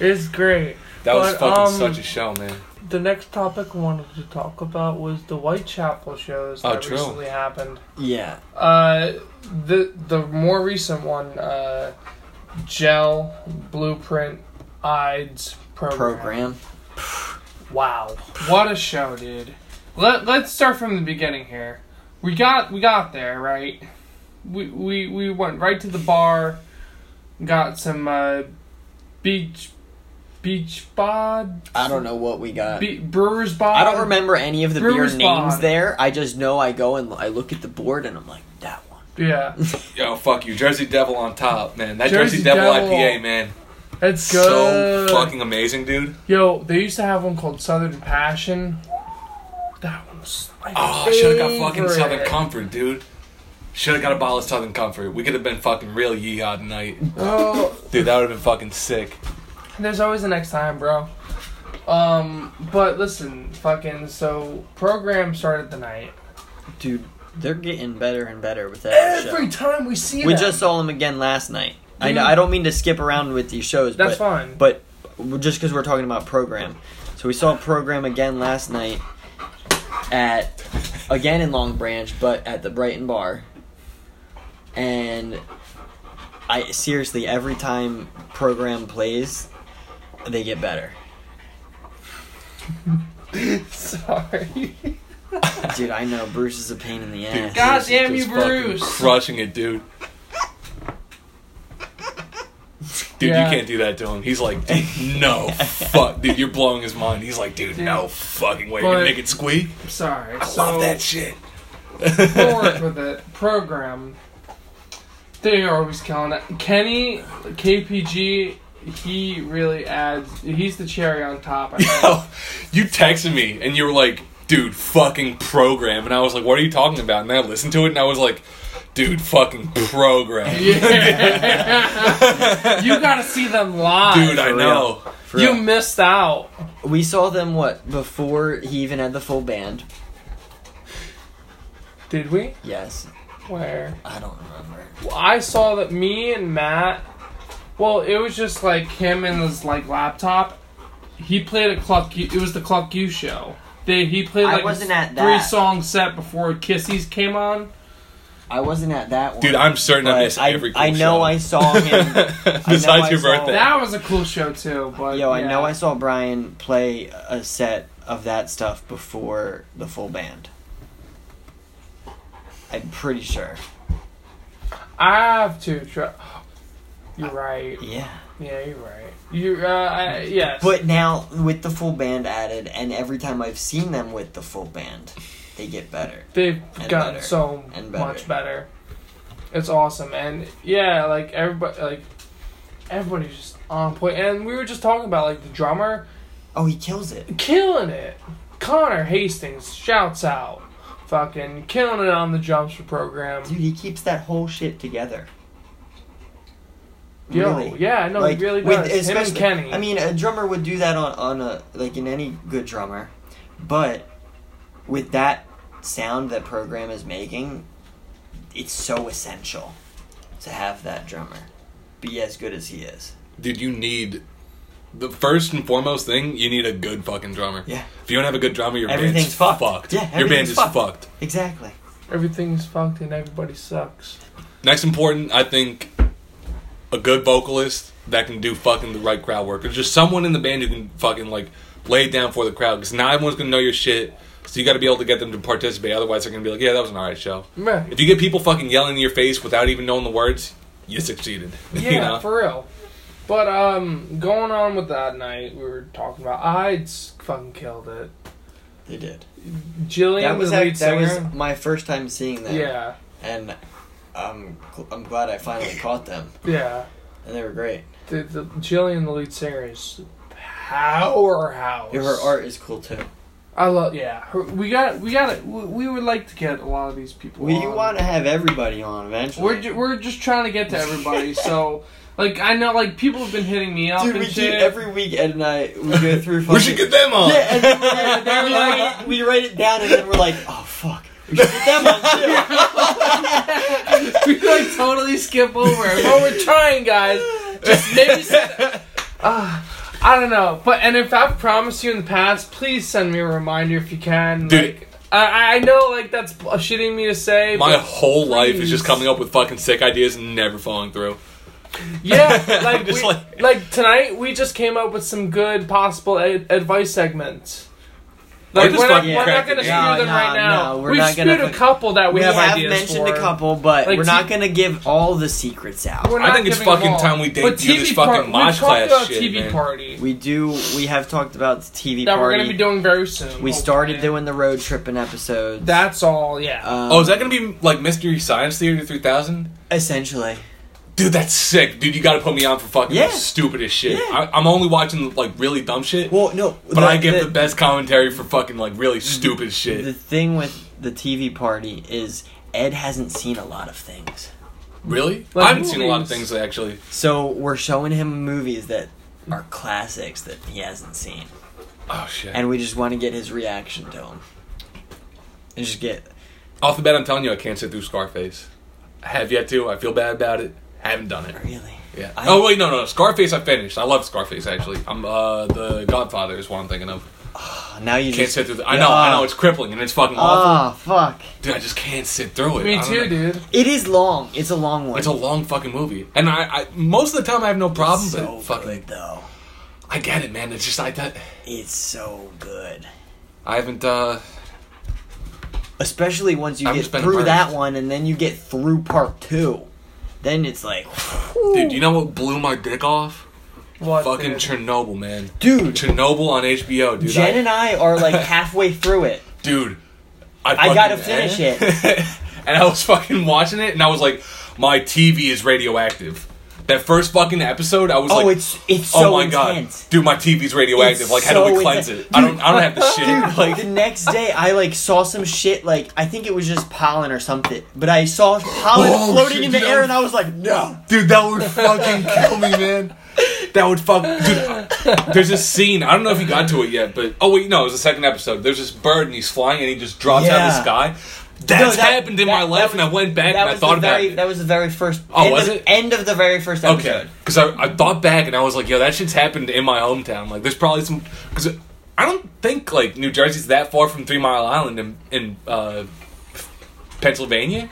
[SPEAKER 2] It's great.
[SPEAKER 3] That was
[SPEAKER 2] But,
[SPEAKER 3] fucking
[SPEAKER 2] um,
[SPEAKER 3] such a show, man.
[SPEAKER 2] The next topic I wanted to talk about was the Whitechapel shows
[SPEAKER 3] Oh,
[SPEAKER 2] that
[SPEAKER 3] true.
[SPEAKER 2] recently happened.
[SPEAKER 1] Yeah.
[SPEAKER 2] Uh, the the more recent one, uh, Gel Blueprint Ides program.
[SPEAKER 1] Program.
[SPEAKER 2] Wow, what a show, dude! Let Let's start from the beginning here. We got we got there right. We we we went right to the bar, got some uh, beach beach bod,
[SPEAKER 1] I don't know what we got.
[SPEAKER 2] be, brewer's bod.
[SPEAKER 1] I don't remember any of the beer
[SPEAKER 2] Brewer's
[SPEAKER 1] names
[SPEAKER 2] Bond.
[SPEAKER 1] there. I just know I go and I look at the board and I'm like, that one.
[SPEAKER 2] Yeah,
[SPEAKER 3] Yo, fuck you. Jersey Devil on top, man. That Jersey,
[SPEAKER 2] Jersey
[SPEAKER 3] Devil,
[SPEAKER 2] Devil.
[SPEAKER 3] IPA, man.
[SPEAKER 2] that's
[SPEAKER 3] So
[SPEAKER 2] good.
[SPEAKER 3] fucking amazing, dude.
[SPEAKER 2] Yo, they used to have one called Southern Passion. That one was my
[SPEAKER 3] Oh, I should have got fucking
[SPEAKER 2] favorite.
[SPEAKER 3] Southern Comfort, dude. Should have got a bottle of Southern Comfort. We could have been fucking real yeehaw tonight.
[SPEAKER 2] Oh,
[SPEAKER 3] Dude, that would have been fucking sick.
[SPEAKER 2] there's always the next time, bro. Um, but listen, fucking. So program started the night.
[SPEAKER 1] Dude, they're getting better and better with that show.
[SPEAKER 2] Every time we see
[SPEAKER 1] We
[SPEAKER 2] them,
[SPEAKER 1] just saw them again last night. I
[SPEAKER 2] Dude.
[SPEAKER 1] know, I don't mean to skip around with these shows,
[SPEAKER 2] that's
[SPEAKER 1] but,
[SPEAKER 2] fine.
[SPEAKER 1] but w- just because we're talking about program. So we saw program again last night at, again in Long Branch, but at the Brighton Bar. And I seriously, every time program plays, they get better.
[SPEAKER 2] Sorry.
[SPEAKER 1] Dude, I know Bruce is a pain in the ass.
[SPEAKER 2] God
[SPEAKER 3] is
[SPEAKER 2] damn you,
[SPEAKER 3] just fucking
[SPEAKER 2] Bruce.
[SPEAKER 3] Crushing it, dude. Dude,
[SPEAKER 2] Yeah.
[SPEAKER 3] you can't do that to him. He's like, dude, no, fuck, dude, you're blowing his mind. He's like, dude, no fucking way, you're
[SPEAKER 2] But-
[SPEAKER 3] gonna make it squeak.
[SPEAKER 2] Sorry.
[SPEAKER 3] I
[SPEAKER 2] so
[SPEAKER 3] love that shit.
[SPEAKER 2] forward with it. Program. They are always killing it. Kenny KPG. He really adds. He's the cherry on top. I think.
[SPEAKER 3] Oh, you texted me and you were like, dude, fucking program. And I was like, what are you talking about? And I listened to it and I was like, dude, fucking program.
[SPEAKER 2] Yeah. you gotta see them live.
[SPEAKER 3] Dude, I
[SPEAKER 1] For real.
[SPEAKER 3] know.
[SPEAKER 1] For
[SPEAKER 2] you
[SPEAKER 1] real.
[SPEAKER 2] missed out.
[SPEAKER 1] we saw them what before he even had the full band.
[SPEAKER 2] Did we?
[SPEAKER 1] Yes,
[SPEAKER 2] Where?
[SPEAKER 1] I don't remember.
[SPEAKER 2] I saw that me and Matt. Well, it was just like him and his like laptop. He played a Cluck. U, it was the Cluck U show. They he played
[SPEAKER 1] I
[SPEAKER 2] like
[SPEAKER 1] wasn't
[SPEAKER 2] a
[SPEAKER 1] at that.
[SPEAKER 2] three song set before Kissies came on.
[SPEAKER 1] I wasn't at that one.
[SPEAKER 3] Dude, I'm certain I
[SPEAKER 1] but
[SPEAKER 3] missed
[SPEAKER 1] I,
[SPEAKER 3] every cool
[SPEAKER 1] I know
[SPEAKER 3] show.
[SPEAKER 1] I saw him.
[SPEAKER 3] Besides
[SPEAKER 1] I
[SPEAKER 3] your
[SPEAKER 1] saw-
[SPEAKER 3] birthday.
[SPEAKER 2] That was a cool show too. But
[SPEAKER 1] Yo, I
[SPEAKER 2] yeah.
[SPEAKER 1] know I saw Brian play a set of that stuff before the full band. I'm pretty sure.
[SPEAKER 2] I have to. Try. You're right.
[SPEAKER 1] Yeah.
[SPEAKER 2] Yeah, you're right. You uh, I, yes.
[SPEAKER 1] But now with the full band added, and every time I've seen them with the full band, they get better.
[SPEAKER 2] they've
[SPEAKER 1] And
[SPEAKER 2] gotten
[SPEAKER 1] better.
[SPEAKER 2] so
[SPEAKER 1] And better.
[SPEAKER 2] much better. It's awesome, and yeah, like everybody, like everybody's just on point. And we were just talking about like the drummer
[SPEAKER 1] Oh, he kills it.
[SPEAKER 2] killing it. Connor Hastings shouts out, fucking killing it on the drums for program.
[SPEAKER 1] Dude, he keeps that whole shit together.
[SPEAKER 2] Yo, yeah, no,
[SPEAKER 1] Like,
[SPEAKER 2] he really
[SPEAKER 1] with-
[SPEAKER 2] does. Him and
[SPEAKER 1] especially-
[SPEAKER 2] Kenny.
[SPEAKER 1] I mean, a drummer would do that on, on a like in any good drummer, but with that sound that program is making, it's so essential to have that drummer be as good as he is.
[SPEAKER 3] Dude, you need the first and foremost thing. You need a good fucking drummer.
[SPEAKER 1] Yeah.
[SPEAKER 3] If you don't have a good drummer, your
[SPEAKER 1] Everything's
[SPEAKER 3] band's
[SPEAKER 1] fucked.
[SPEAKER 3] fucked.
[SPEAKER 1] Yeah,
[SPEAKER 3] your
[SPEAKER 1] everything's
[SPEAKER 3] band
[SPEAKER 1] fucked.
[SPEAKER 3] is fucked.
[SPEAKER 1] Exactly.
[SPEAKER 2] everything's fucked and everybody sucks.
[SPEAKER 3] Next important, I think, a good vocalist that can do fucking the right crowd work, or just someone in the band who can fucking like lay it down for the crowd, because not everyone's gonna know your shit. So you got to be able to get them to participate. Otherwise, they're gonna be like, "Yeah, that was an alright show."
[SPEAKER 2] Meh.
[SPEAKER 3] If you get people fucking yelling in your face without even knowing the words, you succeeded.
[SPEAKER 2] Yeah,
[SPEAKER 3] you know?
[SPEAKER 2] for real. But um, going on with that night, we were talking about I s- fucking killed it.
[SPEAKER 1] They did.
[SPEAKER 2] Jillian,
[SPEAKER 1] That was
[SPEAKER 2] the
[SPEAKER 1] that,
[SPEAKER 2] lead
[SPEAKER 1] that
[SPEAKER 2] singer.
[SPEAKER 1] was my first time seeing them.
[SPEAKER 2] yeah,
[SPEAKER 1] And I'm gl- I'm glad I finally caught them.
[SPEAKER 2] yeah.
[SPEAKER 1] And they were great.
[SPEAKER 2] The, the Jillian, the lead singer, is powerhouse.
[SPEAKER 1] Her art is cool too.
[SPEAKER 2] I love. Yeah, her, we got we got it. We, we would like to get a lot of these people.
[SPEAKER 1] We
[SPEAKER 2] on.
[SPEAKER 1] want to have everybody on eventually.
[SPEAKER 2] We're ju- we're just trying to get to everybody. so, like, I know like people have been hitting me up
[SPEAKER 1] Dude,
[SPEAKER 2] and
[SPEAKER 1] we do
[SPEAKER 2] shit.
[SPEAKER 1] every week. Ed and I we go through. Fucking,
[SPEAKER 3] We should get them on.
[SPEAKER 1] Yeah, and then we,
[SPEAKER 2] and then
[SPEAKER 1] we,
[SPEAKER 2] we're like-
[SPEAKER 1] write, we write it down, and then we're like, oh fuck, we should get them on too.
[SPEAKER 2] we like totally skip over it. But we're trying, guys. Just maybe. Send, uh, I don't know, but and if I've promised you in the past, please send me a reminder if you can.
[SPEAKER 3] Dude.
[SPEAKER 2] Like, I I know like that's shitting me to say.
[SPEAKER 3] My
[SPEAKER 2] but
[SPEAKER 3] whole life is just
[SPEAKER 2] please.
[SPEAKER 3] coming up with fucking sick ideas and never following through.
[SPEAKER 2] Yeah, like
[SPEAKER 3] Just
[SPEAKER 2] we, like,
[SPEAKER 3] like-
[SPEAKER 2] tonight we just came up with some good possible ad- advice segments. Like
[SPEAKER 3] We're just
[SPEAKER 2] we're not,
[SPEAKER 3] fucking
[SPEAKER 2] we're not
[SPEAKER 3] cracking
[SPEAKER 2] gonna
[SPEAKER 3] it.
[SPEAKER 2] spew
[SPEAKER 1] No,
[SPEAKER 2] them
[SPEAKER 1] no,
[SPEAKER 2] right now.
[SPEAKER 1] no, we're
[SPEAKER 2] We've
[SPEAKER 1] not
[SPEAKER 2] spewed
[SPEAKER 1] gonna
[SPEAKER 2] a
[SPEAKER 1] put-
[SPEAKER 2] couple that we,
[SPEAKER 1] We
[SPEAKER 2] have,
[SPEAKER 1] have
[SPEAKER 2] ideas
[SPEAKER 1] mentioned
[SPEAKER 2] for.
[SPEAKER 1] a couple, but
[SPEAKER 2] Like,
[SPEAKER 1] we're
[SPEAKER 2] see-
[SPEAKER 1] not gonna give all the secrets out.
[SPEAKER 2] We're
[SPEAKER 3] I
[SPEAKER 2] not
[SPEAKER 3] think it's
[SPEAKER 2] giving them
[SPEAKER 3] fucking
[SPEAKER 2] all.
[SPEAKER 3] time we
[SPEAKER 2] But
[SPEAKER 3] debut
[SPEAKER 2] TV
[SPEAKER 3] this fucking
[SPEAKER 2] we
[SPEAKER 3] Mosh
[SPEAKER 2] talked
[SPEAKER 3] Class
[SPEAKER 2] about
[SPEAKER 3] shit,
[SPEAKER 2] TV
[SPEAKER 3] man.
[SPEAKER 2] party
[SPEAKER 1] We do. We have talked about the TV
[SPEAKER 2] that we're
[SPEAKER 1] party.
[SPEAKER 2] gonna be doing Oh, very soon.
[SPEAKER 1] we started
[SPEAKER 2] hopefully.
[SPEAKER 1] doing the road tripping episodes.
[SPEAKER 2] That's all. Yeah.
[SPEAKER 1] Um,
[SPEAKER 3] oh, is that gonna be like Mystery Science Theater 3000?
[SPEAKER 1] essentially?
[SPEAKER 3] Dude, that's sick. Dude, you gotta put me on for fucking
[SPEAKER 1] Yeah.
[SPEAKER 3] the stupidest shit.
[SPEAKER 1] Yeah.
[SPEAKER 3] I, I'm only watching like really dumb shit,
[SPEAKER 1] Well, no,
[SPEAKER 3] but I give the, best commentary for fucking like really stupid shit.
[SPEAKER 1] Mm-hmm. The thing with the TV party is Ed hasn't seen a lot of things.
[SPEAKER 3] really?
[SPEAKER 2] Like
[SPEAKER 3] I haven't seen a lot of
[SPEAKER 2] movies.
[SPEAKER 3] things actually.
[SPEAKER 1] So we're showing him movies that are classics that he hasn't seen,
[SPEAKER 3] Oh shit.
[SPEAKER 1] and we just want to get his reaction to them. And just get
[SPEAKER 3] Off the bat, I'm telling you, I can't sit through Scarface. I have yet to. I feel bad about it. I haven't done it.
[SPEAKER 1] really.
[SPEAKER 3] Yeah.
[SPEAKER 1] I-
[SPEAKER 3] oh wait, no, no, no. Scarface. I finished. I love Scarface. Actually, I'm uh the Godfather is what I'm thinking of.
[SPEAKER 1] Now you
[SPEAKER 3] Can't
[SPEAKER 1] just,
[SPEAKER 3] sit through. The, I know, I know. It's crippling and it's fucking awful.
[SPEAKER 1] Oh fuck!
[SPEAKER 3] Dude, I just can't sit through it. I
[SPEAKER 2] Me
[SPEAKER 3] don't
[SPEAKER 2] too,
[SPEAKER 3] know.
[SPEAKER 2] dude.
[SPEAKER 1] It is long. It's a long one.
[SPEAKER 3] It's a long fucking movie, and I, I most of the time I have no problem,
[SPEAKER 1] so
[SPEAKER 3] but fucking,
[SPEAKER 1] good though.
[SPEAKER 3] I get it, man. It's just I, that,
[SPEAKER 1] It's so good.
[SPEAKER 3] I haven't. uh
[SPEAKER 1] Especially once you
[SPEAKER 3] I'm
[SPEAKER 1] get
[SPEAKER 3] just been
[SPEAKER 1] through
[SPEAKER 3] immersed.
[SPEAKER 1] that one, and then you get through part two. Then it's like,
[SPEAKER 3] Dude, you know what blew my dick off?
[SPEAKER 2] What?
[SPEAKER 3] Fucking
[SPEAKER 2] dude?
[SPEAKER 3] Chernobyl, man.
[SPEAKER 1] dude.
[SPEAKER 3] Chernobyl on HBO, dude.
[SPEAKER 1] Jen
[SPEAKER 3] I-
[SPEAKER 1] and I are like halfway through it.
[SPEAKER 3] dude,
[SPEAKER 1] I gotta
[SPEAKER 3] fucking- eh?
[SPEAKER 1] finish
[SPEAKER 3] and I was fucking watching it, and I was like, my TV is radioactive. That first fucking episode, I was
[SPEAKER 1] Oh,
[SPEAKER 3] like,
[SPEAKER 1] it's it's
[SPEAKER 3] oh
[SPEAKER 1] so
[SPEAKER 3] my
[SPEAKER 1] intense.
[SPEAKER 3] god, dude, my TV's radioactive.
[SPEAKER 1] It's
[SPEAKER 3] like, how do
[SPEAKER 1] so
[SPEAKER 3] we cleanse
[SPEAKER 1] intense.
[SPEAKER 3] it? I don't, I don't have the shit.
[SPEAKER 1] Dude,
[SPEAKER 3] like,
[SPEAKER 1] the next day I like saw some shit like I think it was just pollen or something, but I saw pollen
[SPEAKER 3] Oh,
[SPEAKER 1] floating
[SPEAKER 3] shit,
[SPEAKER 1] in the
[SPEAKER 3] dude,
[SPEAKER 1] air
[SPEAKER 3] I'm-
[SPEAKER 1] and I was like, no.
[SPEAKER 3] Dude, that would fucking kill me, man. That would fuck. Dude, there's this scene. I don't know if you got to it yet, but oh wait, no, it was the second episode. There's this bird and he's flying and he just drops out of the
[SPEAKER 1] Yeah.
[SPEAKER 3] sky. That's
[SPEAKER 1] No, that-
[SPEAKER 3] happened in
[SPEAKER 1] that-
[SPEAKER 3] my
[SPEAKER 1] that
[SPEAKER 3] life, and
[SPEAKER 1] was-
[SPEAKER 3] I went back
[SPEAKER 1] That
[SPEAKER 3] and I
[SPEAKER 1] was
[SPEAKER 3] thought
[SPEAKER 1] the
[SPEAKER 3] about
[SPEAKER 1] very
[SPEAKER 3] it.
[SPEAKER 1] that was the very first
[SPEAKER 3] Oh,
[SPEAKER 1] end
[SPEAKER 3] was
[SPEAKER 1] of,
[SPEAKER 3] it?
[SPEAKER 1] end of the very first
[SPEAKER 3] Okay,
[SPEAKER 1] episode.
[SPEAKER 3] because I, I thought back and I was like, yo, that shit's happened in my hometown. Like, there's probably some because I don't think like New Jersey's that far from Three Mile Island in, in uh, Pennsylvania.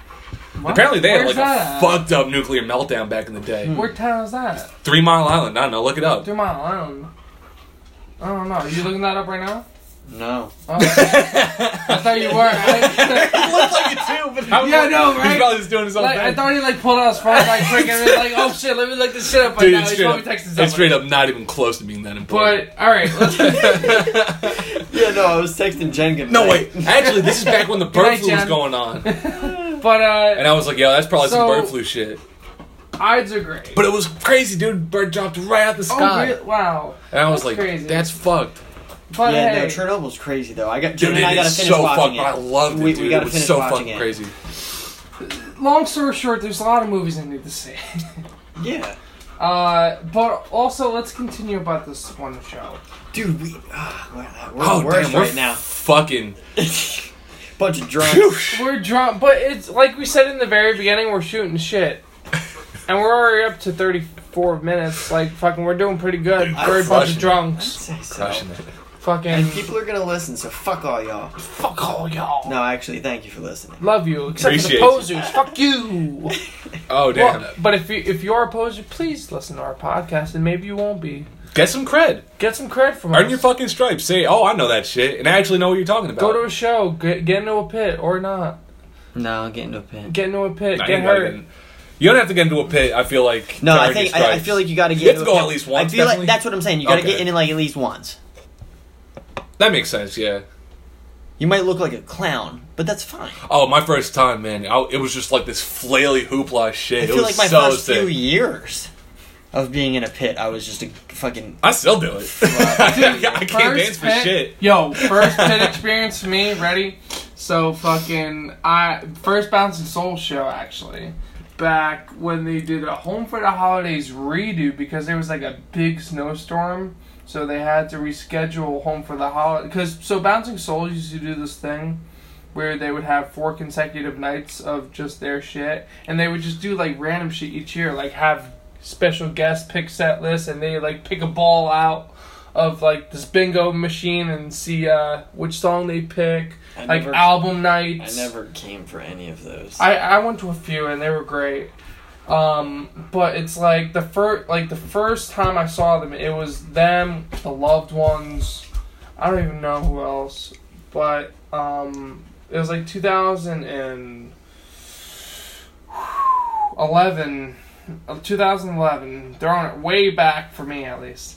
[SPEAKER 2] What?
[SPEAKER 3] Apparently, they had
[SPEAKER 2] Where's
[SPEAKER 3] like
[SPEAKER 2] that
[SPEAKER 3] a
[SPEAKER 2] at?
[SPEAKER 3] fucked up nuclear meltdown back in the day.
[SPEAKER 1] Hmm.
[SPEAKER 2] Where town is that?
[SPEAKER 3] Three Mile Island. I don't know. Look it up.
[SPEAKER 2] Through my island. I don't know. you looking that up right now?
[SPEAKER 1] No.
[SPEAKER 2] Oh. I thought you were. I,
[SPEAKER 1] Looks like it too,
[SPEAKER 3] I was
[SPEAKER 2] Yeah, I
[SPEAKER 3] like-
[SPEAKER 2] know,
[SPEAKER 3] He's
[SPEAKER 2] right?
[SPEAKER 3] probably just doing his own
[SPEAKER 2] like,
[SPEAKER 3] thing.
[SPEAKER 2] I thought he like pulled out his phone like quick and was like, "Oh shit, let me look this shit up." But
[SPEAKER 3] Dude,
[SPEAKER 2] now
[SPEAKER 3] it's
[SPEAKER 2] he's
[SPEAKER 3] straight,
[SPEAKER 2] probably
[SPEAKER 3] up,
[SPEAKER 2] texting someone.
[SPEAKER 3] it's straight up not even close to being that important.
[SPEAKER 2] But all right, let's
[SPEAKER 1] Yeah, no, I was texting Jen good
[SPEAKER 3] no,
[SPEAKER 1] night.
[SPEAKER 3] wait. Actually, this is back when the
[SPEAKER 2] Good
[SPEAKER 3] bird
[SPEAKER 2] night,
[SPEAKER 3] flu was
[SPEAKER 2] Jen.
[SPEAKER 3] going on.
[SPEAKER 2] But uh,
[SPEAKER 3] And I was like, yo, that's probably
[SPEAKER 2] So-
[SPEAKER 3] some bird flu shit.
[SPEAKER 2] Ides are great.
[SPEAKER 3] But it was crazy, dude. Bird dropped right out the
[SPEAKER 2] oh,
[SPEAKER 3] sky.
[SPEAKER 2] re- wow.
[SPEAKER 3] And I was
[SPEAKER 2] That's
[SPEAKER 3] like,
[SPEAKER 2] crazy.
[SPEAKER 3] that's fucked.
[SPEAKER 2] But
[SPEAKER 1] Yeah,
[SPEAKER 2] hey,
[SPEAKER 1] no, Chernobyl's crazy though. I got Jen
[SPEAKER 3] Dude,
[SPEAKER 1] and I
[SPEAKER 3] it
[SPEAKER 1] gotta
[SPEAKER 3] is
[SPEAKER 1] finish
[SPEAKER 3] so fucked.
[SPEAKER 1] watching
[SPEAKER 3] I
[SPEAKER 1] it.
[SPEAKER 3] loved it,
[SPEAKER 1] We- we
[SPEAKER 3] dude.
[SPEAKER 1] gotta
[SPEAKER 3] it was
[SPEAKER 1] finish
[SPEAKER 3] so
[SPEAKER 1] watching
[SPEAKER 3] fucking
[SPEAKER 1] it.
[SPEAKER 3] crazy.
[SPEAKER 2] long story short, there's a lot of movies I need to see.
[SPEAKER 1] Yeah.
[SPEAKER 2] Uh, but also let's continue about this one show.
[SPEAKER 1] Dude, we ah, we're, we're
[SPEAKER 3] Oh,
[SPEAKER 1] the worst
[SPEAKER 3] damn, we're
[SPEAKER 1] right now.
[SPEAKER 3] fucking.
[SPEAKER 1] Bunch of drunks.
[SPEAKER 2] We're drunk, but it's like we said in the very beginning, we're shooting shit, and we're already up to 34 minutes. Like fucking, we're doing pretty good.
[SPEAKER 3] I'm
[SPEAKER 2] We're a bunch
[SPEAKER 3] crushing
[SPEAKER 2] of
[SPEAKER 3] it.
[SPEAKER 2] drunks.
[SPEAKER 1] Say so.
[SPEAKER 3] Crushing it.
[SPEAKER 2] Fucking
[SPEAKER 1] And people are gonna listen, so fuck all y'all.
[SPEAKER 2] fuck all y'all.
[SPEAKER 1] No, actually, thank you for listening.
[SPEAKER 2] Love you, except
[SPEAKER 3] Appreciate
[SPEAKER 2] for
[SPEAKER 3] you.
[SPEAKER 2] the posers. Fuck you.
[SPEAKER 3] Oh damn!
[SPEAKER 2] Well, but if you if you are a poser, please listen to our podcast, and maybe you won't be.
[SPEAKER 3] Get some cred.
[SPEAKER 2] Get some credit from
[SPEAKER 3] Earn
[SPEAKER 2] us.
[SPEAKER 3] your fucking stripes. Say, oh, I know that shit, and I actually know what you're talking about.
[SPEAKER 2] Go to a show. Get, get into a pit or not.
[SPEAKER 1] No, I'll get into a pit.
[SPEAKER 2] Get into a pit.
[SPEAKER 3] Nah,
[SPEAKER 2] get
[SPEAKER 3] you gotta
[SPEAKER 2] hurt.
[SPEAKER 3] in- You don't have to get into a pit. I feel like
[SPEAKER 1] No,
[SPEAKER 3] to
[SPEAKER 1] I
[SPEAKER 3] earn your
[SPEAKER 1] think I, I
[SPEAKER 3] stripes.
[SPEAKER 1] feel like you got to get.
[SPEAKER 3] You have to
[SPEAKER 1] into a
[SPEAKER 3] go
[SPEAKER 1] pit.
[SPEAKER 3] at least once,
[SPEAKER 1] I feel
[SPEAKER 3] definitely.
[SPEAKER 1] like that's what I'm saying. You got to
[SPEAKER 3] Okay.
[SPEAKER 1] get in it like at least once.
[SPEAKER 3] that makes sense. Yeah.
[SPEAKER 1] You might look like a clown, but that's fine.
[SPEAKER 3] Oh, my first time, man. I, it was just like this flaily hoopla shit.
[SPEAKER 1] I
[SPEAKER 3] it
[SPEAKER 1] feel
[SPEAKER 3] was
[SPEAKER 1] like my
[SPEAKER 3] so
[SPEAKER 1] first
[SPEAKER 3] sick.
[SPEAKER 1] few years of being in a pit, I was just a fucking.
[SPEAKER 3] I still do it. I can't
[SPEAKER 2] First
[SPEAKER 3] dance for
[SPEAKER 2] pit-
[SPEAKER 3] shit.
[SPEAKER 2] Yo, first pit experience for me. Ready? So fucking I first Bounce and Soul show actually. Back when they did a Home for the Holidays redo because there was like a big snowstorm, so they had to reschedule Home for the Holiday. Because so Bouncing Soul used to do this thing where they would have four consecutive nights of just their shit, and they would just do like random shit each year, like have special guests pick set lists, and they like pick a ball out of like this bingo machine and see uh, which song they pick,
[SPEAKER 1] I
[SPEAKER 2] like
[SPEAKER 1] never-
[SPEAKER 2] album nights.
[SPEAKER 1] came for any of those.
[SPEAKER 2] I, I went to a few and they were great. Um, but it's like the first like the first time I saw them, it was them, the loved ones. I don't even know who else, but um, it was like 2011. uh, 2011. Throwing it way back for me at least.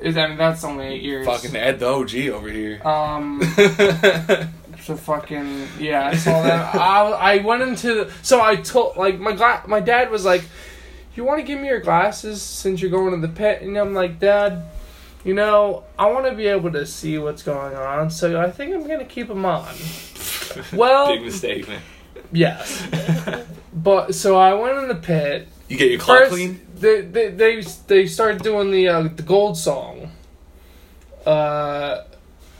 [SPEAKER 2] Is I mean that's only eight years.
[SPEAKER 3] Fucking add the OG over here.
[SPEAKER 2] Um. So fucking yeah, I saw that. I I went into the, so I told like my gla- my dad was like, "You want to give me your glasses since you're going to the pit?" And I'm like, "Dad, you know I want to be able to see what's going on, so I think I'm gonna keep them on." Well-
[SPEAKER 3] big mistake, man.
[SPEAKER 2] Yes, but so I went in the pit.
[SPEAKER 3] You get your claw
[SPEAKER 2] First,
[SPEAKER 3] clean.
[SPEAKER 2] They, they they they started doing the uh, the gold song. Uh,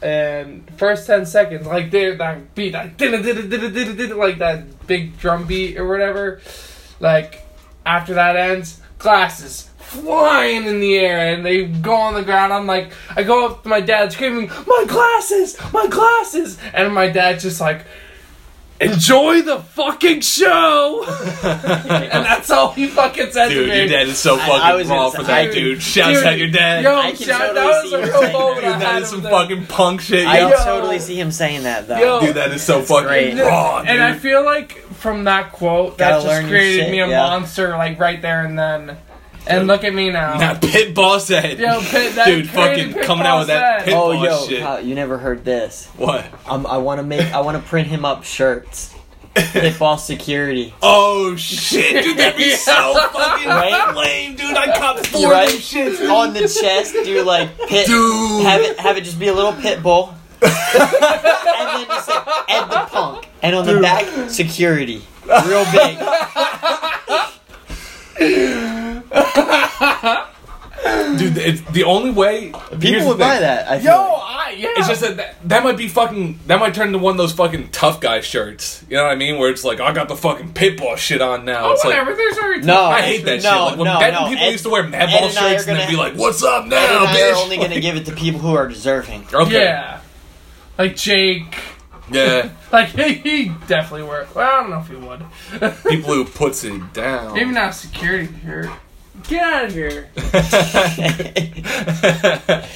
[SPEAKER 2] and first ten seconds, like they that beat like like that big drum beat or whatever. Like after that ends, glasses flying in the air and they go on the ground. I'm like, I go up to my dad screaming, "My glasses! My glasses!" And my dad just like. Enjoy the fucking show, and that's all he fucking said to
[SPEAKER 3] Dude,
[SPEAKER 2] me.
[SPEAKER 3] your dad is so
[SPEAKER 1] I- I
[SPEAKER 3] fucking
[SPEAKER 1] was gonna
[SPEAKER 3] raw
[SPEAKER 1] say-
[SPEAKER 3] for that,
[SPEAKER 1] I-
[SPEAKER 3] dude. Shouts
[SPEAKER 2] Dude,
[SPEAKER 3] out your dad.
[SPEAKER 2] Yo,
[SPEAKER 3] Yo,
[SPEAKER 1] I can
[SPEAKER 2] shout,
[SPEAKER 1] totally
[SPEAKER 2] that
[SPEAKER 1] see
[SPEAKER 2] was a
[SPEAKER 1] you
[SPEAKER 2] real
[SPEAKER 1] saying
[SPEAKER 2] moment.
[SPEAKER 1] that.
[SPEAKER 2] I
[SPEAKER 3] dude,
[SPEAKER 2] had
[SPEAKER 3] that is
[SPEAKER 2] him
[SPEAKER 3] some
[SPEAKER 2] there.
[SPEAKER 3] fucking punk shit,
[SPEAKER 1] I
[SPEAKER 3] yo.
[SPEAKER 2] Yo.
[SPEAKER 1] totally see him saying that though.
[SPEAKER 2] Yo.
[SPEAKER 3] Dude, that is so
[SPEAKER 1] It's
[SPEAKER 3] fucking
[SPEAKER 1] great.
[SPEAKER 3] raw, dude.
[SPEAKER 2] And I feel like from that quote, that
[SPEAKER 1] Gotta learn
[SPEAKER 2] just
[SPEAKER 1] your
[SPEAKER 2] created
[SPEAKER 1] shit,
[SPEAKER 2] me a
[SPEAKER 1] yeah.
[SPEAKER 2] monster, like right there and then. And look at me now.
[SPEAKER 3] Nah, pit boss head.
[SPEAKER 2] Yo, pit- that
[SPEAKER 3] dude,
[SPEAKER 2] creative
[SPEAKER 3] fucking
[SPEAKER 2] pit
[SPEAKER 3] coming out with
[SPEAKER 2] boss
[SPEAKER 3] that
[SPEAKER 2] head.
[SPEAKER 3] pit
[SPEAKER 1] Oh,
[SPEAKER 3] boss
[SPEAKER 1] yo,
[SPEAKER 3] shit.
[SPEAKER 1] Kyle, you never heard this.
[SPEAKER 3] What?
[SPEAKER 1] Um, I want to make. I want to print him up shirts. Hit ball security.
[SPEAKER 3] Oh shit, dude, that'd be so fucking
[SPEAKER 1] Right?
[SPEAKER 3] lame, dude. I caught four
[SPEAKER 1] Right?
[SPEAKER 3] of them shits,
[SPEAKER 1] on the chest, do like pit.
[SPEAKER 3] dude.
[SPEAKER 1] Have it, have it just be a little pit bull. and then just say, Ed the punk. And on the back, security. Real big.
[SPEAKER 3] dude, it's the only way here's
[SPEAKER 1] People
[SPEAKER 3] the
[SPEAKER 1] would buy
[SPEAKER 3] thing.
[SPEAKER 1] that. I feel
[SPEAKER 2] Yo,
[SPEAKER 1] like.
[SPEAKER 2] I yeah.
[SPEAKER 3] It's just that, that that might be fucking that might turn into one of those fucking tough guy shirts. You know what I mean? Where it's like I got the fucking pit boss shit on now.
[SPEAKER 2] oh,
[SPEAKER 3] it's like
[SPEAKER 2] whatever. there's already
[SPEAKER 1] No.
[SPEAKER 3] I hate that
[SPEAKER 1] No,
[SPEAKER 3] shit. Like when
[SPEAKER 1] no,
[SPEAKER 3] bad
[SPEAKER 1] no.
[SPEAKER 3] people
[SPEAKER 1] Ed-
[SPEAKER 3] used to wear
[SPEAKER 1] Ed and I
[SPEAKER 3] Madball
[SPEAKER 1] are
[SPEAKER 3] shirts and
[SPEAKER 1] gonna
[SPEAKER 3] then be
[SPEAKER 1] ha-
[SPEAKER 3] like, "What's up
[SPEAKER 1] Ed
[SPEAKER 3] now,
[SPEAKER 1] and I
[SPEAKER 3] bitch?"
[SPEAKER 1] are only going to give it to people who are deserving.
[SPEAKER 3] okay.
[SPEAKER 2] Yeah, like Jake.
[SPEAKER 3] Yeah.
[SPEAKER 2] Like he, he definitely were. Well, I don't know if he would.
[SPEAKER 3] people who puts it down.
[SPEAKER 2] Maybe not security here. Get out of here.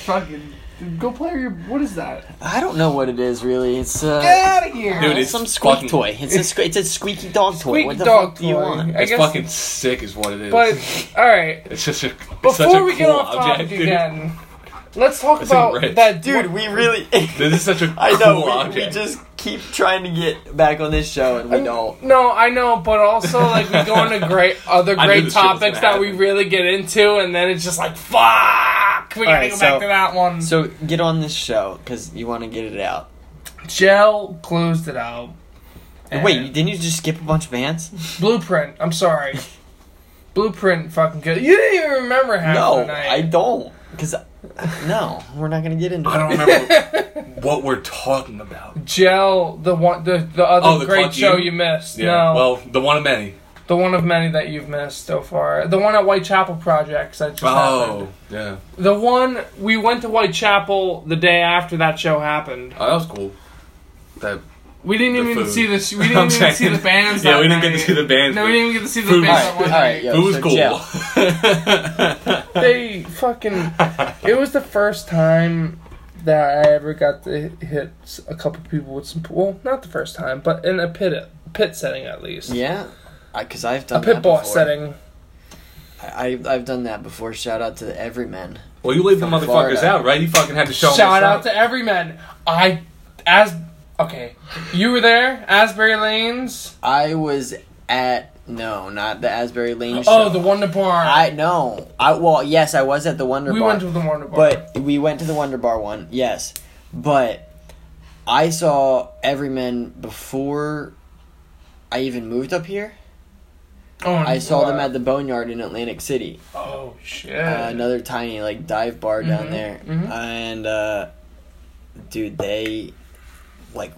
[SPEAKER 2] Fucking go play your. What is that?
[SPEAKER 1] I don't know what it is really. It's uh,
[SPEAKER 2] Get out of here.
[SPEAKER 3] Dude,
[SPEAKER 1] it's
[SPEAKER 3] it's
[SPEAKER 1] some squeak
[SPEAKER 3] fucking-
[SPEAKER 1] toy. It's a sque- it's a squeaky dog toy.
[SPEAKER 2] Squeaky
[SPEAKER 1] What the
[SPEAKER 2] dog
[SPEAKER 1] fuck do you
[SPEAKER 2] toy.
[SPEAKER 1] want?
[SPEAKER 2] I
[SPEAKER 3] it's
[SPEAKER 2] guess-
[SPEAKER 3] fucking sick, is what it is.
[SPEAKER 2] But all right.
[SPEAKER 3] it's just a, it's such a
[SPEAKER 2] Before we
[SPEAKER 3] cool
[SPEAKER 2] get off topic
[SPEAKER 3] object, dude.
[SPEAKER 2] again, let's talk
[SPEAKER 3] It's
[SPEAKER 2] about
[SPEAKER 3] enriched.
[SPEAKER 2] that
[SPEAKER 1] Dude,
[SPEAKER 2] dude.
[SPEAKER 1] we really.
[SPEAKER 3] This is such a
[SPEAKER 1] I know.
[SPEAKER 3] cool
[SPEAKER 1] we, we
[SPEAKER 3] object.
[SPEAKER 1] just keep trying to get back on this show and we don't.
[SPEAKER 2] No, I know, but also like we go into great other
[SPEAKER 3] I knew
[SPEAKER 2] great
[SPEAKER 3] this shit was gonna
[SPEAKER 2] topics that we
[SPEAKER 3] happen.
[SPEAKER 2] really get into, and then it's just like fuck. We gotta
[SPEAKER 1] Alright,
[SPEAKER 2] go back
[SPEAKER 1] so-
[SPEAKER 2] to that one. So
[SPEAKER 1] So get on this show because you want to get it out.
[SPEAKER 2] Gel closed it out. And
[SPEAKER 1] Wait, didn't you just skip a bunch of bands?
[SPEAKER 2] Blueprint. I'm sorry. Blueprint fucking good. You didn't even remember half
[SPEAKER 1] No,
[SPEAKER 2] the night.
[SPEAKER 1] I don't. Because, no, we're not going to get into
[SPEAKER 3] I don't
[SPEAKER 1] it.
[SPEAKER 3] remember what we're talking about.
[SPEAKER 2] Gel, the one, the, the other
[SPEAKER 3] Oh, the
[SPEAKER 2] great
[SPEAKER 3] clunky-
[SPEAKER 2] show you missed.
[SPEAKER 3] Yeah.
[SPEAKER 2] No,
[SPEAKER 3] Well, the one of many.
[SPEAKER 2] The one of many that you've missed so far. The one at Whitechapel Projects that just
[SPEAKER 3] Oh,
[SPEAKER 2] happened.
[SPEAKER 3] yeah.
[SPEAKER 2] The one we went to Whitechapel the day after that show happened.
[SPEAKER 3] Oh, that was cool. That
[SPEAKER 2] We didn't
[SPEAKER 3] The
[SPEAKER 2] even
[SPEAKER 3] food.
[SPEAKER 2] see the sh- we
[SPEAKER 3] I'm
[SPEAKER 2] didn't even see
[SPEAKER 3] saying-
[SPEAKER 2] the bands.
[SPEAKER 3] Yeah,
[SPEAKER 2] that
[SPEAKER 3] we didn't get to
[SPEAKER 2] night.
[SPEAKER 3] see the bands,
[SPEAKER 2] No,
[SPEAKER 3] but
[SPEAKER 2] we didn't even get to see the
[SPEAKER 3] food
[SPEAKER 2] bands. that one
[SPEAKER 1] All
[SPEAKER 3] was-
[SPEAKER 1] right, all
[SPEAKER 2] night.
[SPEAKER 1] right, yo.
[SPEAKER 3] it was
[SPEAKER 1] so
[SPEAKER 3] cool.
[SPEAKER 1] Jill.
[SPEAKER 2] they fucking it was the first time that I ever got to hit s- a couple people with some well, not the first time, but in a pit pit setting at least.
[SPEAKER 1] Yeah, because I've
[SPEAKER 2] A
[SPEAKER 1] done
[SPEAKER 2] pit
[SPEAKER 1] that
[SPEAKER 2] boss
[SPEAKER 1] before.
[SPEAKER 2] setting.
[SPEAKER 1] I, I- I've done that before. Shout out to the Everyman.
[SPEAKER 3] well, you laid the motherfuckers
[SPEAKER 1] Florida.
[SPEAKER 3] out, right? You fucking had to show 'em
[SPEAKER 2] Shout
[SPEAKER 3] what's
[SPEAKER 2] out
[SPEAKER 3] up.
[SPEAKER 2] to every man. I as okay, you were there, Asbury Lanes.
[SPEAKER 1] I was at no, not the Asbury Lane.
[SPEAKER 2] Oh,
[SPEAKER 1] show.
[SPEAKER 2] the Wonder Bar.
[SPEAKER 1] I no. I well, yes, I was at the Wonder
[SPEAKER 2] we
[SPEAKER 1] Bar.
[SPEAKER 2] went to the Wonder Bar.
[SPEAKER 1] But we went to the Wonder Bar one, yes. But I saw Everyman before I even moved up here.
[SPEAKER 2] oh,
[SPEAKER 1] I saw them at the Boneyard in Atlantic City,
[SPEAKER 2] Oh shit!
[SPEAKER 1] uh, another tiny like dive bar down
[SPEAKER 2] Mhm,
[SPEAKER 1] there,
[SPEAKER 2] mhm.
[SPEAKER 1] and uh, dude, they like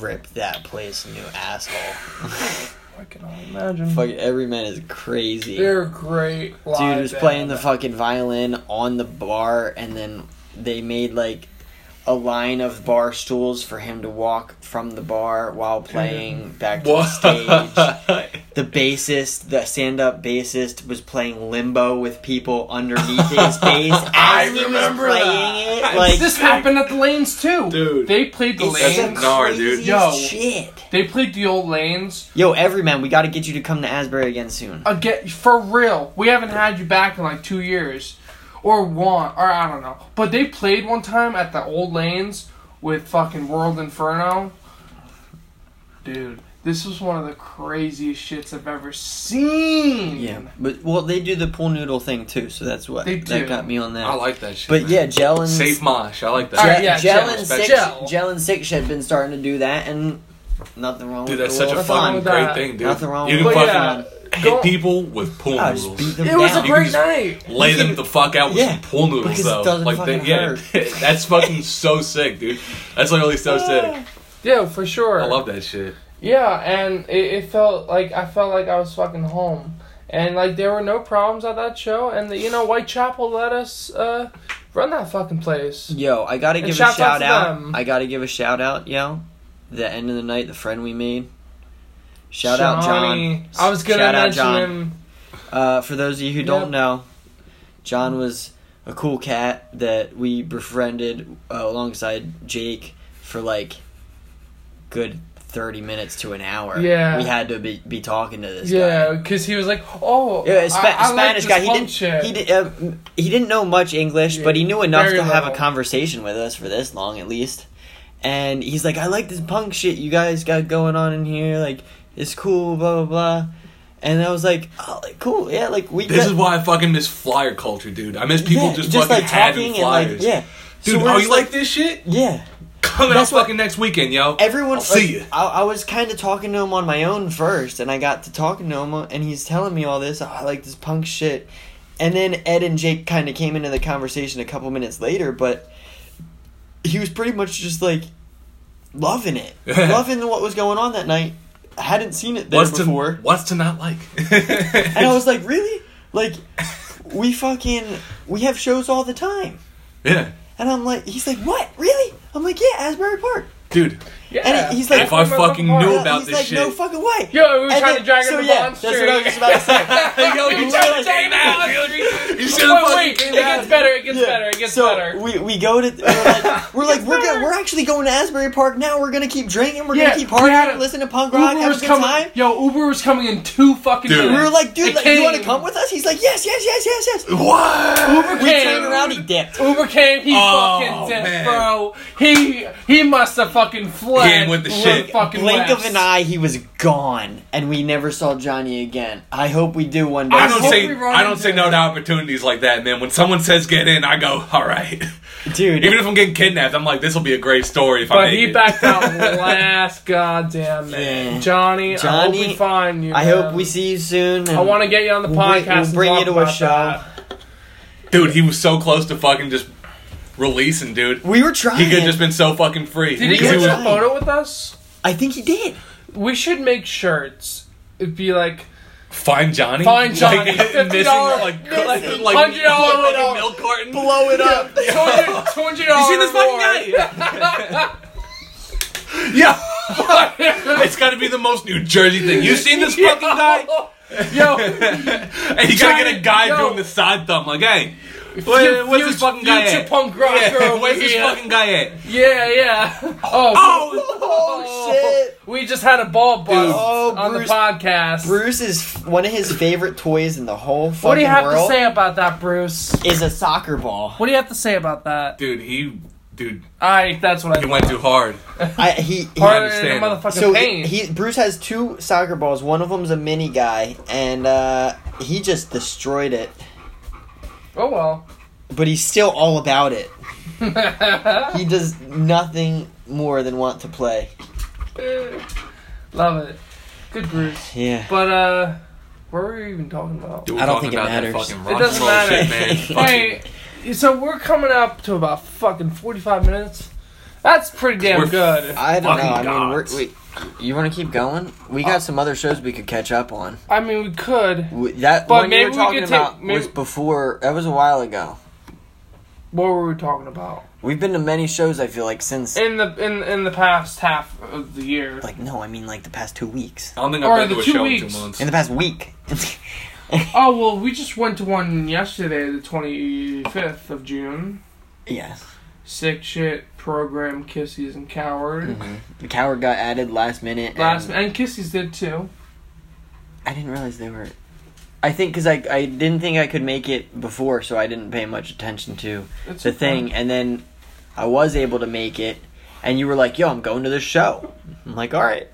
[SPEAKER 1] ripped that place new asshole.
[SPEAKER 2] I can only imagine.
[SPEAKER 1] Fucking Everyman is crazy.
[SPEAKER 2] Mm-hmm. They're great. Live
[SPEAKER 1] Dude was playing the
[SPEAKER 2] band.
[SPEAKER 1] fucking violin on the bar, and then they made like a line of bar stools for him to walk from the bar while playing back to the stage. The bassist, the stand-up bassist, was playing limbo with people underneath his bass as
[SPEAKER 3] I
[SPEAKER 1] he
[SPEAKER 3] remember
[SPEAKER 1] was
[SPEAKER 3] that.
[SPEAKER 1] playing
[SPEAKER 3] I-
[SPEAKER 1] it. Like
[SPEAKER 2] this happened at the lanes too.
[SPEAKER 3] Dude.
[SPEAKER 2] they played the
[SPEAKER 1] it's
[SPEAKER 3] That's
[SPEAKER 1] the
[SPEAKER 2] lanes.
[SPEAKER 3] a- gnar, dude.
[SPEAKER 1] craziest
[SPEAKER 2] Yo.
[SPEAKER 1] shit.
[SPEAKER 2] They played the old lanes.
[SPEAKER 1] Yo, Everyman, we got to get you to come to Asbury again soon.
[SPEAKER 2] Again, for real, we haven't had you back in like two years, or one, or I don't know. But they played one time at the old lanes with fucking World Inferno. Dude, this was one of the craziest shits I've ever seen.
[SPEAKER 1] Yeah, but well, they do the pool noodle thing too, so that's what
[SPEAKER 2] They do.
[SPEAKER 1] that got me on that.
[SPEAKER 3] I like that shit.
[SPEAKER 1] But
[SPEAKER 3] man.
[SPEAKER 1] yeah, Jell and
[SPEAKER 3] Safe mosh. I like that.
[SPEAKER 1] Je-
[SPEAKER 2] All right, yeah,
[SPEAKER 1] Jell
[SPEAKER 2] Jell,
[SPEAKER 1] and
[SPEAKER 3] respect-
[SPEAKER 1] Six,
[SPEAKER 2] Jell.
[SPEAKER 1] Jell and Six had been starting to do that, and nothing wrong
[SPEAKER 3] Dude,
[SPEAKER 1] with
[SPEAKER 3] that's
[SPEAKER 1] the
[SPEAKER 3] such a
[SPEAKER 1] world.
[SPEAKER 2] wrong
[SPEAKER 3] fucking
[SPEAKER 2] with
[SPEAKER 3] great
[SPEAKER 2] that.
[SPEAKER 3] thing, dude.
[SPEAKER 1] Nothing wrong
[SPEAKER 3] you can
[SPEAKER 1] with
[SPEAKER 3] fucking
[SPEAKER 2] that. But yeah,
[SPEAKER 3] hit
[SPEAKER 2] go-
[SPEAKER 3] people with pool
[SPEAKER 1] I just beat
[SPEAKER 3] noodles.
[SPEAKER 1] them
[SPEAKER 2] It was a
[SPEAKER 1] down.
[SPEAKER 3] You can
[SPEAKER 2] great night.
[SPEAKER 3] just Lay
[SPEAKER 2] You
[SPEAKER 3] them
[SPEAKER 2] can-
[SPEAKER 3] the fuck out with
[SPEAKER 1] Yeah,
[SPEAKER 3] some pool noodles,
[SPEAKER 1] because it
[SPEAKER 3] though.
[SPEAKER 1] doesn't
[SPEAKER 3] Like, they,
[SPEAKER 1] fucking
[SPEAKER 3] yeah, that's fucking so sick, dude. That's literally so
[SPEAKER 1] Ah.
[SPEAKER 3] sick.
[SPEAKER 2] yeah, for sure.
[SPEAKER 3] I love that shit.
[SPEAKER 2] Yeah, and it, it felt like I felt like I was fucking home, and like there were no problems at that show, and the, you know Whitechapel let us uh, run that fucking place.
[SPEAKER 1] Yo, I gotta
[SPEAKER 2] And
[SPEAKER 1] give a
[SPEAKER 2] shout out
[SPEAKER 1] shout
[SPEAKER 2] to
[SPEAKER 1] out.
[SPEAKER 2] them.
[SPEAKER 1] I gotta give a shout out, yo. The end of the night, the friend we made. Shout out,
[SPEAKER 2] Johnny.
[SPEAKER 1] John.
[SPEAKER 2] I was gonna
[SPEAKER 1] Shout out,
[SPEAKER 2] mention
[SPEAKER 1] John.
[SPEAKER 2] him.
[SPEAKER 1] Uh, for those of you who
[SPEAKER 2] Yep.
[SPEAKER 1] don't know, John was a cool cat that we befriended uh, alongside Jake for like good 30 minutes to an hour.
[SPEAKER 2] Yeah.
[SPEAKER 1] We had to be, be talking to this guy.
[SPEAKER 2] Yeah, because he was like, oh,
[SPEAKER 1] Yeah, a Spa-
[SPEAKER 2] I, I like
[SPEAKER 1] Spanish
[SPEAKER 2] this
[SPEAKER 1] guy. He
[SPEAKER 2] punk
[SPEAKER 1] didn't.
[SPEAKER 2] shit.
[SPEAKER 1] He, did, uh, he didn't know much English, but he knew enough
[SPEAKER 2] very
[SPEAKER 1] to have a
[SPEAKER 2] little.
[SPEAKER 1] conversation with us for this long, at least. And he's like, "I like this punk shit you guys got going on in here. Like, it's cool, blah blah blah." And I was like, "Oh, like, cool, yeah." Like we.
[SPEAKER 3] This
[SPEAKER 1] got-
[SPEAKER 3] is why I fucking miss flyer culture, dude. I miss people
[SPEAKER 1] yeah,
[SPEAKER 3] just, fucking having flyers.
[SPEAKER 1] and like yeah,
[SPEAKER 3] Dude,
[SPEAKER 1] So we're
[SPEAKER 3] oh, you
[SPEAKER 1] just
[SPEAKER 3] like this shit?
[SPEAKER 1] yeah.
[SPEAKER 3] Coming up
[SPEAKER 1] That's what-
[SPEAKER 3] fucking next weekend, yo.
[SPEAKER 1] Everyone,
[SPEAKER 3] I'll
[SPEAKER 1] like,
[SPEAKER 3] see ya.
[SPEAKER 1] I, I was kind of talking to him on my own first, and I got to talking to him, and he's telling me all this. "Oh, I like this punk shit, and then Ed and Jake kind of came into the conversation a couple minutes later, but he was pretty much just like loving it, loving what was going on that night. I hadn't seen it there
[SPEAKER 3] What's to,
[SPEAKER 1] before,
[SPEAKER 3] what's to not like?
[SPEAKER 1] and I was like, really? Like, we fucking we have shows all the time,
[SPEAKER 3] yeah.
[SPEAKER 1] and I'm like, he's like, what? Really? I'm like, yeah, Asbury Park.
[SPEAKER 3] Dude,
[SPEAKER 2] yeah.
[SPEAKER 1] and he's like-
[SPEAKER 3] If I fucking knew
[SPEAKER 2] Yeah.
[SPEAKER 1] Yeah,
[SPEAKER 3] about
[SPEAKER 1] he's
[SPEAKER 3] this
[SPEAKER 1] like, no
[SPEAKER 3] shit.
[SPEAKER 1] fucking way.
[SPEAKER 2] Yo, we were trying
[SPEAKER 1] And
[SPEAKER 2] to
[SPEAKER 1] then-
[SPEAKER 2] drag him
[SPEAKER 1] so,
[SPEAKER 2] to
[SPEAKER 1] yeah,
[SPEAKER 2] Bond
[SPEAKER 1] That's what I was just about to say.
[SPEAKER 3] Hey, yo,
[SPEAKER 2] You
[SPEAKER 3] you
[SPEAKER 2] tried to
[SPEAKER 3] like-
[SPEAKER 2] take him out.
[SPEAKER 3] You should have
[SPEAKER 2] Wait,
[SPEAKER 3] fucking
[SPEAKER 2] wait, it
[SPEAKER 3] came
[SPEAKER 2] gets
[SPEAKER 3] out.
[SPEAKER 2] better. It gets
[SPEAKER 1] Yeah.
[SPEAKER 2] better. It gets
[SPEAKER 1] so
[SPEAKER 2] better.
[SPEAKER 1] We we go to we're like we're, like,
[SPEAKER 2] Gets
[SPEAKER 1] we're, go-
[SPEAKER 2] better.
[SPEAKER 1] we're actually going to Asbury Park now. We're gonna keep drinking. We're
[SPEAKER 2] Yeah,
[SPEAKER 1] gonna keep
[SPEAKER 2] we had a-
[SPEAKER 1] partying. Listen to punk rock.
[SPEAKER 2] Uber
[SPEAKER 1] have
[SPEAKER 2] was
[SPEAKER 1] a good
[SPEAKER 2] coming.
[SPEAKER 1] time.
[SPEAKER 2] Yo, Uber was coming in two fucking
[SPEAKER 3] Dude.
[SPEAKER 1] We
[SPEAKER 2] minutes.
[SPEAKER 1] were like, dude,
[SPEAKER 2] It
[SPEAKER 1] like, you want to
[SPEAKER 2] came.
[SPEAKER 1] come with us? He's like, yes, yes, yes, yes, yes.
[SPEAKER 3] What?
[SPEAKER 1] We
[SPEAKER 2] Came.
[SPEAKER 1] turned around. He dipped.
[SPEAKER 2] Uber came, he
[SPEAKER 3] Oh,
[SPEAKER 2] fucking dipped,
[SPEAKER 3] man.
[SPEAKER 2] bro. He he must have fucking fled.
[SPEAKER 3] He ain't with the
[SPEAKER 2] blew
[SPEAKER 3] shit.
[SPEAKER 2] Fucking
[SPEAKER 1] Blink of
[SPEAKER 2] west.
[SPEAKER 1] an eye, he was gone, and we never saw Johnny again. I hope we do one day.
[SPEAKER 3] I
[SPEAKER 2] I
[SPEAKER 3] don't
[SPEAKER 2] hope
[SPEAKER 3] say
[SPEAKER 2] we run
[SPEAKER 3] I don't
[SPEAKER 2] into
[SPEAKER 3] say no
[SPEAKER 2] it.
[SPEAKER 3] to opportunities like that, man. When someone says get in, I go, all right.
[SPEAKER 1] dude.
[SPEAKER 3] Even if I'm getting kidnapped, I'm like, this will be a great story if I
[SPEAKER 2] But
[SPEAKER 3] make
[SPEAKER 2] he
[SPEAKER 3] it.
[SPEAKER 2] backed out last goddamn man.
[SPEAKER 1] Yeah.
[SPEAKER 2] Johnny, I hope
[SPEAKER 1] Johnny,
[SPEAKER 2] we find you.
[SPEAKER 1] I
[SPEAKER 2] man.
[SPEAKER 1] hope we see you soon.
[SPEAKER 2] Um, I want to get you on the
[SPEAKER 1] We'll bring-
[SPEAKER 2] podcast.
[SPEAKER 1] we'll
[SPEAKER 2] and
[SPEAKER 1] bring
[SPEAKER 2] talk
[SPEAKER 1] you to a
[SPEAKER 2] about
[SPEAKER 1] show.
[SPEAKER 2] that.
[SPEAKER 3] dude, he was so close to fucking just releasing, dude.
[SPEAKER 1] We were trying.
[SPEAKER 3] He could have just been so fucking free.
[SPEAKER 2] Did he
[SPEAKER 1] We
[SPEAKER 2] get
[SPEAKER 1] will.
[SPEAKER 2] a photo with us?
[SPEAKER 1] I think he did.
[SPEAKER 2] We should make shirts. It'd be like
[SPEAKER 3] Find Johnny.
[SPEAKER 2] Find Johnny.
[SPEAKER 3] Like,
[SPEAKER 2] $50
[SPEAKER 3] missing, like,
[SPEAKER 2] missing.
[SPEAKER 3] like, like,
[SPEAKER 2] $100
[SPEAKER 3] fucking
[SPEAKER 2] off.
[SPEAKER 3] milk carton.
[SPEAKER 1] Blow it up.
[SPEAKER 2] Two hundred dollars.
[SPEAKER 3] You seen this fucking guy? yeah. it's got to be the most New Jersey thing. You seen this fucking guy?
[SPEAKER 2] Yo,
[SPEAKER 3] And you gotta get a
[SPEAKER 2] Giant-
[SPEAKER 3] guy
[SPEAKER 2] yo.
[SPEAKER 3] doing the side thumb, like, hey, where, where's this fucking guy
[SPEAKER 2] future
[SPEAKER 3] at?
[SPEAKER 2] punk rocker
[SPEAKER 3] yeah,
[SPEAKER 2] over
[SPEAKER 3] where's this
[SPEAKER 2] here.
[SPEAKER 3] fucking guy at?
[SPEAKER 2] yeah, yeah. Oh,
[SPEAKER 1] Oh shit!
[SPEAKER 2] we just had a ball bust
[SPEAKER 1] Oh,
[SPEAKER 2] on
[SPEAKER 1] Bruce-
[SPEAKER 2] the podcast.
[SPEAKER 1] Bruce is f- one of his favorite toys in the whole fucking
[SPEAKER 2] what do you have
[SPEAKER 1] world.
[SPEAKER 2] to say about that, Bruce?
[SPEAKER 1] Is a soccer ball.
[SPEAKER 2] What do you have to say about that?
[SPEAKER 3] Dude, he, dude,
[SPEAKER 2] I that's what I.
[SPEAKER 3] he went too hard.
[SPEAKER 1] I he. he
[SPEAKER 2] Harder than
[SPEAKER 3] understand.
[SPEAKER 2] a motherfucking
[SPEAKER 1] so
[SPEAKER 2] pain.
[SPEAKER 1] he Bruce has two soccer balls. One of them's a mini guy, and uh, he just destroyed it.
[SPEAKER 2] oh well.
[SPEAKER 1] But he's still all about it. He does nothing more than want to play.
[SPEAKER 2] Love it. Good Bruce.
[SPEAKER 1] Yeah.
[SPEAKER 2] But uh, what were we even talking about?
[SPEAKER 3] Dude,
[SPEAKER 1] I don't
[SPEAKER 3] talking
[SPEAKER 1] think it
[SPEAKER 3] about that
[SPEAKER 1] matters.
[SPEAKER 3] Fucking
[SPEAKER 1] It
[SPEAKER 3] rock
[SPEAKER 2] doesn't
[SPEAKER 3] and roll
[SPEAKER 2] matter.
[SPEAKER 3] Shit, man.
[SPEAKER 2] Hey, so we're coming up to about fucking forty-five minutes. That's pretty damn
[SPEAKER 3] We're
[SPEAKER 2] good.
[SPEAKER 1] I don't know.
[SPEAKER 3] Fucking
[SPEAKER 1] I mean, we're,
[SPEAKER 3] gods.
[SPEAKER 1] we, you want to keep going? We
[SPEAKER 2] Uh,
[SPEAKER 1] got some other shows we could catch up on.
[SPEAKER 2] I mean, we could.
[SPEAKER 1] W- That
[SPEAKER 2] But
[SPEAKER 1] one
[SPEAKER 2] maybe
[SPEAKER 1] you
[SPEAKER 2] we
[SPEAKER 1] were
[SPEAKER 2] could
[SPEAKER 1] talking
[SPEAKER 2] take-
[SPEAKER 1] about
[SPEAKER 2] maybe-
[SPEAKER 1] was before. That was a while ago.
[SPEAKER 2] What were we talking about
[SPEAKER 1] We've been to many shows. I feel like since.
[SPEAKER 2] in the in in the past half of the year?
[SPEAKER 1] like no, I mean like the past two weeks.
[SPEAKER 3] I don't think
[SPEAKER 2] Or
[SPEAKER 3] I've
[SPEAKER 2] the
[SPEAKER 3] been to a
[SPEAKER 2] two
[SPEAKER 3] show in
[SPEAKER 2] weeks.
[SPEAKER 3] two months.
[SPEAKER 1] In the past week.
[SPEAKER 2] Oh well, we just went to one yesterday, the twenty-fifth of June.
[SPEAKER 1] yeah.
[SPEAKER 2] Sick shit program, Kissies and Coward.
[SPEAKER 1] The coward got added last minute.
[SPEAKER 2] Last
[SPEAKER 1] and
[SPEAKER 2] and Kissies did too.
[SPEAKER 1] I didn't realize they were. I think because I I didn't think I could make it before, so I didn't pay much attention to
[SPEAKER 2] It's
[SPEAKER 1] the
[SPEAKER 2] okay.
[SPEAKER 1] thing. And then I was able to make it, and you were like, "Yo, I'm going to this show." I'm like, "All right,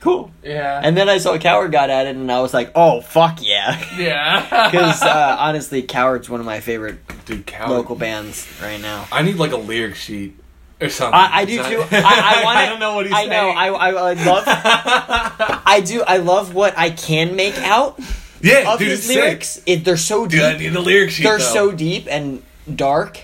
[SPEAKER 1] cool."
[SPEAKER 2] Yeah.
[SPEAKER 1] And then I saw Coward got added, and I was like, "Oh fuck yeah!"
[SPEAKER 2] yeah.
[SPEAKER 1] Because uh, honestly, Coward's one of my favorite
[SPEAKER 3] Dude, Coward.
[SPEAKER 1] local bands right now.
[SPEAKER 3] I need like a lyric sheet or something.
[SPEAKER 1] I, I do
[SPEAKER 3] It's
[SPEAKER 1] too.
[SPEAKER 3] not-
[SPEAKER 1] I, I, wanna,
[SPEAKER 3] I don't know what he's
[SPEAKER 1] I
[SPEAKER 3] saying.
[SPEAKER 1] know. I, I, I love. I do. I love what I can make out
[SPEAKER 3] yeah,
[SPEAKER 1] of
[SPEAKER 3] dude, it's
[SPEAKER 1] his
[SPEAKER 3] lyrics.
[SPEAKER 1] lyrics. It, they're so
[SPEAKER 3] Dude, I
[SPEAKER 1] deep.
[SPEAKER 3] need a lyric sheet.
[SPEAKER 1] They're
[SPEAKER 3] though.
[SPEAKER 1] so deep and dark.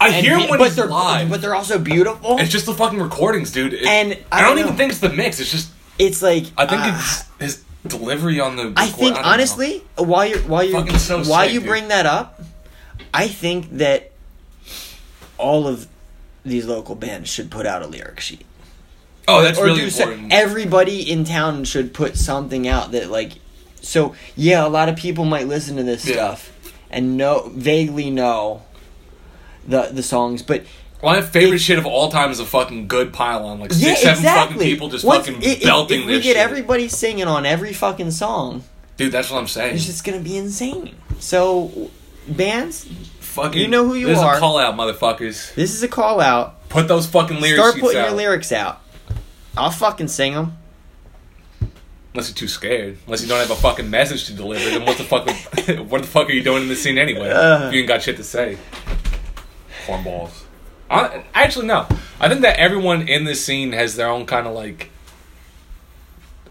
[SPEAKER 3] I
[SPEAKER 1] And
[SPEAKER 3] hear
[SPEAKER 1] be-
[SPEAKER 3] him when
[SPEAKER 1] but
[SPEAKER 3] he's
[SPEAKER 1] they're
[SPEAKER 3] live.
[SPEAKER 1] but they're also beautiful.
[SPEAKER 3] It's just the fucking recordings, dude. It-
[SPEAKER 1] And
[SPEAKER 3] I don't,
[SPEAKER 1] know.
[SPEAKER 3] even think it's the mix. It's just
[SPEAKER 1] it's like
[SPEAKER 3] I think
[SPEAKER 1] uh,
[SPEAKER 3] it's his delivery on the.
[SPEAKER 1] I
[SPEAKER 3] record-
[SPEAKER 1] think
[SPEAKER 3] don't know.
[SPEAKER 1] honestly, while you're while you
[SPEAKER 3] Fucking so
[SPEAKER 1] while
[SPEAKER 3] sick,
[SPEAKER 1] you
[SPEAKER 3] dude.
[SPEAKER 1] bring that up, I think that all of these local bands should put out a lyric sheet.
[SPEAKER 3] Oh, that's
[SPEAKER 1] or
[SPEAKER 3] really
[SPEAKER 1] do so-
[SPEAKER 3] important.
[SPEAKER 1] everybody in town should put something out that like so yeah a lot of people might listen to this
[SPEAKER 3] Yeah.
[SPEAKER 1] stuff and know vaguely know the the songs but
[SPEAKER 3] My favorite shit of all time is a fucking good pylon. Like
[SPEAKER 1] yeah
[SPEAKER 3] six, seven
[SPEAKER 1] exactly
[SPEAKER 3] fucking people just
[SPEAKER 1] Once-
[SPEAKER 3] fucking
[SPEAKER 1] i- if-
[SPEAKER 3] belting
[SPEAKER 1] if we
[SPEAKER 3] this
[SPEAKER 1] get
[SPEAKER 3] shit.
[SPEAKER 1] everybody singing on every fucking song
[SPEAKER 3] Dude, that's what I'm saying.
[SPEAKER 1] it's just gonna be insane so bands
[SPEAKER 3] fucking,
[SPEAKER 1] you know who you
[SPEAKER 3] this Is
[SPEAKER 1] are.
[SPEAKER 3] a call out, motherfuckers.
[SPEAKER 1] this is a call out
[SPEAKER 3] Put those fucking lyrics.
[SPEAKER 1] start
[SPEAKER 3] sheets
[SPEAKER 1] putting
[SPEAKER 3] out.
[SPEAKER 1] your lyrics out I'll fucking sing them
[SPEAKER 3] Unless you're too scared. Unless you don't have a fucking message to deliver, then what the fuck? what the fuck are you doing in this scene anyway?
[SPEAKER 1] Ugh.
[SPEAKER 3] if you ain't got shit to say. Cornballs. I, actually, no. I think that everyone in this scene has their own kind of like,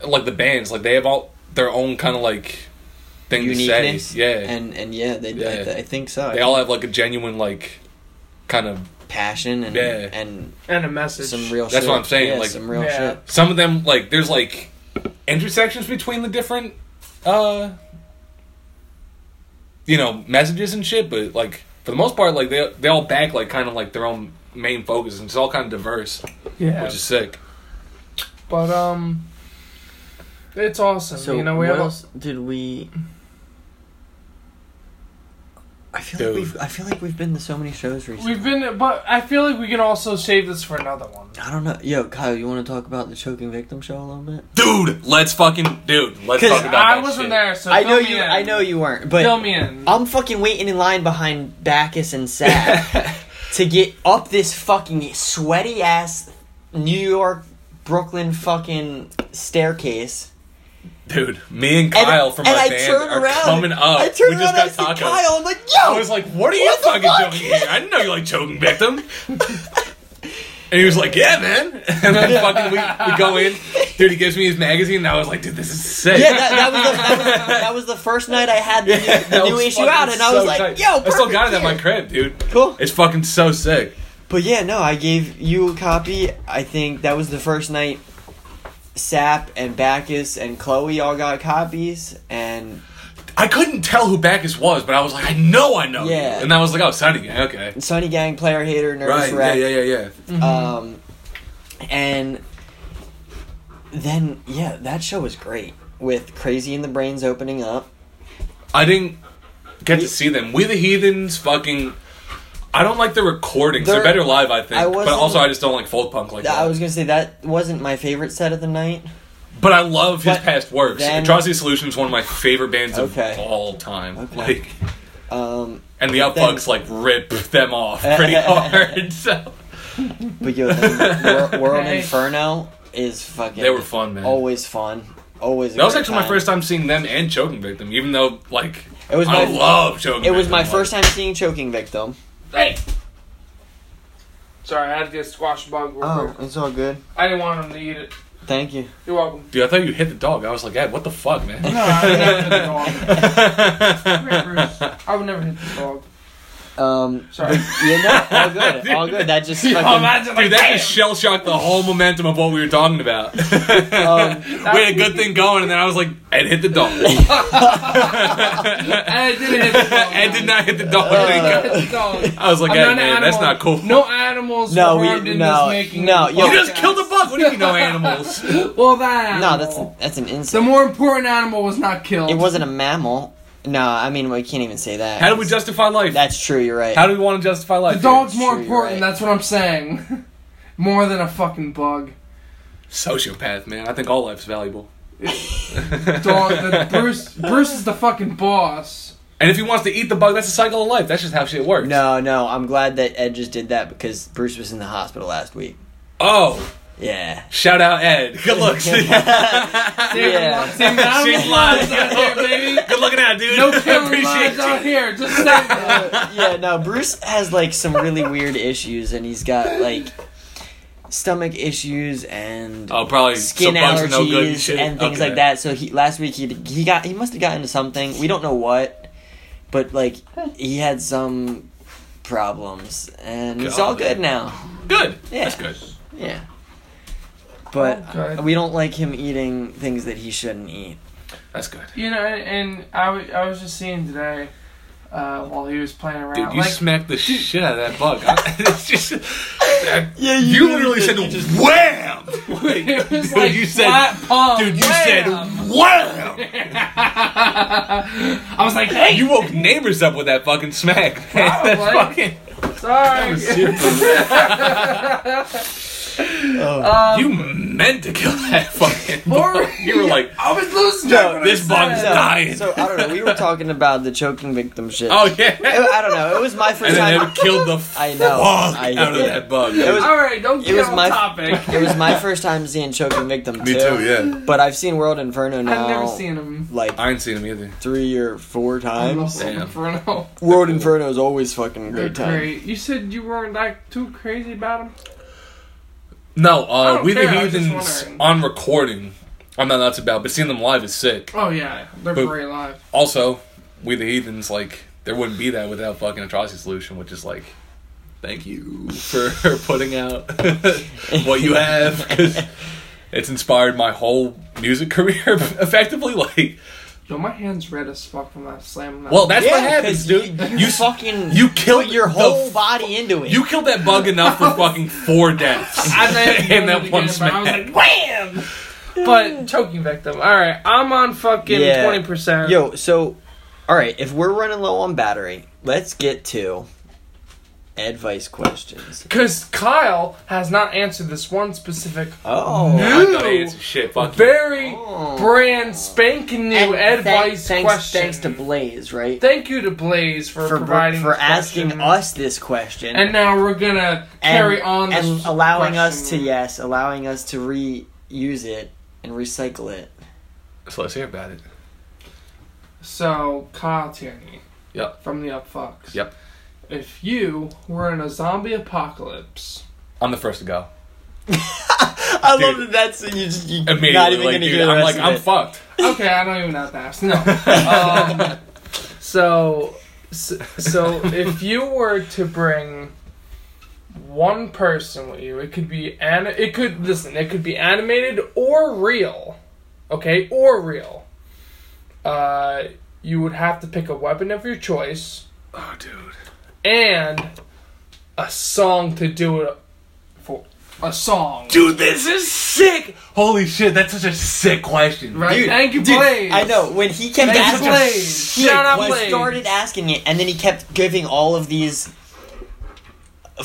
[SPEAKER 3] like the bands, like they have all their own kind of like thing to
[SPEAKER 1] uniqueness
[SPEAKER 3] say. Yeah,
[SPEAKER 1] and and yeah they I,
[SPEAKER 3] Yeah.
[SPEAKER 1] I think so
[SPEAKER 3] they all have like a genuine like, kind of.
[SPEAKER 1] passion and
[SPEAKER 3] Yeah.
[SPEAKER 1] and
[SPEAKER 2] and a message.
[SPEAKER 1] some real.
[SPEAKER 3] That's
[SPEAKER 1] shit.
[SPEAKER 3] what I'm saying,
[SPEAKER 1] Yeah,
[SPEAKER 3] like-
[SPEAKER 1] some real
[SPEAKER 2] Yeah.
[SPEAKER 1] shit.
[SPEAKER 3] Some of them like there's like intersections between the different, uh, you know, messages and shit. But like for the most part, like they they all back like kind of like their own main focus, and it's all kind of diverse,
[SPEAKER 2] yeah.
[SPEAKER 3] which is sick.
[SPEAKER 2] but um, it's awesome. you know, we have. A,
[SPEAKER 1] did we? I feel
[SPEAKER 3] Dude.
[SPEAKER 1] like we've I feel like we've been to so many shows recently.
[SPEAKER 2] we've been, but I feel like we can also save this for another one.
[SPEAKER 1] I don't know, yo, Kyle. You want to talk about the choking victim show a little bit?
[SPEAKER 3] Dude, let's fucking dude, let's
[SPEAKER 1] 'Cause
[SPEAKER 3] talk about
[SPEAKER 2] I
[SPEAKER 3] that
[SPEAKER 2] wasn't
[SPEAKER 3] shit.
[SPEAKER 2] there, so
[SPEAKER 1] I
[SPEAKER 2] fill
[SPEAKER 1] know
[SPEAKER 2] me
[SPEAKER 1] you.
[SPEAKER 2] In.
[SPEAKER 1] I know you weren't, but
[SPEAKER 2] Fill me in.
[SPEAKER 1] I'm fucking waiting in line behind Bacchus and Sad to get up this fucking sweaty ass New York Brooklyn fucking staircase.
[SPEAKER 3] Dude, me and Kyle from
[SPEAKER 1] and
[SPEAKER 3] our
[SPEAKER 1] I
[SPEAKER 3] band
[SPEAKER 1] turn
[SPEAKER 3] are
[SPEAKER 1] around.
[SPEAKER 3] coming up.
[SPEAKER 1] I turn
[SPEAKER 3] we
[SPEAKER 1] around
[SPEAKER 3] just
[SPEAKER 1] and I see
[SPEAKER 3] got tacos.
[SPEAKER 1] Kyle. I'm like, yo.
[SPEAKER 3] I was like, "What are you
[SPEAKER 1] Oh. What the
[SPEAKER 3] fucking
[SPEAKER 1] fuck?
[SPEAKER 3] doing here? I didn't know you like choking victim." And he was like, "Yeah, man." And then fucking we, we go in. Dude, he gives me his magazine, and I was like, "Dude, this is sick."
[SPEAKER 1] yeah, that, that, was the, that, was, that was the first night I had the, new- the
[SPEAKER 3] That
[SPEAKER 1] new
[SPEAKER 3] was
[SPEAKER 1] issue
[SPEAKER 3] fucking
[SPEAKER 1] out, and I was
[SPEAKER 3] so
[SPEAKER 1] like,
[SPEAKER 3] tight.
[SPEAKER 1] yo,
[SPEAKER 3] I still
[SPEAKER 1] perfect
[SPEAKER 3] got it at
[SPEAKER 1] here.
[SPEAKER 3] my crib, dude.
[SPEAKER 1] Cool.
[SPEAKER 3] It's fucking so sick.
[SPEAKER 1] But yeah, no, I gave you a copy. I think that was the first night Sap and Bacchus and Chloe all got copies, and
[SPEAKER 3] I couldn't tell who Bacchus was, but I was like, I know I know. you.
[SPEAKER 1] Yeah.
[SPEAKER 3] And I was like, oh, Sunny Gang, okay.
[SPEAKER 1] Sunny Gang, Player Hater, Nervous
[SPEAKER 3] Right,
[SPEAKER 1] Wreck,
[SPEAKER 3] yeah, yeah, yeah, yeah.
[SPEAKER 1] um, and then yeah, that show was great with Crazy in the Brains opening up.
[SPEAKER 3] I didn't get to see them. We the Heathens fucking. I don't like the recordings. They're,
[SPEAKER 1] They're-
[SPEAKER 3] better live, I think.
[SPEAKER 1] I
[SPEAKER 3] but
[SPEAKER 1] wasn't-
[SPEAKER 3] also, I just don't like folk punk like that.
[SPEAKER 1] I was gonna say that wasn't my favorite set of the night.
[SPEAKER 3] but I love his
[SPEAKER 1] But
[SPEAKER 3] past works.
[SPEAKER 1] then-
[SPEAKER 3] Atrocity Solution is one of my favorite bands
[SPEAKER 1] Okay.
[SPEAKER 3] of all time.
[SPEAKER 1] Okay.
[SPEAKER 3] Like,
[SPEAKER 1] Um,
[SPEAKER 3] and the
[SPEAKER 1] then-
[SPEAKER 3] Upfucks like rip them off pretty hard. So
[SPEAKER 1] but yo, then Wor- World
[SPEAKER 2] Hey.
[SPEAKER 1] Inferno is fucking.
[SPEAKER 3] they were fun, man.
[SPEAKER 1] always fun. Always. a
[SPEAKER 3] that was
[SPEAKER 1] great
[SPEAKER 3] actually my
[SPEAKER 1] time.
[SPEAKER 3] first time seeing them and Choking Victim. Even though, like,
[SPEAKER 1] It was
[SPEAKER 3] I
[SPEAKER 1] my-
[SPEAKER 3] love Choking.
[SPEAKER 1] It was
[SPEAKER 3] Victim,
[SPEAKER 1] my
[SPEAKER 3] like-
[SPEAKER 1] first time seeing Choking Victim.
[SPEAKER 2] Hey! Sorry, I had to get squashed bug. real quick.
[SPEAKER 1] Oh, it's all good.
[SPEAKER 2] I didn't want him to eat it.
[SPEAKER 1] Thank you.
[SPEAKER 2] You're welcome.
[SPEAKER 3] Dude, I thought you hit the dog. I was like, Ed, what the fuck, man?
[SPEAKER 2] No, I would never hit the dog. I would never hit the dog.
[SPEAKER 1] Um,
[SPEAKER 2] Sorry.
[SPEAKER 1] yeah, no, all good, all good. That just
[SPEAKER 2] Oh,
[SPEAKER 1] fucking.
[SPEAKER 3] Dude, that just shell shocked the whole momentum of what we were talking about.
[SPEAKER 1] um,
[SPEAKER 3] we had a good thing going, and then I was like, Ed hit the dog.
[SPEAKER 2] I didn't hit the dog.
[SPEAKER 3] Ed did not hit the dog.
[SPEAKER 2] Hit the dog.
[SPEAKER 3] I was like,
[SPEAKER 2] I'm
[SPEAKER 3] Ed,
[SPEAKER 2] not an
[SPEAKER 3] man,
[SPEAKER 2] animal.
[SPEAKER 3] that's not cool.
[SPEAKER 2] No animals
[SPEAKER 1] No,
[SPEAKER 2] were
[SPEAKER 1] we-
[SPEAKER 2] harmed in this
[SPEAKER 1] no,
[SPEAKER 2] making.
[SPEAKER 1] no,
[SPEAKER 2] of the
[SPEAKER 1] yo-
[SPEAKER 3] You just
[SPEAKER 2] podcast.
[SPEAKER 3] killed a buck. What do you mean, no animals?
[SPEAKER 2] Well, that.
[SPEAKER 1] No,
[SPEAKER 2] Animal.
[SPEAKER 1] that's an, that's an
[SPEAKER 2] the
[SPEAKER 1] insult.
[SPEAKER 2] more important animal was not killed.
[SPEAKER 1] It wasn't a mammal. No, I mean we can't even say that.
[SPEAKER 3] How do we justify life?
[SPEAKER 1] That's true. You're right.
[SPEAKER 3] How do we want to justify life?
[SPEAKER 2] The dog's
[SPEAKER 1] Sure,
[SPEAKER 2] more
[SPEAKER 1] you're
[SPEAKER 2] important.
[SPEAKER 1] right.
[SPEAKER 2] That's what I'm saying. more than a fucking bug.
[SPEAKER 3] Sociopath, man. I think all life's valuable.
[SPEAKER 2] Dog. the, Bruce. Bruce is the fucking boss.
[SPEAKER 3] And if he wants to eat the bug, that's the cycle of life. That's just how shit works.
[SPEAKER 1] no, no. I'm glad that Ed just did that because Bruce was in the hospital last week.
[SPEAKER 3] Oh,
[SPEAKER 1] Yeah.
[SPEAKER 3] shout out Ed. Good looks.
[SPEAKER 1] Yeah.
[SPEAKER 2] Same amount of
[SPEAKER 3] She's
[SPEAKER 2] lives
[SPEAKER 3] live.
[SPEAKER 2] out here, baby.
[SPEAKER 3] Good looking out, dude.
[SPEAKER 2] No
[SPEAKER 3] I
[SPEAKER 2] killing
[SPEAKER 3] appreciate
[SPEAKER 2] lives
[SPEAKER 3] you.
[SPEAKER 2] out here. Just say that.
[SPEAKER 1] yeah, no, Bruce has like some really weird issues and he's got like stomach issues and
[SPEAKER 3] Oh, probably
[SPEAKER 1] skin
[SPEAKER 3] so bugs are
[SPEAKER 1] allergies
[SPEAKER 3] no good and,
[SPEAKER 1] and,
[SPEAKER 3] shit.
[SPEAKER 1] things
[SPEAKER 3] Okay.
[SPEAKER 1] like that. So he last week he he got he must have gotten into something. We don't know what, but like he had some problems and it's all
[SPEAKER 3] God.
[SPEAKER 1] good now.
[SPEAKER 3] Good.
[SPEAKER 1] Yeah.
[SPEAKER 3] That's good.
[SPEAKER 1] Yeah. But
[SPEAKER 2] All good.
[SPEAKER 1] we don't like him eating things that he shouldn't eat.
[SPEAKER 3] That's good.
[SPEAKER 2] You know, and I, w- I was just seeing today uh, while he was playing around.
[SPEAKER 3] Dude, you
[SPEAKER 2] like,
[SPEAKER 3] smacked the shit out of that bug. I- it's just. that-
[SPEAKER 1] Yeah,
[SPEAKER 3] you, literally said wham!
[SPEAKER 2] it was
[SPEAKER 3] dude,
[SPEAKER 2] like
[SPEAKER 3] you said.
[SPEAKER 2] flat palm,
[SPEAKER 3] Dude, you
[SPEAKER 2] Oh, wham!
[SPEAKER 3] said wham!
[SPEAKER 2] I was like, hey,
[SPEAKER 3] You woke neighbors up with that fucking smack. man. That's
[SPEAKER 2] Probably.
[SPEAKER 3] fucking.
[SPEAKER 2] sorry.
[SPEAKER 3] you meant to kill that fucking.
[SPEAKER 2] Or-
[SPEAKER 3] Bug. You were like,
[SPEAKER 2] I was losing.
[SPEAKER 1] No,
[SPEAKER 2] it when I
[SPEAKER 3] this
[SPEAKER 2] said
[SPEAKER 3] bug's
[SPEAKER 2] it.
[SPEAKER 1] So,
[SPEAKER 3] dying.
[SPEAKER 1] so I don't know. We were talking about the choking victim shit.
[SPEAKER 3] oh yeah.
[SPEAKER 1] I don't know. It was my first
[SPEAKER 3] And then
[SPEAKER 1] time.
[SPEAKER 3] it killed the
[SPEAKER 1] I know,
[SPEAKER 3] fuck
[SPEAKER 1] I
[SPEAKER 3] out of
[SPEAKER 1] know.
[SPEAKER 3] that bug.
[SPEAKER 1] It was-
[SPEAKER 2] All right, don't get
[SPEAKER 1] was
[SPEAKER 2] on
[SPEAKER 1] my-
[SPEAKER 2] topic.
[SPEAKER 1] It was my first time seeing choking victim
[SPEAKER 3] Me
[SPEAKER 1] too.
[SPEAKER 3] too, yeah.
[SPEAKER 1] But I've seen World Inferno now.
[SPEAKER 2] I've never seen him.
[SPEAKER 1] like
[SPEAKER 3] I ain't seen him either.
[SPEAKER 1] three or four
[SPEAKER 2] I
[SPEAKER 1] times.
[SPEAKER 2] love
[SPEAKER 3] Damn.
[SPEAKER 2] Inferno.
[SPEAKER 1] World Inferno is always fucking a
[SPEAKER 2] They're
[SPEAKER 1] great time.
[SPEAKER 2] great. You said you weren't like too crazy about him.
[SPEAKER 3] No,
[SPEAKER 2] I
[SPEAKER 3] uh,
[SPEAKER 2] don't
[SPEAKER 3] we the
[SPEAKER 2] care, I was just
[SPEAKER 3] heathens
[SPEAKER 2] wondering.
[SPEAKER 3] on recording. I'm not nuts about, but seeing them live is sick.
[SPEAKER 2] Oh yeah, they're
[SPEAKER 3] But-
[SPEAKER 2] great live.
[SPEAKER 3] Also, we the heathens like there wouldn't be that without fucking atrocity solution, which is like, thank you for putting out what you have 'cause it's inspired my whole music career effectively. Like,
[SPEAKER 2] Yo, my hands red as fuck from that slam.
[SPEAKER 3] well, that's what
[SPEAKER 1] Yeah,
[SPEAKER 3] happens,
[SPEAKER 1] 'cause
[SPEAKER 3] dude.
[SPEAKER 1] You,
[SPEAKER 3] You
[SPEAKER 1] fucking
[SPEAKER 3] you killed
[SPEAKER 1] put your
[SPEAKER 3] the
[SPEAKER 1] whole
[SPEAKER 3] f-
[SPEAKER 1] body into it.
[SPEAKER 3] you killed that bug enough for fucking four deaths
[SPEAKER 2] I think
[SPEAKER 3] in that
[SPEAKER 2] I
[SPEAKER 3] one
[SPEAKER 2] was
[SPEAKER 3] smack.
[SPEAKER 2] like, wham! But choking victim. All right, I'm on fucking
[SPEAKER 1] Yeah.
[SPEAKER 2] twenty percent.
[SPEAKER 1] Yo, so all right, if we're running low on battery, let's get to advice questions.
[SPEAKER 2] because Kyle has not answered this one specific,
[SPEAKER 1] Oh.
[SPEAKER 3] I gotta answer shit. Fuck you.
[SPEAKER 2] very
[SPEAKER 1] Oh.
[SPEAKER 2] brand spanking new
[SPEAKER 1] And
[SPEAKER 2] advice
[SPEAKER 1] thanks,
[SPEAKER 2] question.
[SPEAKER 1] Thanks to Blaze, right?
[SPEAKER 2] Thank you to Blaze for,
[SPEAKER 1] for
[SPEAKER 2] providing
[SPEAKER 1] for
[SPEAKER 2] this
[SPEAKER 1] asking
[SPEAKER 2] question.
[SPEAKER 1] us this question
[SPEAKER 2] And now we're gonna carry on this
[SPEAKER 1] and allowing us to
[SPEAKER 2] question.
[SPEAKER 1] yes, allowing us to reuse it and recycle it.
[SPEAKER 3] So let's hear about it.
[SPEAKER 2] So Kyle Tierney.
[SPEAKER 3] Yep.
[SPEAKER 2] From the Upfucks.
[SPEAKER 3] Yep.
[SPEAKER 2] If you were in a zombie apocalypse,
[SPEAKER 3] I'm the first to go.
[SPEAKER 1] I love
[SPEAKER 3] Dude.
[SPEAKER 1] that. That's you. Just, you
[SPEAKER 3] Immediately,
[SPEAKER 1] not even
[SPEAKER 3] like,
[SPEAKER 1] gonna
[SPEAKER 3] dude,
[SPEAKER 1] hear the
[SPEAKER 3] I'm
[SPEAKER 1] rest
[SPEAKER 3] like,
[SPEAKER 1] of
[SPEAKER 3] I'm
[SPEAKER 1] it.
[SPEAKER 3] fucked.
[SPEAKER 2] okay, I don't even have to ask. No. Um, so, so if you were to bring one person with you. It could be an it could listen, it could be animated or real. Okay, or real. Uh you would have to pick a weapon of your choice
[SPEAKER 3] Oh, dude.
[SPEAKER 2] and a song to do it for. A song.
[SPEAKER 3] Dude, this is sick. Holy shit, that's such a sick question.
[SPEAKER 2] Right?
[SPEAKER 1] Dude,
[SPEAKER 2] Thank you,
[SPEAKER 1] dude,
[SPEAKER 2] Blaze.
[SPEAKER 1] I know when he kept
[SPEAKER 2] Thank you,
[SPEAKER 1] asking,
[SPEAKER 2] Blaze.
[SPEAKER 1] he
[SPEAKER 2] Shout out,
[SPEAKER 1] was-
[SPEAKER 2] Blaze.
[SPEAKER 1] started asking it, and then he kept giving all of these.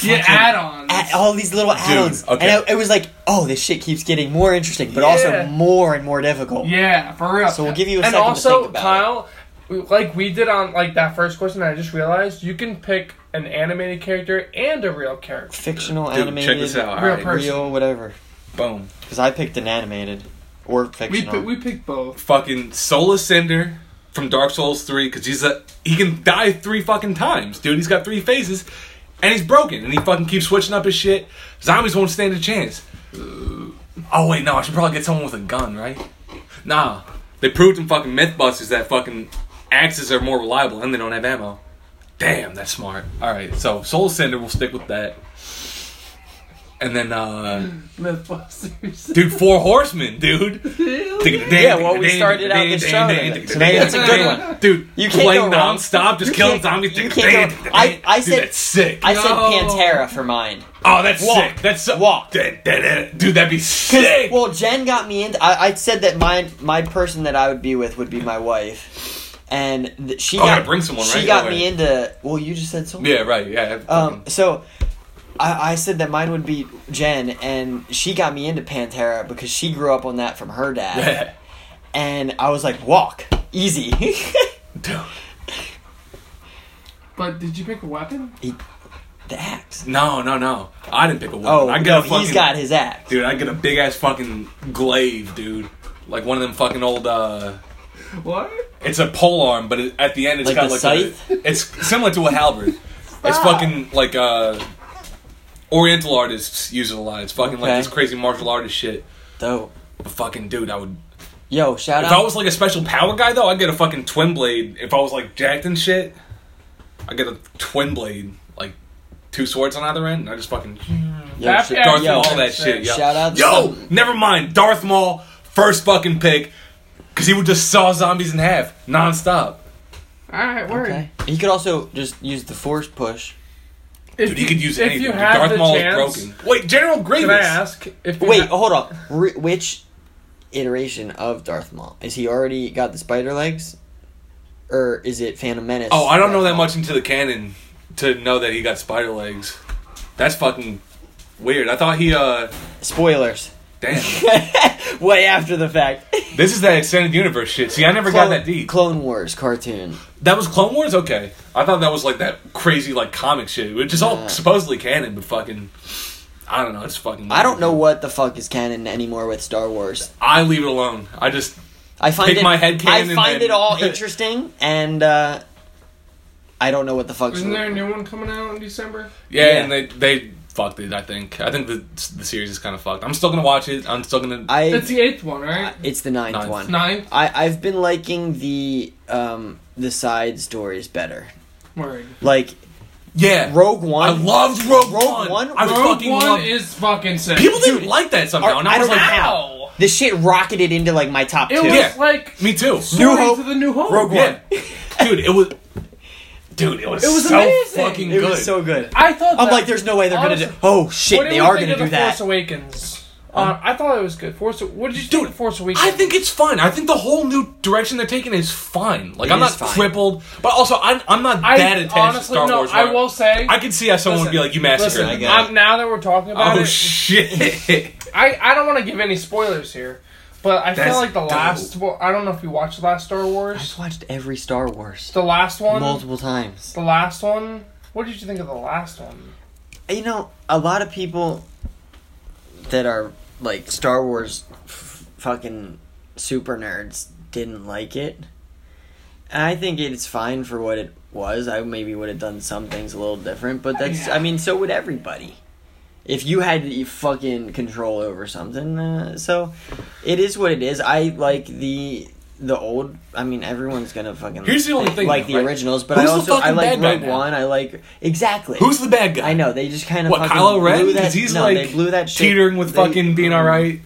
[SPEAKER 2] Yeah,
[SPEAKER 1] fucking-
[SPEAKER 2] add-ons.
[SPEAKER 1] a- all these little add-ons,
[SPEAKER 3] okay.
[SPEAKER 1] and I, it was like, oh, this shit keeps getting more interesting, but
[SPEAKER 2] Yeah.
[SPEAKER 1] also more and more difficult.
[SPEAKER 2] yeah, for real.
[SPEAKER 1] So we'll give you a
[SPEAKER 2] and
[SPEAKER 1] second to
[SPEAKER 2] also,
[SPEAKER 1] think about it.
[SPEAKER 2] Kyle, we- like we did on like that first question, I just realized you can pick an animated character and a real character.
[SPEAKER 1] Fictional,
[SPEAKER 3] Dude,
[SPEAKER 1] animated,
[SPEAKER 3] check this out. All
[SPEAKER 2] Real
[SPEAKER 3] right,
[SPEAKER 2] person.
[SPEAKER 1] real, whatever.
[SPEAKER 3] boom.
[SPEAKER 1] Because I picked an animated or
[SPEAKER 2] We
[SPEAKER 1] fictional.
[SPEAKER 2] pick, we picked both.
[SPEAKER 3] Fucking Solar Cinder from Dark Souls 3, because he's a. He can die three fucking times, dude. He's got three faces, and he's broken, and he fucking keeps switching up his shit. Zombies won't stand a chance. Oh, wait, no, I should probably get someone with a gun, right? Nah. They proved in fucking Mythbusters that fucking axes are more reliable, and they don't have ammo. Damn, that's smart. Alright, so Soul Cinder, we'll stick with that. And then, uh.
[SPEAKER 2] Mythbusters.
[SPEAKER 3] Dude, Four Horsemen, dude.
[SPEAKER 1] Yeah, well, we started out the show with it. So maybe it's
[SPEAKER 2] a good
[SPEAKER 1] one.
[SPEAKER 3] Dude,
[SPEAKER 1] You
[SPEAKER 3] you
[SPEAKER 1] can't
[SPEAKER 3] can't playing
[SPEAKER 1] go wrong.
[SPEAKER 3] non-stop, just
[SPEAKER 1] You
[SPEAKER 3] killing
[SPEAKER 1] can't-
[SPEAKER 3] zombies.
[SPEAKER 1] you can't go- I- I
[SPEAKER 3] Dude,
[SPEAKER 1] said-
[SPEAKER 3] that's sick.
[SPEAKER 1] I said
[SPEAKER 2] No.
[SPEAKER 1] Pantera for mine.
[SPEAKER 3] oh, that's
[SPEAKER 1] Walk.
[SPEAKER 3] sick. That's so-
[SPEAKER 1] Walk.
[SPEAKER 3] Da- da- da- Dude, that'd be
[SPEAKER 1] 'Cause-
[SPEAKER 3] sick.
[SPEAKER 1] Well, Jen got me into. I, I said that my my person that I would be with would be my wife, and th- she
[SPEAKER 3] Oh,
[SPEAKER 1] got
[SPEAKER 3] yeah, bring someone,
[SPEAKER 1] She
[SPEAKER 3] right?
[SPEAKER 1] got
[SPEAKER 3] That
[SPEAKER 1] me
[SPEAKER 3] way.
[SPEAKER 1] into. Well, you just said so.
[SPEAKER 3] yeah, right. Yeah.
[SPEAKER 1] Um. So. I, I said that mine would be Jen, and she got me into Pantera because she grew up on that from her dad.
[SPEAKER 3] yeah.
[SPEAKER 1] And I was like, walk, easy.
[SPEAKER 3] Dude,
[SPEAKER 2] But did you pick a weapon?
[SPEAKER 1] the axe.
[SPEAKER 3] no, no, no. I didn't pick a weapon.
[SPEAKER 1] Oh,
[SPEAKER 3] I
[SPEAKER 1] no,
[SPEAKER 3] got a fucking.
[SPEAKER 1] he's got his axe.
[SPEAKER 3] Dude, I got a big ass fucking glaive, dude. Like one of them fucking old. uh...
[SPEAKER 2] What?
[SPEAKER 3] It's a pole arm, but it, at the end it's
[SPEAKER 1] Like
[SPEAKER 3] got
[SPEAKER 1] the
[SPEAKER 3] like
[SPEAKER 1] scythe?
[SPEAKER 3] A, it's similar to a halberd. It's fucking like uh Oriental artists use it a lot. It's fucking
[SPEAKER 1] Okay.
[SPEAKER 3] like this crazy martial artist shit.
[SPEAKER 1] Dope.
[SPEAKER 3] But fucking dude, I would
[SPEAKER 1] Yo, shout
[SPEAKER 3] if
[SPEAKER 1] out.
[SPEAKER 3] I was like a special power guy though, I'd get a fucking twin blade. If I was like jacked and shit, I'd get a twin blade, like two swords on either end, and I just fucking
[SPEAKER 1] yo,
[SPEAKER 2] Happy
[SPEAKER 1] shit-
[SPEAKER 3] Darth
[SPEAKER 1] yo,
[SPEAKER 3] Maul all that shit. Yo.
[SPEAKER 1] Shout out to
[SPEAKER 3] Yo,
[SPEAKER 1] some-
[SPEAKER 3] never mind. Darth Maul, first fucking pick. Cause he would just saw zombies in half, nonstop.
[SPEAKER 2] All right, word.
[SPEAKER 1] Okay. He could also just use the force push.
[SPEAKER 2] If
[SPEAKER 3] Dude, he could use
[SPEAKER 2] if
[SPEAKER 3] anything.
[SPEAKER 2] you
[SPEAKER 3] Dude,
[SPEAKER 2] have
[SPEAKER 3] Darth
[SPEAKER 2] the
[SPEAKER 3] Maul
[SPEAKER 2] chance,
[SPEAKER 3] is broken. Wait, General Grievous.
[SPEAKER 2] Can I ask? If you
[SPEAKER 1] Wait,
[SPEAKER 2] ha-
[SPEAKER 1] hold on. Re- which iteration of Darth Maul is he already got the spider legs, or is it Phantom Menace?
[SPEAKER 3] Oh, I don't know
[SPEAKER 1] Darth
[SPEAKER 3] that
[SPEAKER 1] Maul?
[SPEAKER 3] much into the canon to know that he got spider legs. That's fucking weird. I thought he uh
[SPEAKER 1] Spoilers.
[SPEAKER 3] damn.
[SPEAKER 1] Way after the fact.
[SPEAKER 3] this is that extended universe shit. See, I never got that deep.
[SPEAKER 1] Clone Wars cartoon.
[SPEAKER 3] that was Clone Wars? Okay. I thought that was like that crazy like comic shit, which is
[SPEAKER 1] Nah.
[SPEAKER 3] all supposedly canon, but fucking I don't know, it's fucking
[SPEAKER 1] I don't know
[SPEAKER 3] weird.
[SPEAKER 1] what the fuck is canon anymore with Star Wars.
[SPEAKER 3] I leave it alone. I just
[SPEAKER 1] I find
[SPEAKER 3] Pick
[SPEAKER 1] it
[SPEAKER 3] my head canon
[SPEAKER 1] I
[SPEAKER 3] and
[SPEAKER 1] find it
[SPEAKER 3] then-
[SPEAKER 1] all interesting, and uh, I don't know what the fuck's.
[SPEAKER 2] Isn't there a new one coming out in December?
[SPEAKER 3] yeah,
[SPEAKER 1] Yeah.
[SPEAKER 3] and they they fucked it, I think. I think the the series is kind of fucked. I'm still going to watch it. I'm still going to
[SPEAKER 1] I
[SPEAKER 2] It's the eighth one, right?
[SPEAKER 1] it's the ninth,
[SPEAKER 3] Ninth.
[SPEAKER 1] one.
[SPEAKER 2] Ninth.
[SPEAKER 1] I I've been liking the um the side stories better.
[SPEAKER 2] Word.
[SPEAKER 1] Like
[SPEAKER 3] Yeah.
[SPEAKER 1] Rogue One.
[SPEAKER 3] I loved Rogue,
[SPEAKER 1] Rogue
[SPEAKER 3] One.
[SPEAKER 1] One-
[SPEAKER 3] I
[SPEAKER 2] Rogue
[SPEAKER 3] fucking
[SPEAKER 2] One
[SPEAKER 3] loved
[SPEAKER 2] is fucking sick.
[SPEAKER 3] People didn't
[SPEAKER 1] Dude,
[SPEAKER 3] like that somehow,
[SPEAKER 1] Ar-
[SPEAKER 3] and I,
[SPEAKER 1] I
[SPEAKER 3] was
[SPEAKER 1] don't
[SPEAKER 3] like,
[SPEAKER 1] know how. This shit rocketed into like my top
[SPEAKER 2] It
[SPEAKER 1] two.
[SPEAKER 2] was
[SPEAKER 3] Yeah.
[SPEAKER 2] like
[SPEAKER 3] "Me too."
[SPEAKER 1] New
[SPEAKER 2] Story
[SPEAKER 1] Hope.
[SPEAKER 2] to the New Hope.
[SPEAKER 1] Rogue
[SPEAKER 3] Yeah, dude, it was, dude, it was,
[SPEAKER 2] It was
[SPEAKER 3] so
[SPEAKER 2] amazing.
[SPEAKER 3] fucking
[SPEAKER 1] It
[SPEAKER 3] good.
[SPEAKER 1] was so good.
[SPEAKER 2] I thought.
[SPEAKER 1] I'm
[SPEAKER 2] that-
[SPEAKER 1] like, there's no way they're
[SPEAKER 2] Honestly,
[SPEAKER 1] gonna do. Oh shit,
[SPEAKER 2] what did
[SPEAKER 1] they
[SPEAKER 2] you
[SPEAKER 1] are
[SPEAKER 2] think
[SPEAKER 1] gonna
[SPEAKER 2] of
[SPEAKER 1] do
[SPEAKER 2] the
[SPEAKER 1] that. Um,
[SPEAKER 2] Force Awakens. Uh, I thought it was good. Force. What did you think
[SPEAKER 3] Dude,
[SPEAKER 2] of Force Awakens?
[SPEAKER 3] I think it's fine. I think the whole new direction they're taking is fine. Like
[SPEAKER 1] It
[SPEAKER 3] I'm
[SPEAKER 1] is
[SPEAKER 3] not
[SPEAKER 1] fine.
[SPEAKER 3] crippled, but also I'm, I'm not
[SPEAKER 2] I
[SPEAKER 3] that attached
[SPEAKER 2] honestly
[SPEAKER 3] to Star
[SPEAKER 2] no.
[SPEAKER 3] Wars.
[SPEAKER 2] I
[SPEAKER 3] right?
[SPEAKER 2] will say.
[SPEAKER 3] I could see how someone would be like, "You massacred."
[SPEAKER 2] Listen,
[SPEAKER 1] I
[SPEAKER 3] me."
[SPEAKER 1] get it.
[SPEAKER 2] I'm, now that we're talking about
[SPEAKER 3] oh
[SPEAKER 2] it,
[SPEAKER 3] shit!
[SPEAKER 2] I I don't want to give any spoilers here, but I feel
[SPEAKER 3] That's
[SPEAKER 2] like the
[SPEAKER 3] dope.
[SPEAKER 2] last. Well, I don't know if you watched the last Star
[SPEAKER 1] I've
[SPEAKER 2] Wars.
[SPEAKER 1] watched every Star Wars
[SPEAKER 2] The last one.
[SPEAKER 1] multiple times.
[SPEAKER 2] The last one. What did you think of the last one?
[SPEAKER 1] You know, a lot of people that are like Star Wars f- fucking super nerds didn't like it. And I think it's fine for what it was. I maybe would have done some things a little different, but that's I mean, so would everybody. If you had y- fucking control over something, uh, so it is what it is. I like the the old. I mean, everyone's gonna fucking.
[SPEAKER 3] Here's the only thing,
[SPEAKER 1] like
[SPEAKER 3] though,
[SPEAKER 1] the
[SPEAKER 3] right?
[SPEAKER 1] originals, but
[SPEAKER 3] Who's
[SPEAKER 1] I
[SPEAKER 3] the
[SPEAKER 1] also I
[SPEAKER 3] fucking
[SPEAKER 1] like
[SPEAKER 3] bad guy
[SPEAKER 1] Rogue
[SPEAKER 3] now?
[SPEAKER 1] One. I like exactly.
[SPEAKER 3] Who's the bad guy?
[SPEAKER 1] I know they just kind of
[SPEAKER 3] What
[SPEAKER 1] fucking
[SPEAKER 3] Kylo Ren?
[SPEAKER 1] Blew that,
[SPEAKER 3] Because he's
[SPEAKER 1] no,
[SPEAKER 3] like
[SPEAKER 1] they blew that shit.
[SPEAKER 3] teetering with
[SPEAKER 1] They-
[SPEAKER 3] fucking being all right.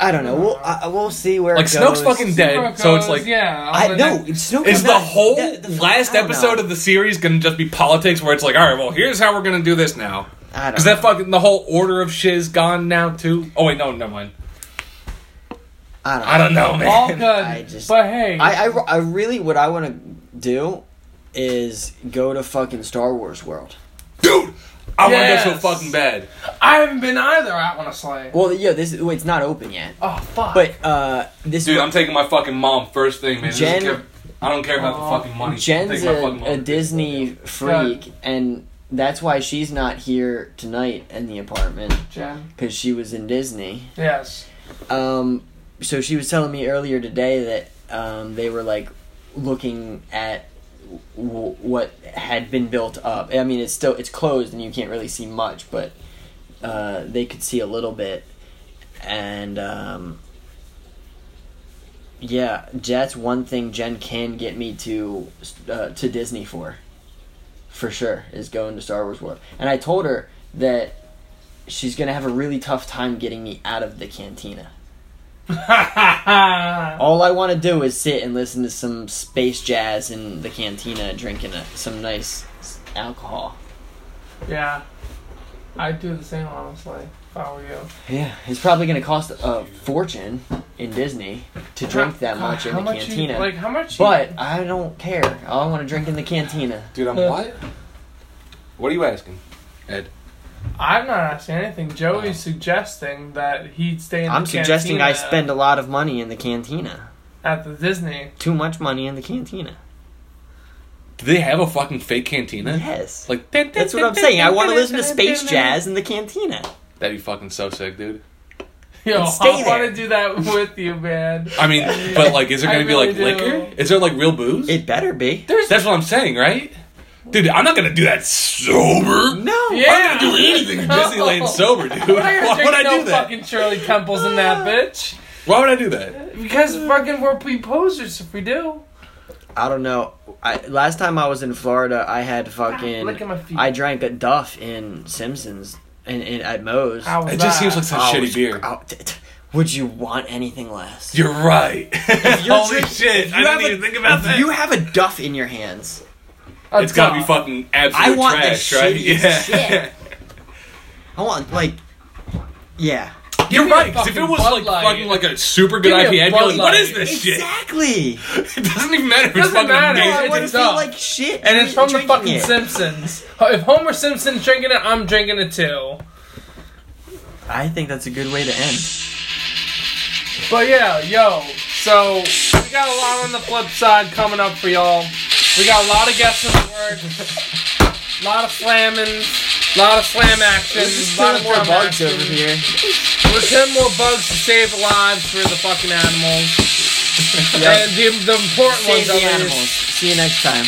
[SPEAKER 1] I don't know. We'll I, we'll see where
[SPEAKER 3] Like
[SPEAKER 1] it
[SPEAKER 3] Snoke's
[SPEAKER 1] goes.
[SPEAKER 3] fucking dead,
[SPEAKER 2] Brooke
[SPEAKER 3] so it's
[SPEAKER 2] goes,
[SPEAKER 3] like
[SPEAKER 2] yeah. on
[SPEAKER 1] I no,
[SPEAKER 2] next-
[SPEAKER 1] it's Snoke.
[SPEAKER 3] Is
[SPEAKER 1] I'm
[SPEAKER 3] the
[SPEAKER 1] not-
[SPEAKER 3] whole
[SPEAKER 1] yeah, the-
[SPEAKER 3] last
[SPEAKER 1] I don't
[SPEAKER 3] episode
[SPEAKER 1] know.
[SPEAKER 3] of the series going to just be politics where it's like, all right, well, here's how we're going to do this now?
[SPEAKER 1] I don't
[SPEAKER 3] Because
[SPEAKER 1] know.
[SPEAKER 3] that fucking, the whole order of shiz gone now, too. Oh, wait, no, never mind.
[SPEAKER 1] I don't.
[SPEAKER 3] I don't know, man.
[SPEAKER 2] all good.
[SPEAKER 1] I just-
[SPEAKER 2] but hey,
[SPEAKER 1] I, I, I really what I want to do is go to fucking Star Wars world.
[SPEAKER 3] Dude! I want to go so
[SPEAKER 2] Yes.
[SPEAKER 3] fucking bad.
[SPEAKER 2] I haven't been either. I want to slay.
[SPEAKER 1] Well, yeah, this wait, it's not open yet,
[SPEAKER 2] Oh fuck!
[SPEAKER 1] but uh, this
[SPEAKER 3] Dude, I'm taking my fucking mom first thing, man. Jen,
[SPEAKER 1] Jen-
[SPEAKER 3] I don't care about
[SPEAKER 2] Aw.
[SPEAKER 3] the fucking money. I'm
[SPEAKER 1] Jen's
[SPEAKER 3] taking my
[SPEAKER 1] a,
[SPEAKER 3] fucking mom.
[SPEAKER 1] a Disney freak, and that's why she's not here tonight in the apartment
[SPEAKER 2] Jen,
[SPEAKER 1] because she was in Disney.
[SPEAKER 2] yes,
[SPEAKER 1] Um, so she was telling me earlier today that um, they were like looking at w- what had been built up. I mean, it's still it's closed and you can't really see much, but uh, they could see a little bit. And um, yeah, that's one thing Jen can get me to uh, to Disney for, for sure, is going to Star Wars World. And I told her that she's gonna have a really tough time getting me out of the cantina. All I want to do is sit and listen to some space jazz in the cantina, drinking a, some nice s- alcohol.
[SPEAKER 2] yeah. I'd do the same honestly. If I were you,
[SPEAKER 1] Yeah, it's probably gonna cost a fortune in Disney to drink that
[SPEAKER 2] God,
[SPEAKER 1] much in
[SPEAKER 2] how
[SPEAKER 1] the
[SPEAKER 2] much you-
[SPEAKER 1] cantina.
[SPEAKER 2] like how much? you-
[SPEAKER 1] but I don't care. All I want to drink in the cantina.
[SPEAKER 3] Dude, I'm
[SPEAKER 2] Yeah.
[SPEAKER 3] what? What are you asking? Ed.
[SPEAKER 2] I'm not asking anything. Joey's suggesting that he'd stay in.
[SPEAKER 1] Oh. I'm
[SPEAKER 2] the
[SPEAKER 1] suggesting I
[SPEAKER 2] cantina
[SPEAKER 1] spend a lot of money in the cantina.
[SPEAKER 2] at the Disney.
[SPEAKER 1] Too much money in the cantina.
[SPEAKER 3] Do they have a fucking fake cantina?
[SPEAKER 1] Yes.
[SPEAKER 3] Like, dun, dun,
[SPEAKER 1] That's what
[SPEAKER 3] dun,
[SPEAKER 1] I'm saying. I
[SPEAKER 3] dun,
[SPEAKER 1] want to
[SPEAKER 3] dun,
[SPEAKER 1] listen to
[SPEAKER 3] dun,
[SPEAKER 1] space
[SPEAKER 3] dun, dun.
[SPEAKER 1] jazz in the cantina.
[SPEAKER 3] That'd be fucking so sick, dude.
[SPEAKER 2] Yo,
[SPEAKER 1] Stay
[SPEAKER 2] I want
[SPEAKER 1] there.
[SPEAKER 2] to do that with you, man.
[SPEAKER 3] I mean, but like, is there
[SPEAKER 2] I
[SPEAKER 3] gonna
[SPEAKER 2] really
[SPEAKER 3] be like
[SPEAKER 2] do.
[SPEAKER 3] liquor? Is there like real booze?
[SPEAKER 1] It better be.
[SPEAKER 2] There's
[SPEAKER 3] That's what I'm saying, right? Dude, I'm not gonna do that sober.
[SPEAKER 1] No.
[SPEAKER 2] yeah.
[SPEAKER 3] Do anything in Disneyland sober,
[SPEAKER 2] We're not
[SPEAKER 3] dude.
[SPEAKER 2] gonna
[SPEAKER 3] Why
[SPEAKER 2] drink
[SPEAKER 3] would I
[SPEAKER 2] no
[SPEAKER 3] do that?
[SPEAKER 2] fucking Shirley Temples in that bitch.
[SPEAKER 3] Why would I do that?
[SPEAKER 2] Because fucking we're be posers if we do.
[SPEAKER 1] I don't know. I, last time I was in Florida, I had fucking.
[SPEAKER 2] Ah, look at my feet.
[SPEAKER 1] I drank a Duff in Simpsons and in, at Moe's.
[SPEAKER 2] How was
[SPEAKER 3] It just
[SPEAKER 2] that?
[SPEAKER 3] seems like such
[SPEAKER 1] I
[SPEAKER 3] shitty
[SPEAKER 1] was-
[SPEAKER 3] beer.
[SPEAKER 1] I- t- t- would you want anything less?
[SPEAKER 3] You're right.
[SPEAKER 1] you're
[SPEAKER 3] Holy
[SPEAKER 1] drinking-
[SPEAKER 3] shit!
[SPEAKER 1] if
[SPEAKER 3] I
[SPEAKER 1] you have
[SPEAKER 3] didn't
[SPEAKER 1] a-
[SPEAKER 3] even think about that.
[SPEAKER 1] You have a Duff in your hands.
[SPEAKER 2] A
[SPEAKER 3] it's gotta be
[SPEAKER 2] duck.
[SPEAKER 3] fucking
[SPEAKER 1] I
[SPEAKER 3] absolute
[SPEAKER 1] want the
[SPEAKER 3] trash, right?
[SPEAKER 1] shittiest
[SPEAKER 3] Yeah.
[SPEAKER 1] shit. I want like, yeah,
[SPEAKER 3] You're
[SPEAKER 2] Give me a
[SPEAKER 3] right. 'cause if it
[SPEAKER 2] fucking
[SPEAKER 3] was
[SPEAKER 2] Bud
[SPEAKER 3] like
[SPEAKER 2] Light.
[SPEAKER 3] fucking like a super good
[SPEAKER 2] Give me a
[SPEAKER 3] IPA, I'd be
[SPEAKER 2] Bud
[SPEAKER 3] like, what
[SPEAKER 2] Light.
[SPEAKER 3] is this
[SPEAKER 1] exactly.
[SPEAKER 3] shit? It doesn't even matter. If it's
[SPEAKER 2] Doesn't
[SPEAKER 3] fucking
[SPEAKER 2] matter.
[SPEAKER 1] I
[SPEAKER 2] It's a
[SPEAKER 1] want to
[SPEAKER 3] amazing.
[SPEAKER 1] feel
[SPEAKER 2] Duff.
[SPEAKER 1] like shit.
[SPEAKER 2] And it's from the
[SPEAKER 1] drinking
[SPEAKER 2] fucking
[SPEAKER 1] it.
[SPEAKER 2] Simpsons. If Homer Simpson's drinking it, I'm drinking it too.
[SPEAKER 1] I think that's a good way to end.
[SPEAKER 2] But yeah, yo. So we got a lot on the flip side coming up for y'all. We got a lot of guests in the works. A lot of slamming. A lot of slam action.
[SPEAKER 1] There's
[SPEAKER 2] A lot
[SPEAKER 1] still
[SPEAKER 2] of
[SPEAKER 1] more
[SPEAKER 2] drum
[SPEAKER 1] bugs
[SPEAKER 2] action.
[SPEAKER 1] over here.
[SPEAKER 2] We're killing more bugs to save lives for the fucking animals.
[SPEAKER 1] Yeah.
[SPEAKER 2] And the, the important ones
[SPEAKER 1] Save the
[SPEAKER 2] are
[SPEAKER 1] animals. See you next time.